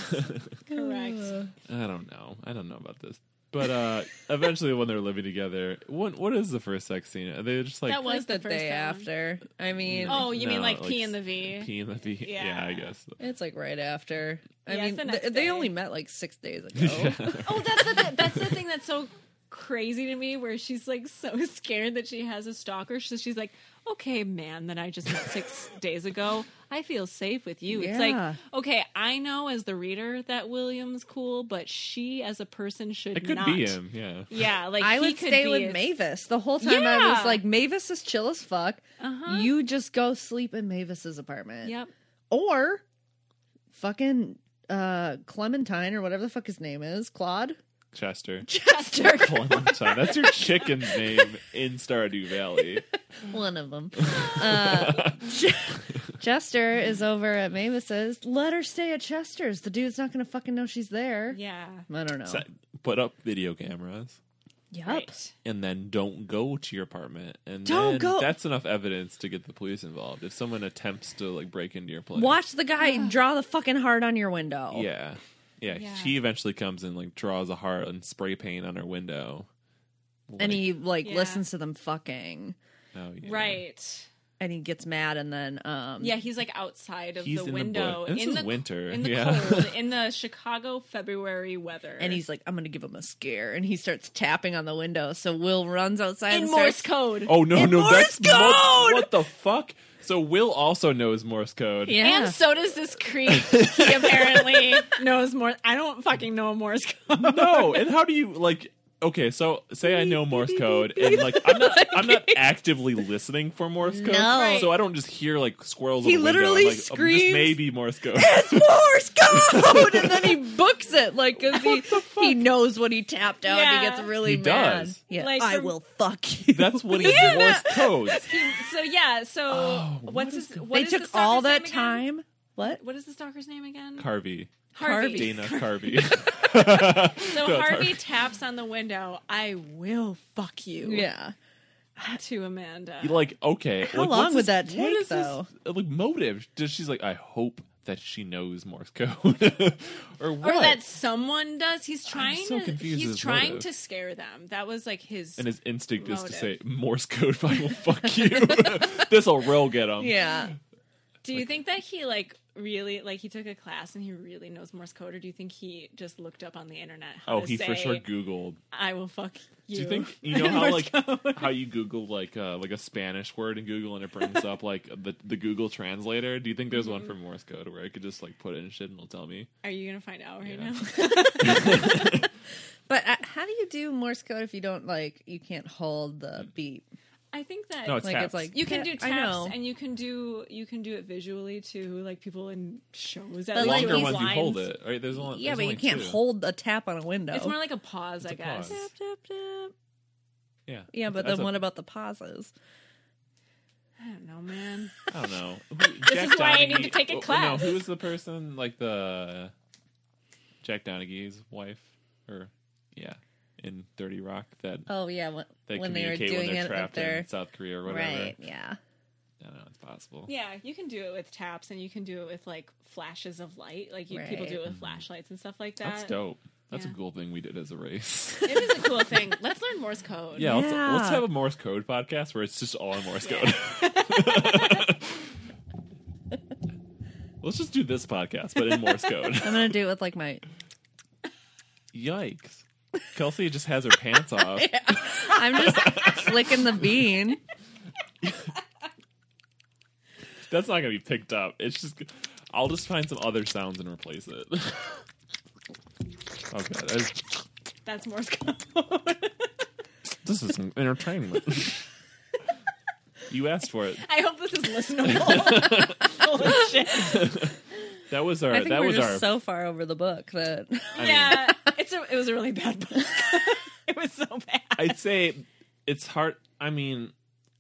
Speaker 3: Correct.
Speaker 1: Uh,
Speaker 2: [LAUGHS] I don't know. I don't know about this. But uh eventually when they're living together, what what is the first sex scene? Are they just like
Speaker 3: That was
Speaker 1: like the,
Speaker 3: the first
Speaker 1: day
Speaker 3: time.
Speaker 1: after.
Speaker 2: Mm.
Speaker 1: I mean,
Speaker 3: Oh, you mean
Speaker 2: No,
Speaker 3: like,
Speaker 2: like
Speaker 3: P and the V?
Speaker 2: P and the V?
Speaker 3: Yeah.
Speaker 2: Yeah, I guess.
Speaker 1: it's like right after. I
Speaker 3: Yeah, it's
Speaker 1: mean,
Speaker 3: the next
Speaker 1: th- they
Speaker 3: day.
Speaker 1: only met like
Speaker 2: [LAUGHS]
Speaker 1: six days ago.
Speaker 2: [LAUGHS] Yeah.
Speaker 3: Oh, that's the, th- that's the thing that's so crazy to me, where she's like so [LAUGHS] scared that she has a stalker. So she's like, "Okay, man, that I just met six days ago, I feel safe with you."
Speaker 1: Yeah.
Speaker 3: It's like, okay, I know as the reader that William's cool, but she as a person should
Speaker 2: It could
Speaker 3: not.
Speaker 2: be him, yeah.
Speaker 3: Yeah, like
Speaker 1: I
Speaker 3: he
Speaker 1: would
Speaker 3: could
Speaker 1: stay
Speaker 3: be
Speaker 1: with
Speaker 3: as-
Speaker 1: Mavis the whole time. I was
Speaker 3: Yeah.
Speaker 1: like, Mavis is chill as fuck.
Speaker 3: Uh-huh.
Speaker 1: You just go sleep in Mavis's apartment.
Speaker 3: Yep.
Speaker 1: Or fucking uh Clementine or whatever the fuck his name is, Claude. [LAUGHS]
Speaker 3: [LAUGHS]
Speaker 2: Chester.
Speaker 1: Chester.
Speaker 2: Clementine. That's your chicken's name in Stardew
Speaker 3: [LAUGHS]
Speaker 2: Valley.
Speaker 1: One of them. Uh, Ch- Chester is over at Mavis's. Let her stay at Chester's. The dude's not gonna fucking know she's there.
Speaker 3: Yeah.
Speaker 1: I don't know.
Speaker 2: So, Put up video cameras.
Speaker 1: yep.
Speaker 3: Right.
Speaker 2: and then don't go to your apartment and
Speaker 1: Don't
Speaker 2: then
Speaker 1: go-
Speaker 2: that's enough evidence to get the police involved if someone attempts to like break into your place
Speaker 1: Watch the guy draw the fucking heart on your window.
Speaker 2: yeah yeah,
Speaker 3: Yeah.
Speaker 2: she eventually comes and like draws a heart and spray paint on her window
Speaker 1: And he like
Speaker 3: Yeah.
Speaker 1: listens to them fucking.
Speaker 2: oh, yeah.
Speaker 3: Right.
Speaker 1: and he gets mad and then um
Speaker 3: Yeah, he's like outside of
Speaker 2: He's
Speaker 3: the
Speaker 2: in the
Speaker 3: window
Speaker 2: bush. And this
Speaker 3: in
Speaker 2: is
Speaker 3: the
Speaker 2: winter,
Speaker 3: in the
Speaker 2: yeah.
Speaker 3: cold, in the Chicago February weather,
Speaker 1: and he's like, I'm gonna give him a scare, and he starts tapping on the window. So Will runs outside
Speaker 3: in
Speaker 1: and
Speaker 3: Morse
Speaker 1: starts
Speaker 3: code.
Speaker 2: Oh no,
Speaker 1: In
Speaker 2: no,
Speaker 1: Morse
Speaker 2: that's What,
Speaker 1: code!
Speaker 2: what the fuck? So Will also knows Morse code.
Speaker 1: Yeah.
Speaker 3: And so does this creep. [LAUGHS] He apparently knows more. I don't fucking know Morse code.
Speaker 2: No, and how do you like? Okay, so say I know
Speaker 1: [LAUGHS]
Speaker 2: Morse code, and like I'm not, I'm not actively listening for Morse code,
Speaker 1: No.
Speaker 2: so I don't just hear like squirrels.
Speaker 1: He
Speaker 2: in the window.
Speaker 1: literally
Speaker 2: I'm like, oh,
Speaker 1: screams-
Speaker 2: This may be Morse
Speaker 1: [LAUGHS]
Speaker 2: code.
Speaker 1: it's Morse code, and then he
Speaker 3: [LAUGHS]
Speaker 1: books it like 'cause he he knows what he tapped out. and He
Speaker 3: Yeah.
Speaker 1: gets
Speaker 2: He
Speaker 1: really mad.
Speaker 2: does.
Speaker 1: Yeah,
Speaker 3: Like,
Speaker 1: I
Speaker 3: rem-
Speaker 1: will fuck you. [LAUGHS]
Speaker 2: That's what he's Morse code.
Speaker 3: So yeah. So
Speaker 2: Oh,
Speaker 3: what's
Speaker 2: what is
Speaker 3: his?
Speaker 2: go-
Speaker 3: What
Speaker 1: they
Speaker 3: is the
Speaker 1: took
Speaker 3: stalker's
Speaker 1: all that
Speaker 3: name again?
Speaker 1: time. What?
Speaker 3: What is the stalker's name again?
Speaker 2: Carvey,
Speaker 3: Harvey.
Speaker 2: Dana Carvey. [LAUGHS]
Speaker 3: So
Speaker 2: No, it's
Speaker 3: Harvey
Speaker 2: Harvey.
Speaker 3: taps on the window. I will fuck you.
Speaker 1: Yeah,
Speaker 3: To Amanda.
Speaker 2: You, like okay,
Speaker 1: How
Speaker 2: like,
Speaker 1: long
Speaker 2: what's
Speaker 1: would
Speaker 2: his-
Speaker 1: that
Speaker 2: What
Speaker 1: take,
Speaker 2: is his,
Speaker 1: though?
Speaker 2: like motive? Does she's like I hope that she knows Morse code, [LAUGHS] or
Speaker 3: or
Speaker 2: what?
Speaker 3: that someone does. He's trying
Speaker 2: so
Speaker 3: to.
Speaker 2: confused
Speaker 3: He's
Speaker 2: as
Speaker 3: trying
Speaker 2: motive.
Speaker 3: to scare them. That was like his.
Speaker 2: and his instinct is
Speaker 3: Motive.
Speaker 2: to say Morse code. [LAUGHS] I will fuck you. this will real get him.
Speaker 1: yeah.
Speaker 3: do you think that he like really like he took a class and he really knows Morse code, or do you think he just looked up on the internet? How
Speaker 2: Oh,
Speaker 3: to
Speaker 2: he for
Speaker 3: say,
Speaker 2: sure googled.
Speaker 3: I will fuck you.
Speaker 2: Do you think e-
Speaker 1: [LAUGHS]
Speaker 2: you know how like
Speaker 3: Morse code.
Speaker 2: how you Google like uh, like a Spanish word in Google and it brings up like the the Google translator? Do you think there's
Speaker 1: Mm-hmm.
Speaker 2: one for Morse code where I could just like put in shit and it'll tell me?
Speaker 3: Are you gonna find out right
Speaker 2: Yeah.
Speaker 3: now? [LAUGHS]
Speaker 1: But uh, how do you do Morse code if you don't like you can't hold the beat?
Speaker 3: I think that
Speaker 2: No, it's
Speaker 1: Like
Speaker 2: taps.
Speaker 1: it's like
Speaker 3: you can do
Speaker 1: yeah,
Speaker 3: taps
Speaker 1: I know.
Speaker 3: and you can do you can do it visually to like people in shows.
Speaker 1: But, like,
Speaker 3: At least
Speaker 2: longer
Speaker 3: these
Speaker 2: ones
Speaker 3: lines.
Speaker 2: you hold it. Right? There's only
Speaker 1: yeah,
Speaker 2: there's
Speaker 1: but you
Speaker 2: only
Speaker 1: can't
Speaker 2: two.
Speaker 1: hold a tap on a window.
Speaker 3: It's more like a pause, I guess.
Speaker 2: pause.
Speaker 1: Tap, tap, tap.
Speaker 2: Yeah,
Speaker 1: Yeah, but
Speaker 2: That's
Speaker 1: then
Speaker 2: a-
Speaker 1: what about the pauses?
Speaker 3: I don't know, man.
Speaker 1: [LAUGHS]
Speaker 2: I don't know.
Speaker 3: is why I need to take a class.
Speaker 2: oh, No, who is the person like the Jack Donaghy's wife or yeah in Thirty Rock that
Speaker 1: Oh yeah, when,
Speaker 2: they
Speaker 1: when they were
Speaker 2: communicate when
Speaker 1: doing
Speaker 2: they're
Speaker 1: it up
Speaker 2: trapped
Speaker 1: there,
Speaker 2: in South Korea or whatever?
Speaker 1: right? Yeah.
Speaker 2: I don't know. It's possible.
Speaker 3: Yeah, you can do it with taps and you can do it with like flashes of light. Like you, people do it with flashlights and stuff like that.
Speaker 2: That's dope. That's
Speaker 3: yeah.
Speaker 2: a cool thing we did as a
Speaker 1: [LAUGHS]
Speaker 2: race.
Speaker 3: It is a cool thing. Let's learn Morse code.
Speaker 2: Yeah, Let's,
Speaker 1: Yeah.
Speaker 2: let's have a Morse code podcast where it's just all in Morse
Speaker 1: [LAUGHS]
Speaker 2: code. let's just do this podcast, but in Morse code.
Speaker 1: [LAUGHS] I'm gonna do it with like my.
Speaker 2: Yikes. Kelsey just has her
Speaker 1: [LAUGHS]
Speaker 2: pants off.
Speaker 1: I'm just flicking the bean.
Speaker 2: That's not going to be picked up. It's just. I'll just find some other sounds and replace it. [LAUGHS] oh, God. that's-
Speaker 3: That's Morse code.
Speaker 2: [LAUGHS] this is some
Speaker 1: [LAUGHS]
Speaker 2: entertainment. you asked for it.
Speaker 3: I hope this is listenable. Holy shit.
Speaker 2: That was our.
Speaker 1: I think
Speaker 2: That
Speaker 1: we're
Speaker 2: was
Speaker 1: just
Speaker 2: our.
Speaker 1: so far over the book
Speaker 3: [LAUGHS]
Speaker 1: that
Speaker 2: I mean-
Speaker 3: yeah. It's a it was a really bad book. [LAUGHS] it was so bad.
Speaker 2: I'd say it's hard. I mean,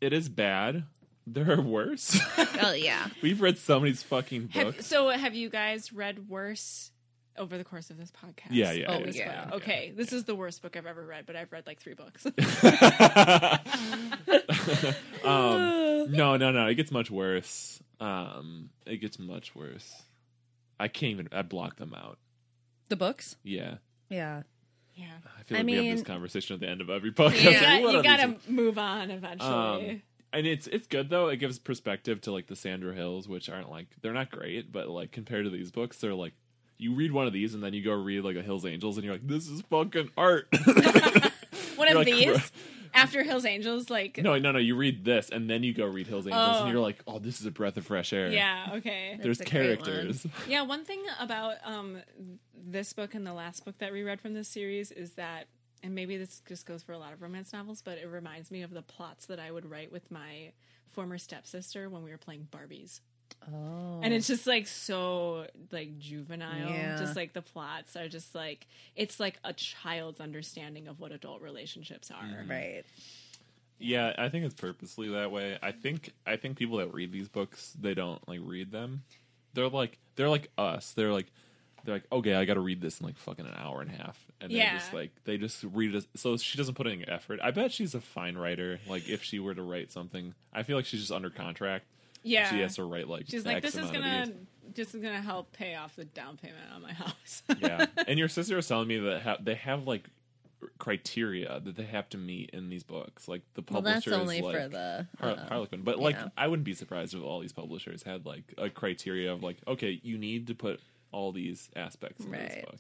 Speaker 2: it is bad. There are worse. [LAUGHS]
Speaker 1: oh yeah,
Speaker 2: We've read so many fucking
Speaker 3: Have-
Speaker 2: books.
Speaker 3: so have you guys read worse over the course of this podcast?
Speaker 2: Yeah, yeah.
Speaker 1: Oh,
Speaker 2: it is
Speaker 1: yeah.
Speaker 2: bad.
Speaker 3: Okay, this is the worst book I've ever read, but I've read like three
Speaker 2: [LAUGHS]
Speaker 3: books.
Speaker 2: um, no, no, no. It gets much worse. Um, it gets much worse. I can't even. I blocked them out.
Speaker 1: the books.
Speaker 2: Yeah,
Speaker 1: Yeah,
Speaker 3: yeah,
Speaker 2: I feel
Speaker 1: I
Speaker 2: like we have
Speaker 1: mean-
Speaker 2: this conversation at the end of every podcast.
Speaker 1: Yeah,
Speaker 2: [LAUGHS]
Speaker 3: you, got,
Speaker 2: What
Speaker 3: you
Speaker 2: are
Speaker 3: gotta
Speaker 2: these-
Speaker 3: move on eventually.
Speaker 2: Um, and it's it's good though. It gives perspective to like the Sandra Hills, which aren't like they're not great, but like compared to these books, they're like you read one of these and then you go read like a Hills Angels, and you're like, this is fucking art. [LAUGHS]
Speaker 3: One of
Speaker 2: Um, You're like,
Speaker 3: these
Speaker 2: "Bro." [LAUGHS]
Speaker 3: after Hill's Angels, like
Speaker 2: no, no, no. You read this and then you go read Hills Angels,
Speaker 3: Oh.
Speaker 2: and you're like, oh, this is a breath of fresh air.
Speaker 3: yeah, okay,
Speaker 2: There's
Speaker 1: That's a great one.
Speaker 2: characters.
Speaker 3: yeah. One thing about um this book and the last book that we read from this series is that, and maybe this just goes for a lot of romance novels, but it reminds me of the plots that I would write with my former stepsister when we were playing Barbies.
Speaker 1: oh,
Speaker 3: and it's [LAUGHS] just like so like juvenile
Speaker 1: Yeah.
Speaker 3: just like the plots are just like it's like a child's understanding of what adult relationships are
Speaker 1: right.
Speaker 2: Yeah, I think it's purposely that way. I think I think people that read these books, they don't like read them. They're like they're like us. They're like they're like, okay, I got to read this in like fucking an hour and a half, and
Speaker 3: Yeah.
Speaker 2: they just like they just read it. So she doesn't put any effort. I bet she's a fine writer. Like if she were to write something, I feel like she's just under contract.
Speaker 3: yeah
Speaker 2: she has to write like
Speaker 3: she's like
Speaker 2: X
Speaker 3: this is
Speaker 2: amount of
Speaker 3: gonna
Speaker 2: these."
Speaker 3: this is gonna help pay off the down payment on my house [LAUGHS]
Speaker 2: [LAUGHS] yeah. And your sister was telling me that ha- they have like criteria that they have to meet in these books. Like the
Speaker 1: Well,
Speaker 2: publisher is
Speaker 1: that's only
Speaker 2: like,
Speaker 1: for the.
Speaker 2: Har-
Speaker 1: uh,
Speaker 2: Harlequin. But like,
Speaker 1: yeah.
Speaker 2: I wouldn't be surprised if all these publishers had like a criteria of like, okay, you need to put all these aspects in this
Speaker 1: Right.
Speaker 2: book.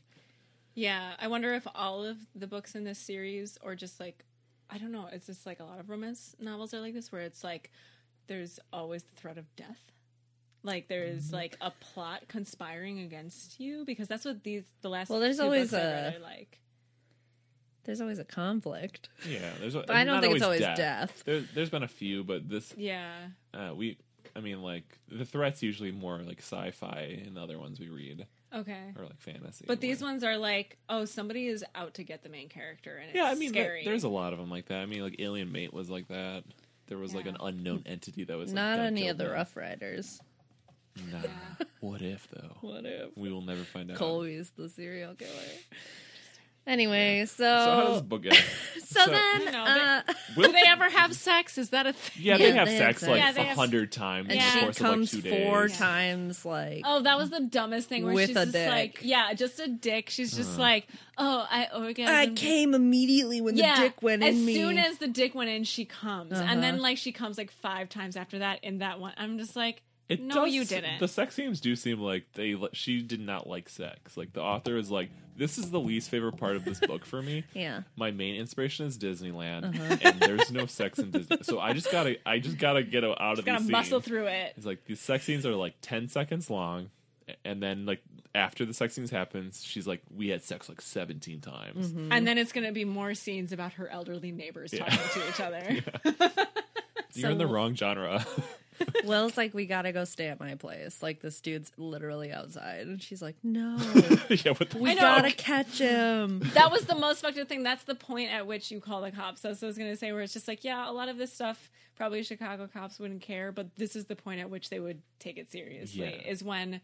Speaker 3: Yeah, I wonder if all of the books in this series, or just like, I don't know, it's just like a lot of romance novels are like this, where it's like there's always the threat of death. Like there
Speaker 2: Mm-hmm.
Speaker 3: is like a plot conspiring against you because that's what these the last.
Speaker 1: Well, there's
Speaker 3: two
Speaker 1: always
Speaker 3: books I
Speaker 1: a-
Speaker 3: read are like.
Speaker 1: there's always a conflict.
Speaker 2: Yeah, there's.
Speaker 1: But I don't think it's always death.
Speaker 2: There, there's been a few, but this
Speaker 3: Yeah,
Speaker 2: uh, we. I mean, like the threat's usually more like sci-fi, and the other ones we read
Speaker 3: okay.
Speaker 2: are like fantasy.
Speaker 3: But these
Speaker 2: where-
Speaker 3: ones are like, oh, somebody is out to get the main character, and it's
Speaker 2: yeah, I mean, there-
Speaker 3: scary.
Speaker 2: there's a lot of them like that. I mean, like Alien Mate was like that. There was like
Speaker 3: Yeah.
Speaker 2: an unknown entity that was like,
Speaker 1: Not
Speaker 2: gonna
Speaker 1: any
Speaker 2: kill
Speaker 1: of the
Speaker 2: them.
Speaker 1: Rough Riders.
Speaker 2: Nah.
Speaker 3: Yeah.
Speaker 2: What if though?
Speaker 1: What if
Speaker 2: We will never find out.
Speaker 1: Colby's the serial killer? Anyway,
Speaker 2: So how does
Speaker 1: so
Speaker 2: this book
Speaker 1: [LAUGHS]
Speaker 2: end?
Speaker 1: so,
Speaker 2: so-
Speaker 1: then
Speaker 3: No,
Speaker 1: uh,
Speaker 3: [LAUGHS] Do they ever have sex? Is that a thing?
Speaker 2: Yeah, they
Speaker 1: Yeah,
Speaker 2: have
Speaker 1: they have
Speaker 2: sex
Speaker 1: sex.
Speaker 2: like
Speaker 3: Yeah,
Speaker 2: a
Speaker 3: they have-
Speaker 2: hundred times
Speaker 1: and
Speaker 2: in the
Speaker 3: Yeah.
Speaker 1: uh, she
Speaker 2: course of like
Speaker 1: comes
Speaker 2: two
Speaker 1: four
Speaker 2: days.
Speaker 1: times like
Speaker 3: Oh, that was the dumbest thing. Where
Speaker 1: With
Speaker 3: she's
Speaker 1: a
Speaker 3: just like,
Speaker 1: dick.
Speaker 3: yeah, just a dick. She's just
Speaker 2: Uh-huh.
Speaker 3: like, oh, I orgasmed.
Speaker 1: I came immediately when
Speaker 3: Yeah,
Speaker 1: the dick went
Speaker 3: as
Speaker 1: in me.
Speaker 3: soon as the dick went in, she comes,
Speaker 1: Uh-huh.
Speaker 3: and then like she comes like five times after that. In that one, I'm just like,
Speaker 2: It
Speaker 3: no,
Speaker 2: does-
Speaker 3: you didn't.
Speaker 2: The sex scenes do seem like they li- she did not like sex. Like the author is like, this is the least favorite part of this book for [LAUGHS] me.
Speaker 1: yeah.
Speaker 2: My main inspiration is Disneyland, and there's no sex in Disney, so I just gotta I just gotta get out of
Speaker 3: Gotta
Speaker 2: these
Speaker 3: muscle
Speaker 2: scenes.
Speaker 3: through it.
Speaker 2: It's like these sex scenes are like ten seconds long, a- and then like after the sex scenes happens, she's like, we had sex like seventeen times.
Speaker 1: Mm-hmm.
Speaker 3: And then it's gonna be more scenes about her elderly
Speaker 2: [LAUGHS]
Speaker 3: neighbors
Speaker 2: Yeah.
Speaker 3: talking to each other.
Speaker 2: You're in the wrong genre. [LAUGHS]
Speaker 1: Will's like, we gotta go stay at my place. Like this dude's literally outside, and she's like, [LAUGHS] no,
Speaker 2: yeah, what the
Speaker 1: we
Speaker 3: know.
Speaker 1: gotta catch him.
Speaker 3: That was the most fucked up thing. That's the point at which you call the cops. That's what I was gonna say. Where it's just like, yeah, a lot of this stuff probably Chicago cops wouldn't care, but this is the point at which they would take it seriously.
Speaker 2: Yeah.
Speaker 3: Is when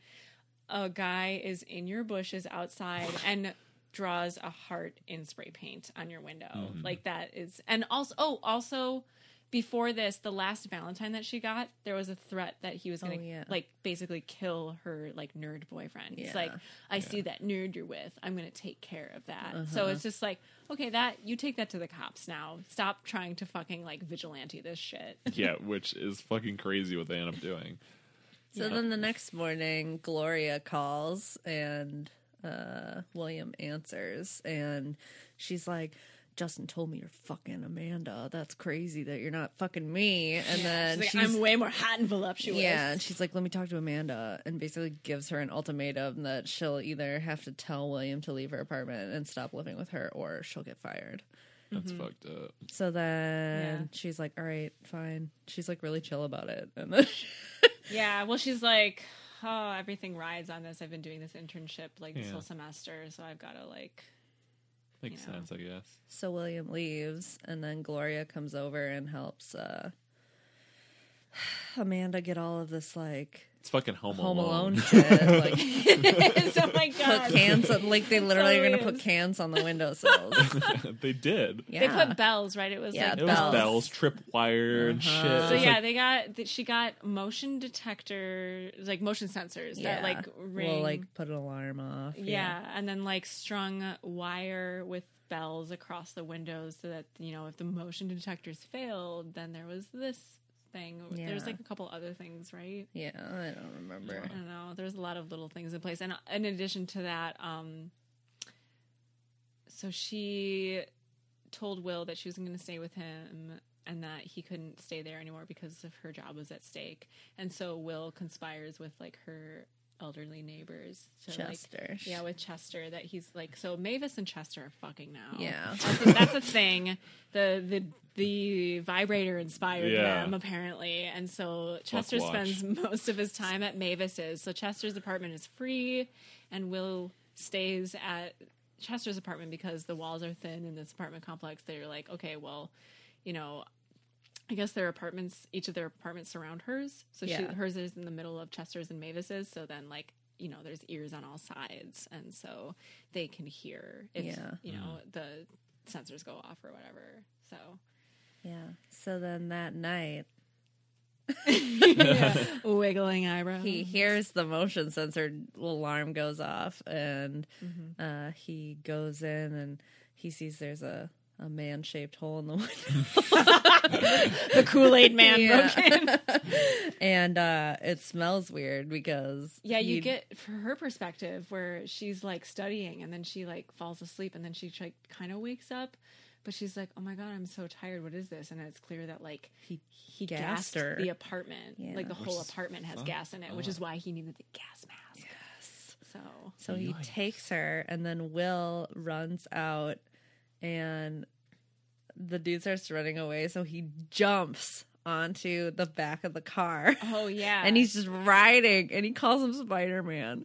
Speaker 3: a guy is in your bushes outside and draws a heart in spray paint on your window. Like that is, and also, oh, also. Before this, the last Valentine that she got, there was a threat that he was going to
Speaker 1: yeah.
Speaker 3: like basically kill her like nerd boyfriend. It's
Speaker 1: Yeah. Uh-huh.
Speaker 3: like, I see that nerd you're with. I'm going to take care of that. So it's just like, okay, that you take that to the cops now. Stop trying to fucking like vigilante this shit. [LAUGHS]
Speaker 2: yeah, which is fucking crazy what they end up doing.
Speaker 1: So then the next morning, Gloria calls and uh, William answers, and she's like, Justin told me you're fucking Amanda. That's crazy that you're not fucking me. And then
Speaker 3: She's like,
Speaker 1: she's,
Speaker 3: I'm way more hot and voluptuous.
Speaker 1: yeah, and she's like, let me talk to Amanda, and basically gives her an ultimatum that she'll either have to tell William to leave her apartment and stop living with her, or she'll get fired.
Speaker 2: That's
Speaker 3: Mm-hmm.
Speaker 2: fucked up.
Speaker 1: So then
Speaker 3: Yeah.
Speaker 1: she's like, all right, fine. She's like really chill about it, [LAUGHS] and then
Speaker 3: yeah. Well, she's like, oh, everything rides on this. I've been doing this internship like this
Speaker 2: Yeah.
Speaker 3: whole semester, so I've got to
Speaker 1: [LAUGHS]
Speaker 3: like, [LAUGHS]
Speaker 2: Makes
Speaker 3: You know.
Speaker 2: sense, I guess.
Speaker 1: So William leaves, and then Gloria comes over and helps uh, [SIGHS] Amanda get all of this like
Speaker 2: It's fucking Home,
Speaker 1: Home Alone,
Speaker 2: Alone.
Speaker 1: shit.
Speaker 3: [LAUGHS]
Speaker 1: Like
Speaker 3: oh my god.
Speaker 1: put cans, on, like
Speaker 3: [LAUGHS]
Speaker 1: they literally are gonna
Speaker 3: totally
Speaker 1: put
Speaker 3: is.
Speaker 1: cans on the windowsills.
Speaker 2: [LAUGHS] they did.
Speaker 1: Yeah,
Speaker 3: [LAUGHS] They put bells, right? It was
Speaker 1: Yeah,
Speaker 3: like
Speaker 2: It was
Speaker 1: Bells.
Speaker 2: bells, tripwire, and shit.
Speaker 1: Uh-huh.
Speaker 3: So
Speaker 2: It's
Speaker 3: yeah,
Speaker 2: like,
Speaker 3: they got that she got motion detector like motion sensors that like ring
Speaker 1: will like put an alarm off.
Speaker 3: yeah. and then like strung wire with bells across the windows so that you know if the motion detectors failed, then there was this thing. There was
Speaker 1: Yeah.
Speaker 3: like a couple other things, right?
Speaker 1: yeah. I don't remember.
Speaker 3: I don't know. There's a lot of little things in place, and uh, in addition to that, um, so she told Will that she was going to stay with him and that he couldn't stay there anymore because of her job was at stake. And so Will conspires with like her elderly neighbors to
Speaker 1: Chester.
Speaker 3: like yeah, with Chester that he's like so Mavis and Chester are fucking now.
Speaker 1: Yeah.
Speaker 3: That's a, that's a thing. The the the vibrator inspired
Speaker 2: Yeah.
Speaker 3: them apparently. And so Chester
Speaker 2: watch.
Speaker 3: spends [LAUGHS] most of his time at Mavis's. So Chester's apartment is free, and Will stays at Chester's apartment because the walls are thin in this apartment complex. They're like, okay, well, you know, I guess their apartments, each of their apartments surround hers. So she,
Speaker 1: Yeah.
Speaker 3: hers is in the middle of Chester's and Mavis's. So then, like, you know, there's ears on all sides, and so they can hear if
Speaker 1: Yeah.
Speaker 3: you know the sensors go off or whatever. So
Speaker 1: [LAUGHS] yeah. So then that night
Speaker 3: [LAUGHS] wiggling eyebrows.
Speaker 1: he hears the motion
Speaker 3: Mm-hmm.
Speaker 1: sensor alarm goes off and uh, he goes in and he sees there's a a man shaped hole in the window.
Speaker 3: The Kool Aid Man
Speaker 1: Yeah.
Speaker 3: broke in.
Speaker 1: [LAUGHS] [LAUGHS] and uh, it smells weird because
Speaker 3: Yeah, you
Speaker 1: he'd-
Speaker 3: get from her perspective where she's like studying and then she like falls asleep and then she like kind of wakes up, but she's like, "Oh my god, I'm so tired. What is this?" And it's clear that like he he
Speaker 1: gassed
Speaker 3: gassed,
Speaker 1: her.
Speaker 3: the apartment.
Speaker 1: Yeah.
Speaker 3: Like the
Speaker 1: Which
Speaker 3: whole
Speaker 2: is
Speaker 3: apartment has
Speaker 2: fucked
Speaker 3: gas in it, which
Speaker 2: up.
Speaker 3: is why he needed the gas mask. So
Speaker 1: So he
Speaker 2: Yikes.
Speaker 1: takes her, and then Will runs out, and the dude starts running away. So he jumps onto the back of the car,
Speaker 3: oh yeah,
Speaker 1: and he's just riding, and he calls him Spider Man.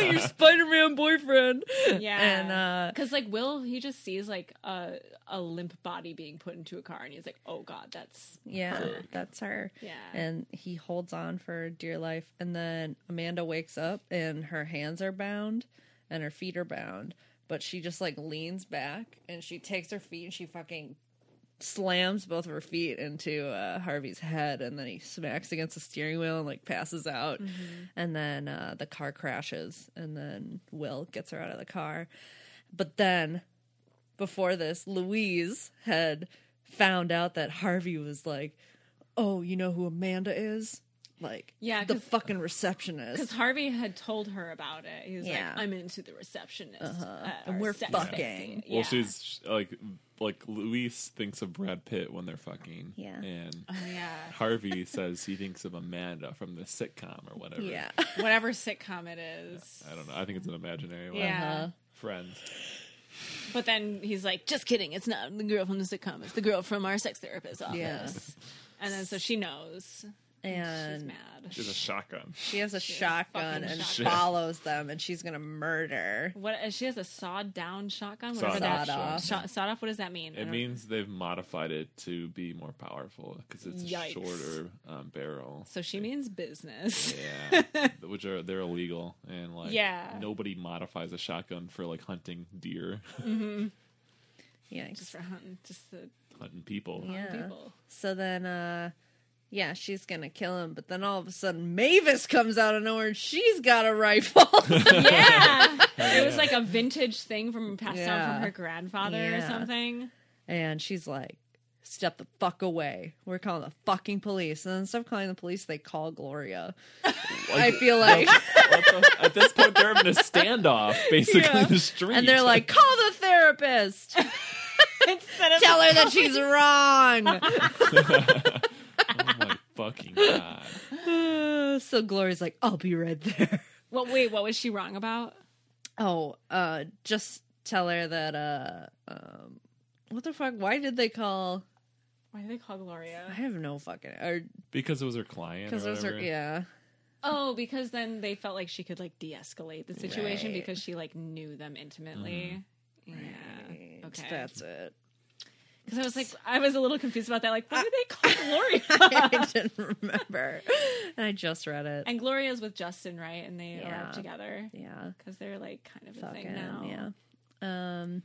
Speaker 1: [LAUGHS] Your Spider Man boyfriend.
Speaker 3: Yeah.
Speaker 1: And uh,
Speaker 3: Cause like Will, he just sees like a a limp body being put into a car, and he's like, "Oh God, that's
Speaker 1: yeah, that's her.
Speaker 3: yeah."
Speaker 1: And he holds on for dear life. And then Amanda wakes up and her hands are bound and her feet are bound. But she just like leans back and she takes her feet and she fucking slams both of her feet into uh, Harvey's head. And then he smacks against the steering wheel and like passes out. And then uh, the car crashes. And then Will gets her out of the car. But then before this, Louise had found out that Harvey was like, "Oh, you know who Amanda is? Like,
Speaker 3: Yeah,
Speaker 1: the
Speaker 3: 'cause-
Speaker 1: fucking
Speaker 3: Because
Speaker 1: receptionist."
Speaker 3: Harvey had told her about it. He was
Speaker 1: Yeah. Uh-huh.
Speaker 3: like, "I'm into the receptionist, uh,
Speaker 1: And
Speaker 3: or
Speaker 1: we're
Speaker 3: sex
Speaker 1: fucking.
Speaker 3: thing."
Speaker 2: Well,
Speaker 3: Yeah.
Speaker 2: she's sh- like like Luis thinks of Brad Pitt when they're fucking.
Speaker 1: Yeah.
Speaker 2: And
Speaker 3: Oh,
Speaker 2: [LAUGHS]
Speaker 3: yeah,
Speaker 2: Harvey says he thinks of Amanda from the sitcom or whatever.
Speaker 1: Yeah,
Speaker 3: whatever sitcom it is.
Speaker 2: I don't know. I think it's an imaginary one.
Speaker 1: [LAUGHS]
Speaker 3: Yeah.
Speaker 1: Uh,
Speaker 2: Friends.
Speaker 3: But then he's like, "Just kidding. It's not the girl from the sitcom. It's the girl from our sex therapist office."
Speaker 1: Yeah.
Speaker 3: And then so she knows. she's
Speaker 1: and
Speaker 3: mad.
Speaker 2: She's a shotgun.
Speaker 1: she has a
Speaker 3: has a
Speaker 1: shotgun
Speaker 3: fucking
Speaker 1: and
Speaker 2: shotgun.
Speaker 1: follows them, and she's gonna murder.
Speaker 3: What she has a sawed down shotgun.
Speaker 2: Sawed
Speaker 3: Whatever that
Speaker 1: off.
Speaker 3: Shot, sawed off. What does that mean? I
Speaker 2: It
Speaker 3: don't-
Speaker 2: means they've modified it to be more powerful because it's a
Speaker 3: Yikes.
Speaker 2: shorter um, barrel.
Speaker 3: So she means business.
Speaker 2: Yeah, [LAUGHS] which are they're illegal and like
Speaker 3: Yeah.
Speaker 2: nobody modifies a shotgun for like hunting deer, [LAUGHS]
Speaker 1: Yeah,
Speaker 3: [LAUGHS] just for hunting, just the
Speaker 2: hunting people.
Speaker 1: Yeah.
Speaker 3: people.
Speaker 1: So then, uh, yeah, she's gonna kill him. But then all of a sudden, Mavis comes out of nowhere and she's got a rifle. [LAUGHS]
Speaker 3: Yeah. it was like a vintage thing from passed down
Speaker 1: Yeah.
Speaker 3: from her grandfather
Speaker 1: Yeah.
Speaker 3: or
Speaker 1: [LAUGHS]
Speaker 3: something.
Speaker 1: And she's like, step the fuck away. We're calling the fucking police. And instead of calling the police, they call Gloria. I feel like.
Speaker 2: [LAUGHS] What the- at this point, they're having a
Speaker 1: [LAUGHS]
Speaker 2: standoff basically
Speaker 1: Yeah.
Speaker 2: in the street,
Speaker 1: [LAUGHS] And they're
Speaker 2: [LAUGHS]
Speaker 1: like, call the [LAUGHS] therapist.
Speaker 3: Instead of
Speaker 1: Tell her [LAUGHS] that she's wrong.
Speaker 2: "Oh my fucking god!"
Speaker 1: Uh, so Gloria's like, I'll be right there.
Speaker 3: Well, wait, what was she wrong about?
Speaker 1: Oh, uh, just tell her that, uh, um, what the fuck? Why did they call?
Speaker 3: Why do they call
Speaker 1: I
Speaker 3: Gloria?
Speaker 1: have no fucking. Or
Speaker 2: Because it was her client,
Speaker 1: because
Speaker 2: or
Speaker 1: those are
Speaker 2: whatever.
Speaker 1: yeah.
Speaker 3: Oh, because then they felt like she could like de-escalate the situation
Speaker 1: Right.
Speaker 3: because she like knew them intimately. Yeah. Okay.
Speaker 1: that's it. [LAUGHS]
Speaker 3: Because I was like, I was a little confused about that. Like, why did
Speaker 1: [LAUGHS]
Speaker 3: they call Gloria?
Speaker 1: I didn't remember, and I just read it.
Speaker 3: and Gloria's with Justin, right? And they are
Speaker 1: Yeah.
Speaker 3: up together
Speaker 1: yeah.
Speaker 3: because they're like kind of a
Speaker 1: fucking
Speaker 3: thing now.
Speaker 1: yeah. Um,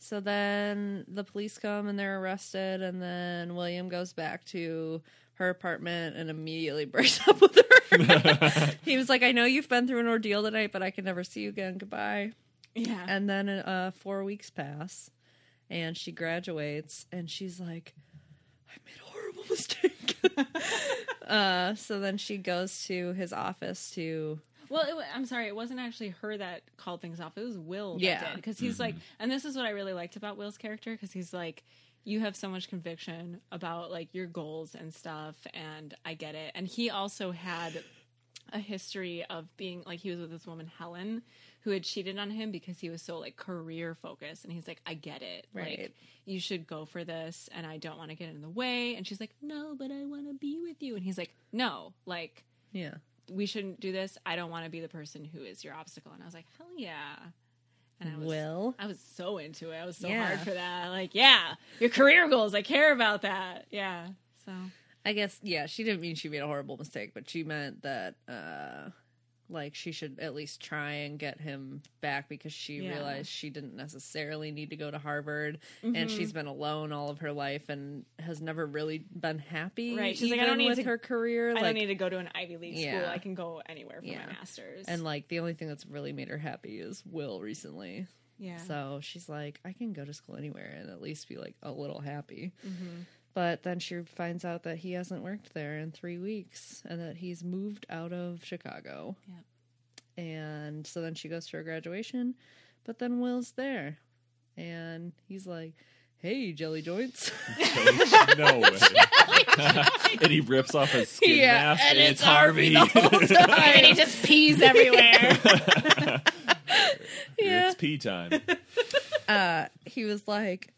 Speaker 1: so then the police come and they're arrested, and then William goes back to her apartment and immediately [LAUGHS] breaks up with
Speaker 3: [LAUGHS]
Speaker 1: her. he was like, "I know you've been through an ordeal tonight, but I can never see you again. Goodbye."
Speaker 3: Yeah.
Speaker 1: And then uh, four weeks pass, and she graduates, and she's like, "I made a horrible [LAUGHS]
Speaker 3: [LAUGHS]
Speaker 1: mistake." uh, so then she goes to his office to
Speaker 3: Well, it, wa- I'm sorry, it wasn't actually her that called things off. It was Will.
Speaker 1: Yeah.
Speaker 3: Yeah, because he's like, and this is what I really liked about Will's character because he's like, you have so much conviction about like your goals and stuff, and I get it. And he also had a history of being like he was with this woman Helen who had cheated on him because he was so like career focused and he's like I get it
Speaker 1: Right.
Speaker 3: like you should go for this and I don't want to get in the way and she's like no but I want to be with you and he's like no like
Speaker 1: yeah.
Speaker 3: we shouldn't do this. I don't want to be the person who is your obstacle. And I was like, hell yeah. And I was,
Speaker 1: Will.
Speaker 3: I was so into it. I was so
Speaker 1: Yeah.
Speaker 3: hard for that. Like, yeah, your career goals. I care about that. Yeah. So
Speaker 1: I guess yeah, she didn't mean she made a horrible mistake, but she meant that uh like she should at least try and get him back because she
Speaker 3: Yeah.
Speaker 1: realized she didn't necessarily need to go to Harvard and
Speaker 3: Mm-hmm.
Speaker 1: she's been alone all of her life and has never really been happy
Speaker 3: Right, she's like, I
Speaker 1: even
Speaker 3: don't need
Speaker 1: with
Speaker 3: to-
Speaker 1: her career
Speaker 3: I
Speaker 1: like
Speaker 3: don't need to go to an Ivy League
Speaker 1: Yeah.
Speaker 3: school. I can go anywhere for
Speaker 1: Yeah.
Speaker 3: my master's.
Speaker 1: and like the only thing that's really made her happy is Will recently.
Speaker 3: Yeah.
Speaker 1: So she's like, I can go to school anywhere and at least be like a little happy.
Speaker 3: Mm-hmm. [LAUGHS]
Speaker 1: But then she finds out that he hasn't worked there in three weeks and that he's moved out of Chicago.
Speaker 3: Yep.
Speaker 1: And so then she goes to her graduation, but then Will's there. And he's like, Hey, jelly joints. [LAUGHS]
Speaker 2: no way. [LAUGHS] and he rips off his skin mask, and, it's Harvey.
Speaker 4: and he just pees everywhere.
Speaker 1: [LAUGHS] Yeah.
Speaker 2: [LAUGHS] It's pee time.
Speaker 1: he was like,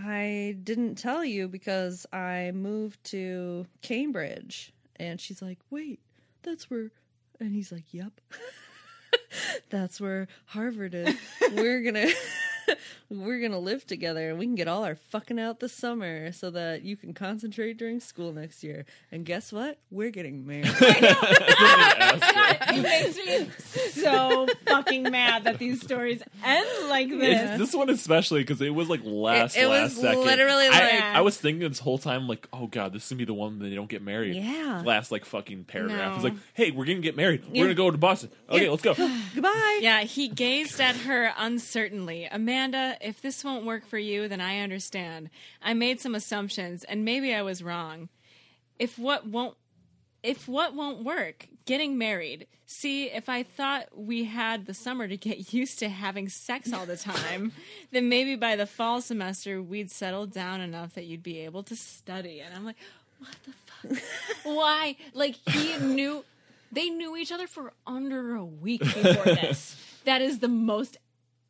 Speaker 1: I didn't tell you because I moved to Cambridge. And she's like, wait, that's where. And he's like, yep. [LAUGHS] that's where Harvard is. We're going to. [LAUGHS] We're gonna live together and we can get all our fucking out this summer so that you can concentrate during school next year. And guess what? We're getting married. [LAUGHS]
Speaker 3: it makes me so fucking mad that these stories end like
Speaker 2: It's-
Speaker 3: this.
Speaker 2: This one especially because it was like last
Speaker 1: It- it
Speaker 2: last
Speaker 1: was
Speaker 2: second.
Speaker 1: literally
Speaker 2: I,
Speaker 1: like-
Speaker 2: I was thinking this whole time like, oh god, this is gonna be the one that they don't get married.
Speaker 1: Yeah.
Speaker 2: Last like fucking paragraph.
Speaker 3: No.
Speaker 2: It's like, hey, we're gonna get married.
Speaker 1: Yeah.
Speaker 2: We're gonna go to Boston. Okay,
Speaker 1: Yeah.
Speaker 2: let's
Speaker 1: [SIGHS]
Speaker 2: go.
Speaker 1: Goodbye.
Speaker 3: [LAUGHS] Yeah, he gazed at her uncertainly. Amanda, if this won't work for you, then I understand. I made some assumptions, and maybe I was wrong. If what won't if what won't work, getting married. See, if I thought we had the summer to get [LAUGHS] used to having sex all the time, then maybe by the fall semester we'd settle down enough that you'd be able to study. And I'm like, what the fuck? Why? Like he knew they knew each other for under a week before this. That is the most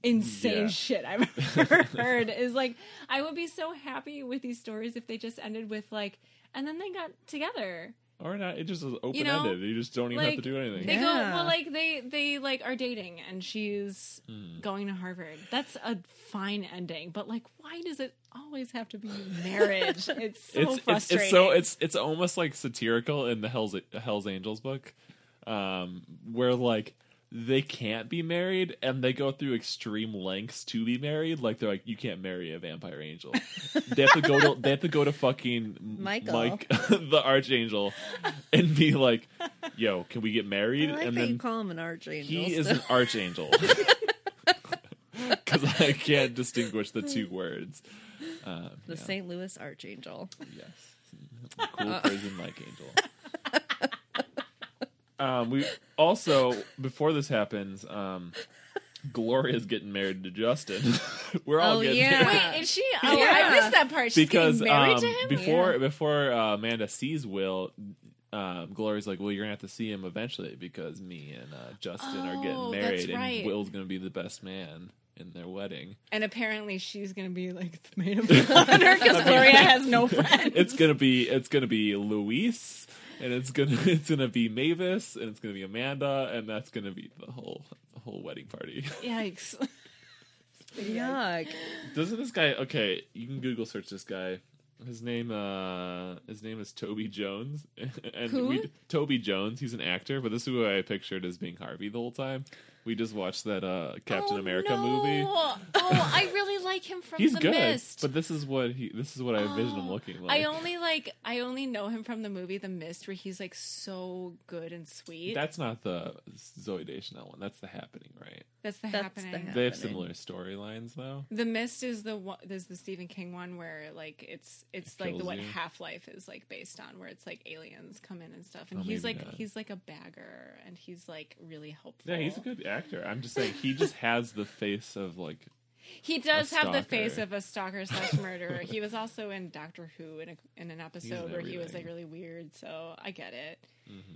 Speaker 3: insane
Speaker 2: Yeah.
Speaker 3: shit I've ever [LAUGHS] heard. Is like I would be so happy with these stories if they just ended with like and then they got together
Speaker 2: Or not. It just is open
Speaker 3: You know,
Speaker 2: ended. You just don't even
Speaker 3: like
Speaker 2: have to do anything.
Speaker 3: They
Speaker 1: Yeah.
Speaker 3: go well, like they they like are dating, and she's
Speaker 2: Hmm.
Speaker 3: going to Harvard. That's a fine ending, but like, why does it always have to be
Speaker 1: [LAUGHS]
Speaker 3: marriage? It's so
Speaker 2: it's, it's
Speaker 3: frustrating.
Speaker 2: it's so it's it's almost like satirical in the Hell's Hell's Angels book, um, where like they can't be married and they go through extreme lengths to be married. Like they're like, you can't marry a vampire angel. they have to go to they have to go to fucking
Speaker 1: Michael.
Speaker 2: Mike [LAUGHS] the archangel, and be like, yo, can we get
Speaker 1: I
Speaker 2: married?
Speaker 1: like
Speaker 2: and
Speaker 1: that
Speaker 2: then
Speaker 1: you call him an archangel.
Speaker 2: he is
Speaker 1: still.
Speaker 2: an
Speaker 1: [LAUGHS]
Speaker 2: archangel. [LAUGHS] Because I can't distinguish the two words. Um,
Speaker 1: the
Speaker 2: yeah.
Speaker 1: St. Louis archangel.
Speaker 2: Yes. Cool prison like angel. [LAUGHS] um, we also before this happens, um, Gloria's getting married to Justin. [LAUGHS] We're all
Speaker 1: Oh,
Speaker 2: getting
Speaker 1: yeah.
Speaker 2: married
Speaker 3: Wait, is she? Oh,
Speaker 1: Yeah.
Speaker 3: I missed that part. She's
Speaker 2: because
Speaker 3: getting married
Speaker 2: um,
Speaker 3: to him.
Speaker 2: before
Speaker 1: Yeah.
Speaker 2: before uh, Amanda sees Will. Um, Gloria's like, well, you're gonna have to see him eventually because me and uh, Justin are getting
Speaker 3: Oh,
Speaker 2: married,
Speaker 3: that's
Speaker 2: and
Speaker 3: right.
Speaker 2: Will's gonna be the best man in their wedding.
Speaker 3: And apparently, she's gonna be like the
Speaker 2: [LAUGHS]
Speaker 3: maid of honor because Gloria has no friends.
Speaker 2: it's gonna be it's gonna be Luis, and it's gonna [LAUGHS] it's gonna be Mavis, and it's gonna be Amanda, and that's gonna be the whole the whole wedding party. [LAUGHS]
Speaker 3: Yikes!
Speaker 1: Yuck.
Speaker 2: Doesn't this guy? Okay, you can Google search this guy. His name uh his name is Toby Jones, [LAUGHS] and
Speaker 3: Who?
Speaker 2: we Toby Jones. He's an actor, but this is who I pictured as being Harvey the whole time. We just watched that uh Captain
Speaker 3: Oh,
Speaker 2: America
Speaker 3: no.
Speaker 2: movie.
Speaker 3: Oh, I really like him from
Speaker 2: He's
Speaker 3: The
Speaker 2: good,
Speaker 3: Mist.
Speaker 2: but this is what he this is what I envision him
Speaker 3: Oh,
Speaker 2: looking like.
Speaker 3: [GASPS] I only like I only know him from the movie The Mist, where he's like so good and sweet.
Speaker 2: That's not the Zoe Deschanel one. That's the happening, right?
Speaker 3: that's the
Speaker 1: That's the
Speaker 3: happening.
Speaker 1: hap-
Speaker 2: They have
Speaker 1: happening.
Speaker 2: similar storylines though.
Speaker 3: the Mist is the one. There's the Stephen King one where like it's it's
Speaker 2: It
Speaker 3: like
Speaker 2: kills
Speaker 3: the, what
Speaker 2: you.
Speaker 3: Half Life is like based on, where it's like aliens come in and stuff, and
Speaker 2: Oh,
Speaker 3: he's
Speaker 2: maybe
Speaker 3: like
Speaker 2: not.
Speaker 3: he's like a bagger and he's like really helpful.
Speaker 2: Yeah, he's a good actor. I'm just saying he just has the face of like
Speaker 3: He does
Speaker 2: a
Speaker 3: have the
Speaker 2: stalker.
Speaker 3: face of a stalker slash murderer. he was also in Doctor Who in a, in an episode where he was
Speaker 2: everything.
Speaker 3: like really weird, so I get it.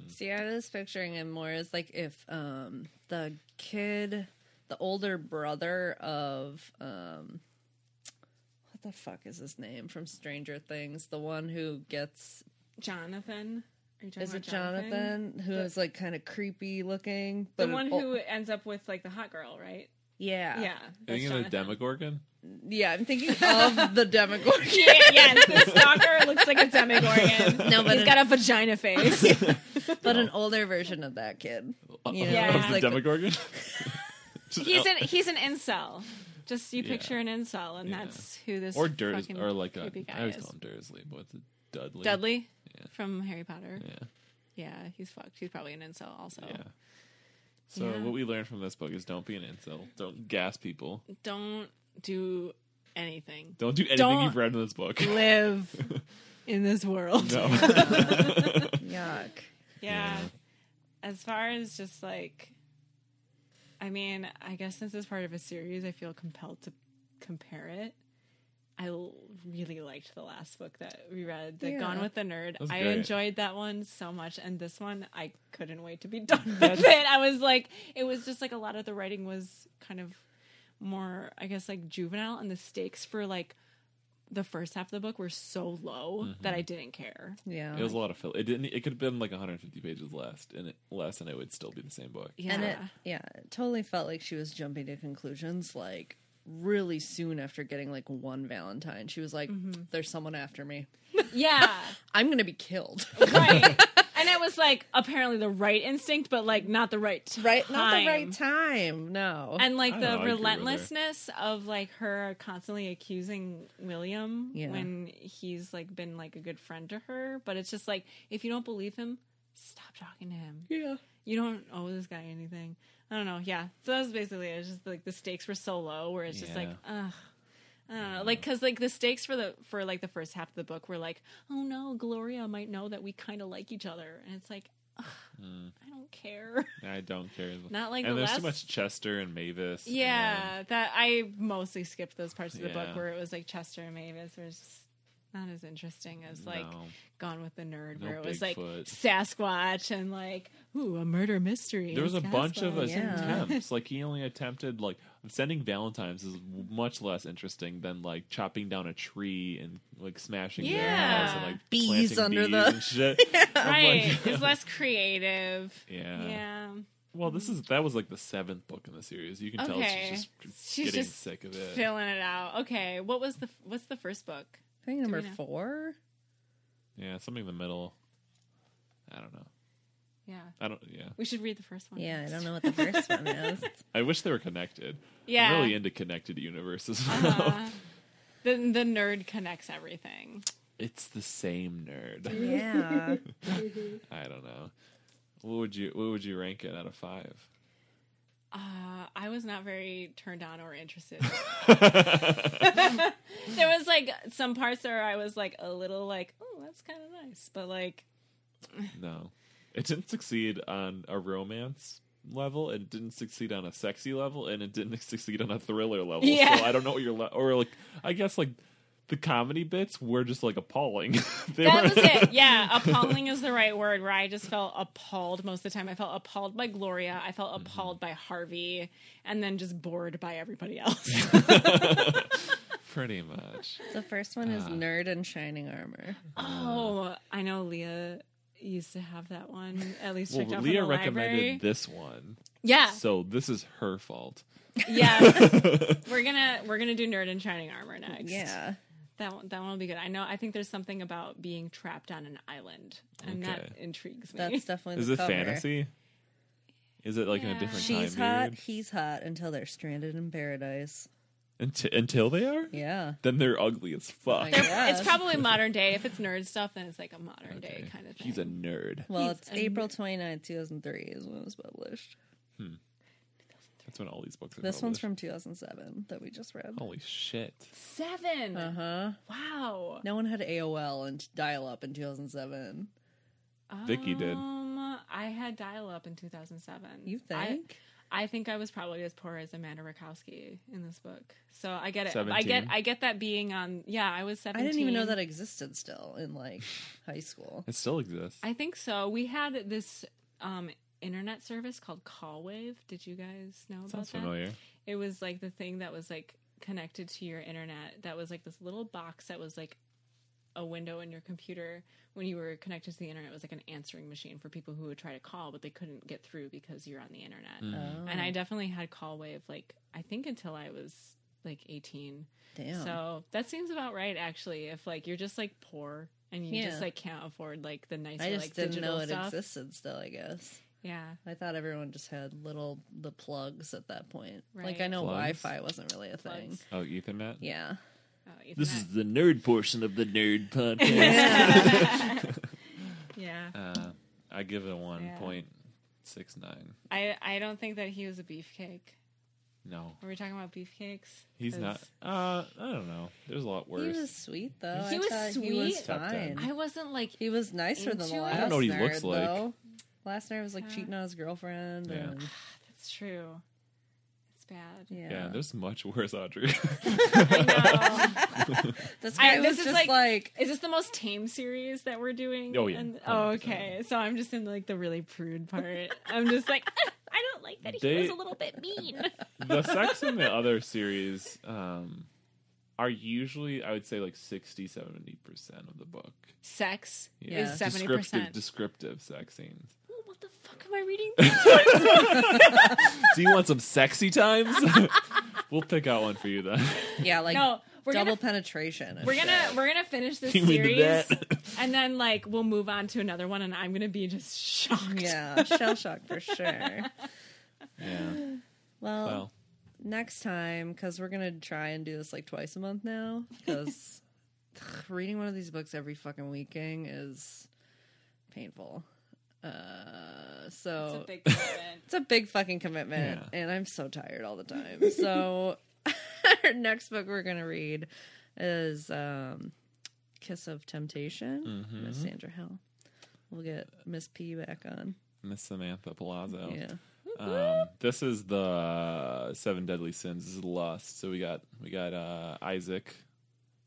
Speaker 1: See, I was picturing him more as like if um the kid, the older brother of um what the fuck is his name from Stranger Things? The one who gets
Speaker 3: Jonathan. Are you talking
Speaker 1: is
Speaker 3: about
Speaker 1: it Jonathan, who is
Speaker 3: The-
Speaker 1: like kind of creepy looking,
Speaker 3: The
Speaker 1: but an
Speaker 3: one
Speaker 1: ol-
Speaker 3: who ends up with like the hot girl, right?
Speaker 1: yeah.
Speaker 3: Yeah.
Speaker 2: Uh, I think of the Demogorgon. [LAUGHS]
Speaker 1: Yeah, I'm thinking of the
Speaker 3: [LAUGHS]
Speaker 1: Demogorgon.
Speaker 3: Yeah, yes, the stalker looks like a demigorgon.
Speaker 1: No, but
Speaker 3: he's
Speaker 1: an-
Speaker 3: got a vagina face.
Speaker 1: But an older version of that kid.
Speaker 2: Oh.
Speaker 1: You know,
Speaker 3: Yeah.
Speaker 2: Of the [LAUGHS]
Speaker 1: like-
Speaker 2: Demogorgon. Just
Speaker 3: he's
Speaker 2: el-
Speaker 3: an he's an incel. Just you
Speaker 2: Yeah.
Speaker 3: picture an incel, and
Speaker 2: Yeah.
Speaker 3: that's who this
Speaker 2: or Durs
Speaker 3: fucking
Speaker 2: or like a,
Speaker 3: creepy guy
Speaker 2: I always
Speaker 3: is.
Speaker 2: call him Dursley, but it's a Dudley.
Speaker 3: Dudley
Speaker 2: Yeah.
Speaker 3: from Harry Potter.
Speaker 2: Yeah.
Speaker 3: Yeah, he's fucked. He's probably an incel also.
Speaker 2: Yeah. So
Speaker 3: Oh. Yeah.
Speaker 2: what we learned from this book is don't be an incel. Don't gas people.
Speaker 3: Don't do anything.
Speaker 2: Don't do anything
Speaker 3: Don't-
Speaker 2: you've read in this book.
Speaker 3: Live in this world.
Speaker 2: [LAUGHS] No.
Speaker 1: Yuck.
Speaker 3: Yeah.
Speaker 2: Yeah.
Speaker 3: As far as just like, I mean, I guess since it's part of a series, I feel compelled to compare it. I l- really liked the last book that we read, The
Speaker 1: Yeah.
Speaker 3: Gone with the Nerd.
Speaker 2: was
Speaker 3: I
Speaker 2: great.
Speaker 3: enjoyed that one so much, and this one I couldn't wait to be [LAUGHS] done with it. I was like, it was just like a lot of the writing was kind of more, I guess, like juvenile, and the stakes for like the first half of the book were so low
Speaker 2: Mm-hmm.
Speaker 3: that I didn't care.
Speaker 1: Yeah.
Speaker 2: It was a lot of fill. It didn't. It could have been like 150 pages less, and it, less, and it would still be the same book.
Speaker 3: Yeah.
Speaker 1: And it, yeah, it totally felt like she was jumping to conclusions like really soon after getting like one Valentine. She was like, there's someone after me.
Speaker 3: yeah.
Speaker 1: I'm going to be killed.
Speaker 3: right. [LAUGHS] And it was like apparently the right instinct, but like not the right
Speaker 1: [LAUGHS]
Speaker 3: time.
Speaker 1: right? Not the right time. No.
Speaker 3: And like
Speaker 2: I
Speaker 3: the
Speaker 2: don't know, I agree with her.
Speaker 3: relentlessness of like her constantly accusing William
Speaker 1: Yeah.
Speaker 3: when he's like been like a good friend to her, but it's just like if you don't believe him, stop talking to him.
Speaker 1: yeah.
Speaker 3: You don't owe this guy anything. I don't know. Yeah. So that was basically it. It's just like the stakes were so low where it's just like, ugh. I don't know. Like, cause like the stakes for the for like the first half of the book were like, oh no, Gloria might know that we kind of like each other, and it's like, ugh, I don't care. [LAUGHS]
Speaker 2: I don't care.
Speaker 3: Not like
Speaker 2: Mm. and
Speaker 3: the
Speaker 2: there's
Speaker 3: last.
Speaker 2: too much Chester and Mavis. and-
Speaker 3: [LAUGHS] yeah, that I mostly skipped those parts of the
Speaker 2: Yeah.
Speaker 3: book where it was like Chester and Mavis was just not as interesting as like
Speaker 2: No.
Speaker 3: Gone with the Nerd,
Speaker 2: No
Speaker 3: where it was like
Speaker 2: Bigfoot.
Speaker 3: Sasquatch and like ooh a murder mystery.
Speaker 2: there was a bunch of
Speaker 3: Sasquatch.
Speaker 2: us
Speaker 1: Yeah.
Speaker 2: attempts. Like he only attempted like sending valentines is much less interesting than like chopping down a tree and like smashing their
Speaker 3: Yeah.
Speaker 2: house and like
Speaker 1: Bees
Speaker 2: planting bees
Speaker 1: under the-
Speaker 2: and
Speaker 1: [LAUGHS]
Speaker 2: shit. I'm
Speaker 3: right.
Speaker 2: [LAUGHS] like-
Speaker 3: it's less creative.
Speaker 2: yeah.
Speaker 3: Yeah.
Speaker 2: Well, this is that was like the seventh book in the series. You can tell
Speaker 3: Okay.
Speaker 2: she's just
Speaker 3: She's
Speaker 2: getting
Speaker 3: just
Speaker 2: sick of it.
Speaker 3: Filling it out. Okay. What was the what's the first book?
Speaker 1: I think number
Speaker 3: we know?
Speaker 1: four.
Speaker 2: yeah, something in the middle. I don't know.
Speaker 3: Yeah.
Speaker 2: I don't. Yeah,
Speaker 3: We should read the first one.
Speaker 1: Yeah, I don't know what [LAUGHS] the first one is.
Speaker 2: I wish they were connected.
Speaker 3: Yeah.
Speaker 2: I'm really into connected universes. now.
Speaker 3: Uh-huh. the the nerd connects everything.
Speaker 2: [LAUGHS] It's the same nerd.
Speaker 1: Yeah.
Speaker 2: I don't know. What would you What would you rank it out of five?
Speaker 3: Uh, I was not very turned on
Speaker 2: [LAUGHS]
Speaker 3: or interested. [LAUGHS] there was like some parts where I was like a little like, oh, that's kind of nice, but like,
Speaker 2: No, it didn't succeed on a romance level. It didn't succeed on a sexy level, and it didn't [LAUGHS] succeed on a thriller level.
Speaker 3: Yeah.
Speaker 2: So I don't know what your le- or like. I guess like the comedy bits were just like appalling. [LAUGHS] they
Speaker 3: That
Speaker 2: were-
Speaker 3: was it. Yeah, appalling is the right word. Where I just felt appalled most of the time. I felt appalled by Gloria. I felt
Speaker 2: Mm-hmm.
Speaker 3: appalled by Harvey, and then just bored by everybody [LAUGHS] else.
Speaker 2: [LAUGHS] Pretty much.
Speaker 1: the first one is Nerd and Shining Armor.
Speaker 3: oh, I know Leah used to have that one. At least
Speaker 2: Well,
Speaker 3: checked out
Speaker 2: Leah
Speaker 3: from the
Speaker 2: recommended
Speaker 3: library. Ah.
Speaker 2: this one, [LAUGHS]
Speaker 3: yeah,
Speaker 2: so this is her fault.
Speaker 3: yes.
Speaker 2: [LAUGHS]
Speaker 3: we're gonna we're gonna do Nerd in Shining Armor next.
Speaker 1: Yeah.
Speaker 3: That one, that one will be good. I know. I think there's something about being trapped on an island, and that
Speaker 2: Okay.
Speaker 3: intrigues
Speaker 1: [LAUGHS]
Speaker 3: me. [LAUGHS]
Speaker 1: That's definitely
Speaker 2: Is
Speaker 1: the
Speaker 2: it
Speaker 1: cover.
Speaker 2: fantasy? Is it like in
Speaker 3: Yeah.
Speaker 2: a different
Speaker 1: She's
Speaker 2: time
Speaker 1: hot,
Speaker 2: period?
Speaker 1: he's hot until they're stranded in paradise.
Speaker 2: Unti- until they are?
Speaker 1: Yeah.
Speaker 2: Then they're ugly as fuck.
Speaker 1: They're-
Speaker 3: It's
Speaker 1: Yes.
Speaker 3: [LAUGHS] probably modern day. If it's nerd stuff, then it's like a modern day
Speaker 2: Okay.
Speaker 3: kind of thing.
Speaker 2: He's a nerd.
Speaker 1: Well,
Speaker 3: He's
Speaker 1: it's
Speaker 3: a
Speaker 1: April 29, 2003 is when it was published.
Speaker 2: That's when all Oh. these books are
Speaker 1: This one's
Speaker 2: published.
Speaker 1: from 2007 that we just read.
Speaker 2: Holy shit.
Speaker 3: seven.
Speaker 1: Uh huh.
Speaker 3: Uh-huh. Wow.
Speaker 1: No one had AOL and dial up in 2007.
Speaker 2: Vicky did.
Speaker 3: Um, I had dial up in 2007.
Speaker 1: You
Speaker 3: I-
Speaker 1: think?
Speaker 3: I, think I was probably as poor as Amanda Rakowski in this book. So I get it. I
Speaker 2: 17.
Speaker 3: get. I get that being on. Yeah, I was
Speaker 1: I,
Speaker 3: seventeen.
Speaker 1: didn't even know that existed still in like high school.
Speaker 2: It still exists.
Speaker 3: I think so. We had this um internet service called Callwave. Did you guys know about
Speaker 2: Sounds
Speaker 3: that?
Speaker 2: familiar.
Speaker 3: It was like the thing that was like connected to your internet. That was like this little box that was like a window in your computer when you were connected to the internet it was like an answering machine for people who would try to call but they couldn't get through because you're on the internet.
Speaker 2: Hmm.
Speaker 1: Oh,
Speaker 3: Mm. And I definitely had Callwave like I think until I was like 18.
Speaker 1: damn.
Speaker 3: So that seems about right, actually. If like you're just like poor and you
Speaker 1: Yeah.
Speaker 3: just like can't afford like the nicer
Speaker 1: I just
Speaker 3: like
Speaker 1: didn't
Speaker 3: digital
Speaker 1: know it
Speaker 3: stuff.
Speaker 1: existed still, I guess.
Speaker 3: Yeah,
Speaker 1: I thought everyone just had little the plugs at that point. Like I
Speaker 3: Right.
Speaker 1: know
Speaker 2: Plugs?
Speaker 1: Wi-Fi wasn't really a thing.
Speaker 3: Plugs.
Speaker 2: Oh, Ethernet?
Speaker 3: [LAUGHS]
Speaker 1: Yeah.
Speaker 3: oh,
Speaker 2: This
Speaker 3: Ethernet.
Speaker 2: is the nerd portion of the nerd podcast.
Speaker 3: yeah.
Speaker 2: uh, I give it a 1.25.
Speaker 3: Yeah.
Speaker 2: Six nine.
Speaker 3: I I don't think that he was a beefcake.
Speaker 2: No,
Speaker 3: Were we talking about beefcakes?
Speaker 2: he's
Speaker 3: 'Cause
Speaker 2: not. Uh, I don't know. There's a lot
Speaker 1: He
Speaker 2: worse.
Speaker 1: was sweet though.
Speaker 3: He
Speaker 1: I
Speaker 3: was
Speaker 1: thought He was
Speaker 3: sweet.
Speaker 2: Top ten.
Speaker 1: fine.
Speaker 3: I wasn't like
Speaker 1: He was nicer than
Speaker 3: Into
Speaker 1: the
Speaker 3: it?
Speaker 1: last.
Speaker 3: I don't
Speaker 2: know what he
Speaker 1: nerd,
Speaker 2: looks like.
Speaker 1: Though. Last nerd was like cheating on his girlfriend.
Speaker 2: Yeah.
Speaker 1: And,
Speaker 3: that's true. It's bad.
Speaker 2: [LAUGHS]
Speaker 1: yeah.
Speaker 2: yeah, there's much worse, Audrey. [LAUGHS]
Speaker 3: I know.
Speaker 1: this guy
Speaker 3: I- this
Speaker 1: was
Speaker 3: is
Speaker 1: just
Speaker 3: like-
Speaker 1: like,
Speaker 3: [LAUGHS] Is this the most tame series that we're doing?
Speaker 2: Oh, yeah.
Speaker 3: And-
Speaker 2: 100%.
Speaker 3: oh, okay. So I'm just in like the really prude part. I'm just like, [LAUGHS]
Speaker 4: I don't like that he
Speaker 2: They-
Speaker 4: was a little bit mean.
Speaker 2: the sex in the other series um, are usually, I would say, like 60, 70 percent of the book.
Speaker 3: sex
Speaker 2: Yeah.
Speaker 3: is seventy
Speaker 2: Descriptive,
Speaker 3: percent.
Speaker 2: descriptive sex scenes.
Speaker 4: what the fuck am I
Speaker 2: [LAUGHS]
Speaker 4: reading?
Speaker 2: Do you want some sexy times? [LAUGHS] we'll pick out one for you then. [LAUGHS]
Speaker 1: yeah, like
Speaker 3: No, we're
Speaker 1: double
Speaker 3: gonna
Speaker 1: penetration. and
Speaker 3: we're gonna
Speaker 1: shit.
Speaker 3: we're gonna finish
Speaker 2: [LAUGHS]
Speaker 3: this
Speaker 2: You mean
Speaker 3: series,
Speaker 2: that?
Speaker 3: and then like we'll move on to another one, and I'm gonna be just [LAUGHS] shocked.
Speaker 1: Yeah, shell shock for
Speaker 3: [LAUGHS]
Speaker 1: sure.
Speaker 2: Yeah.
Speaker 1: Well,
Speaker 2: Well,
Speaker 1: next time, because we're gonna try and do this like twice a month
Speaker 3: [LAUGHS]
Speaker 1: now, because [SIGHS] reading one of these books every fucking weekend is painful. Uh, so
Speaker 3: It's a big commitment.
Speaker 1: It's a big fucking commitment,
Speaker 2: Yeah.
Speaker 1: and I'm so tired all the time. So, [LAUGHS] our next book we're gonna read is um, "Kiss of Temptation" Miss Sandra Hill. We'll get Miss P back on.
Speaker 2: Miss Samantha Palazzo.
Speaker 1: Yeah,
Speaker 2: Um, this is the seven deadly sins. This is lust. So we got we got uh, Isaac.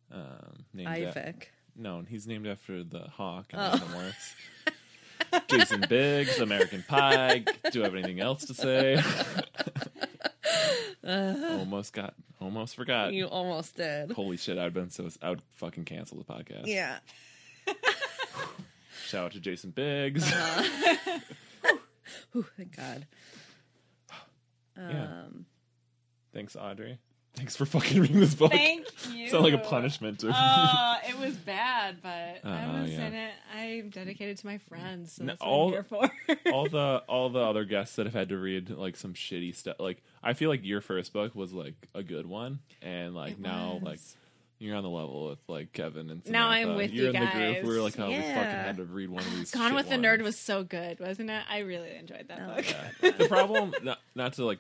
Speaker 2: Um, named a-
Speaker 1: Ivic.
Speaker 2: no, he's named after the hawk and
Speaker 1: Oh.
Speaker 2: the Morris. Jason Biggs, American Pie. Do you have anything else to
Speaker 1: [LAUGHS]
Speaker 2: say? almost got, almost forgot.
Speaker 1: You almost did.
Speaker 2: Holy shit! I'd been so I would fucking cancel the podcast.
Speaker 1: Yeah.
Speaker 2: Shout out to Jason Biggs.
Speaker 3: Uh-huh.
Speaker 1: Whew, thank God.
Speaker 2: [LAUGHS]
Speaker 3: Uh.
Speaker 2: Yeah.
Speaker 1: Um,
Speaker 2: Thanks, Audrey. Thanks for fucking reading this book.
Speaker 3: Thank you.
Speaker 2: Sound like a punishment to
Speaker 3: Uh, it was bad, but
Speaker 2: Uh-huh,
Speaker 3: I was
Speaker 2: yeah.
Speaker 3: in it. I'm dedicated to my friends, so
Speaker 2: No,
Speaker 3: that's what
Speaker 2: all-
Speaker 3: I'm here for.
Speaker 2: [LAUGHS]
Speaker 3: [LAUGHS]
Speaker 2: all the all the other guests that have had to read like some shitty stuff. Like I feel like your first book was like a good one, and like
Speaker 3: It
Speaker 2: now like
Speaker 3: was.
Speaker 2: you're on the level with like Kevin and
Speaker 3: Now I'm
Speaker 2: Samantha.
Speaker 3: with
Speaker 2: you're
Speaker 3: you
Speaker 2: in the
Speaker 3: guys.
Speaker 2: group. We were like, oh, we fucking
Speaker 1: Yeah.
Speaker 2: had to read one of these.
Speaker 3: Gone
Speaker 2: shit
Speaker 3: with the Nerd
Speaker 2: ones.
Speaker 3: was so good, wasn't it? I really enjoyed that book.
Speaker 2: Yeah. the problem not, not to like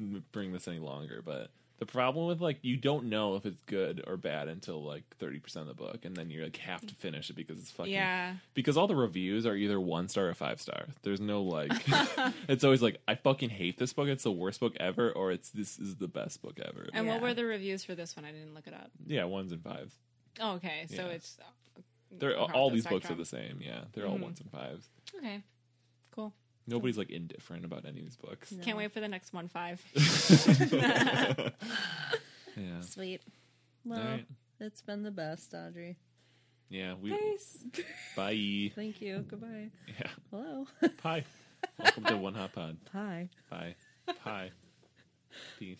Speaker 2: m- bring this any longer but the problem with like you don't know if it's good or bad until like 30% of the book and then you like have to finish it because it's [LAUGHS] fucking
Speaker 3: Yeah.
Speaker 2: because all the reviews are either one star or five star there's no
Speaker 3: [LAUGHS]
Speaker 2: like [LAUGHS] it's always like i fucking hate this book it's the worst book ever or it's this is the best book ever
Speaker 3: And what
Speaker 1: Yeah.
Speaker 3: were the reviews for this one? I didn't look it up.
Speaker 2: yeah ones and fives
Speaker 3: Oh, okay, so
Speaker 2: Mm. Yeah.
Speaker 3: it's
Speaker 2: they're all,
Speaker 3: Mm, Across
Speaker 2: all
Speaker 3: the
Speaker 2: these books are
Speaker 3: spectrum. Mm-hmm.
Speaker 2: the same yeah they're all ones and fives
Speaker 3: okay, cool.
Speaker 2: nobody's like indifferent about any of these books
Speaker 3: Can't wait for the next
Speaker 2: [LAUGHS]
Speaker 3: one five.
Speaker 2: yeah
Speaker 1: Sweet. Well,
Speaker 2: Alright.
Speaker 1: it's been the best, Audrey.
Speaker 2: yeah we
Speaker 3: Peace.
Speaker 2: bye [LAUGHS]
Speaker 1: Thank you. Goodbye.
Speaker 2: yeah
Speaker 1: Hello. [LAUGHS]
Speaker 2: Pie. Welcome to One Hot Pod.
Speaker 1: Hi.
Speaker 2: Pie. Pie. Peace.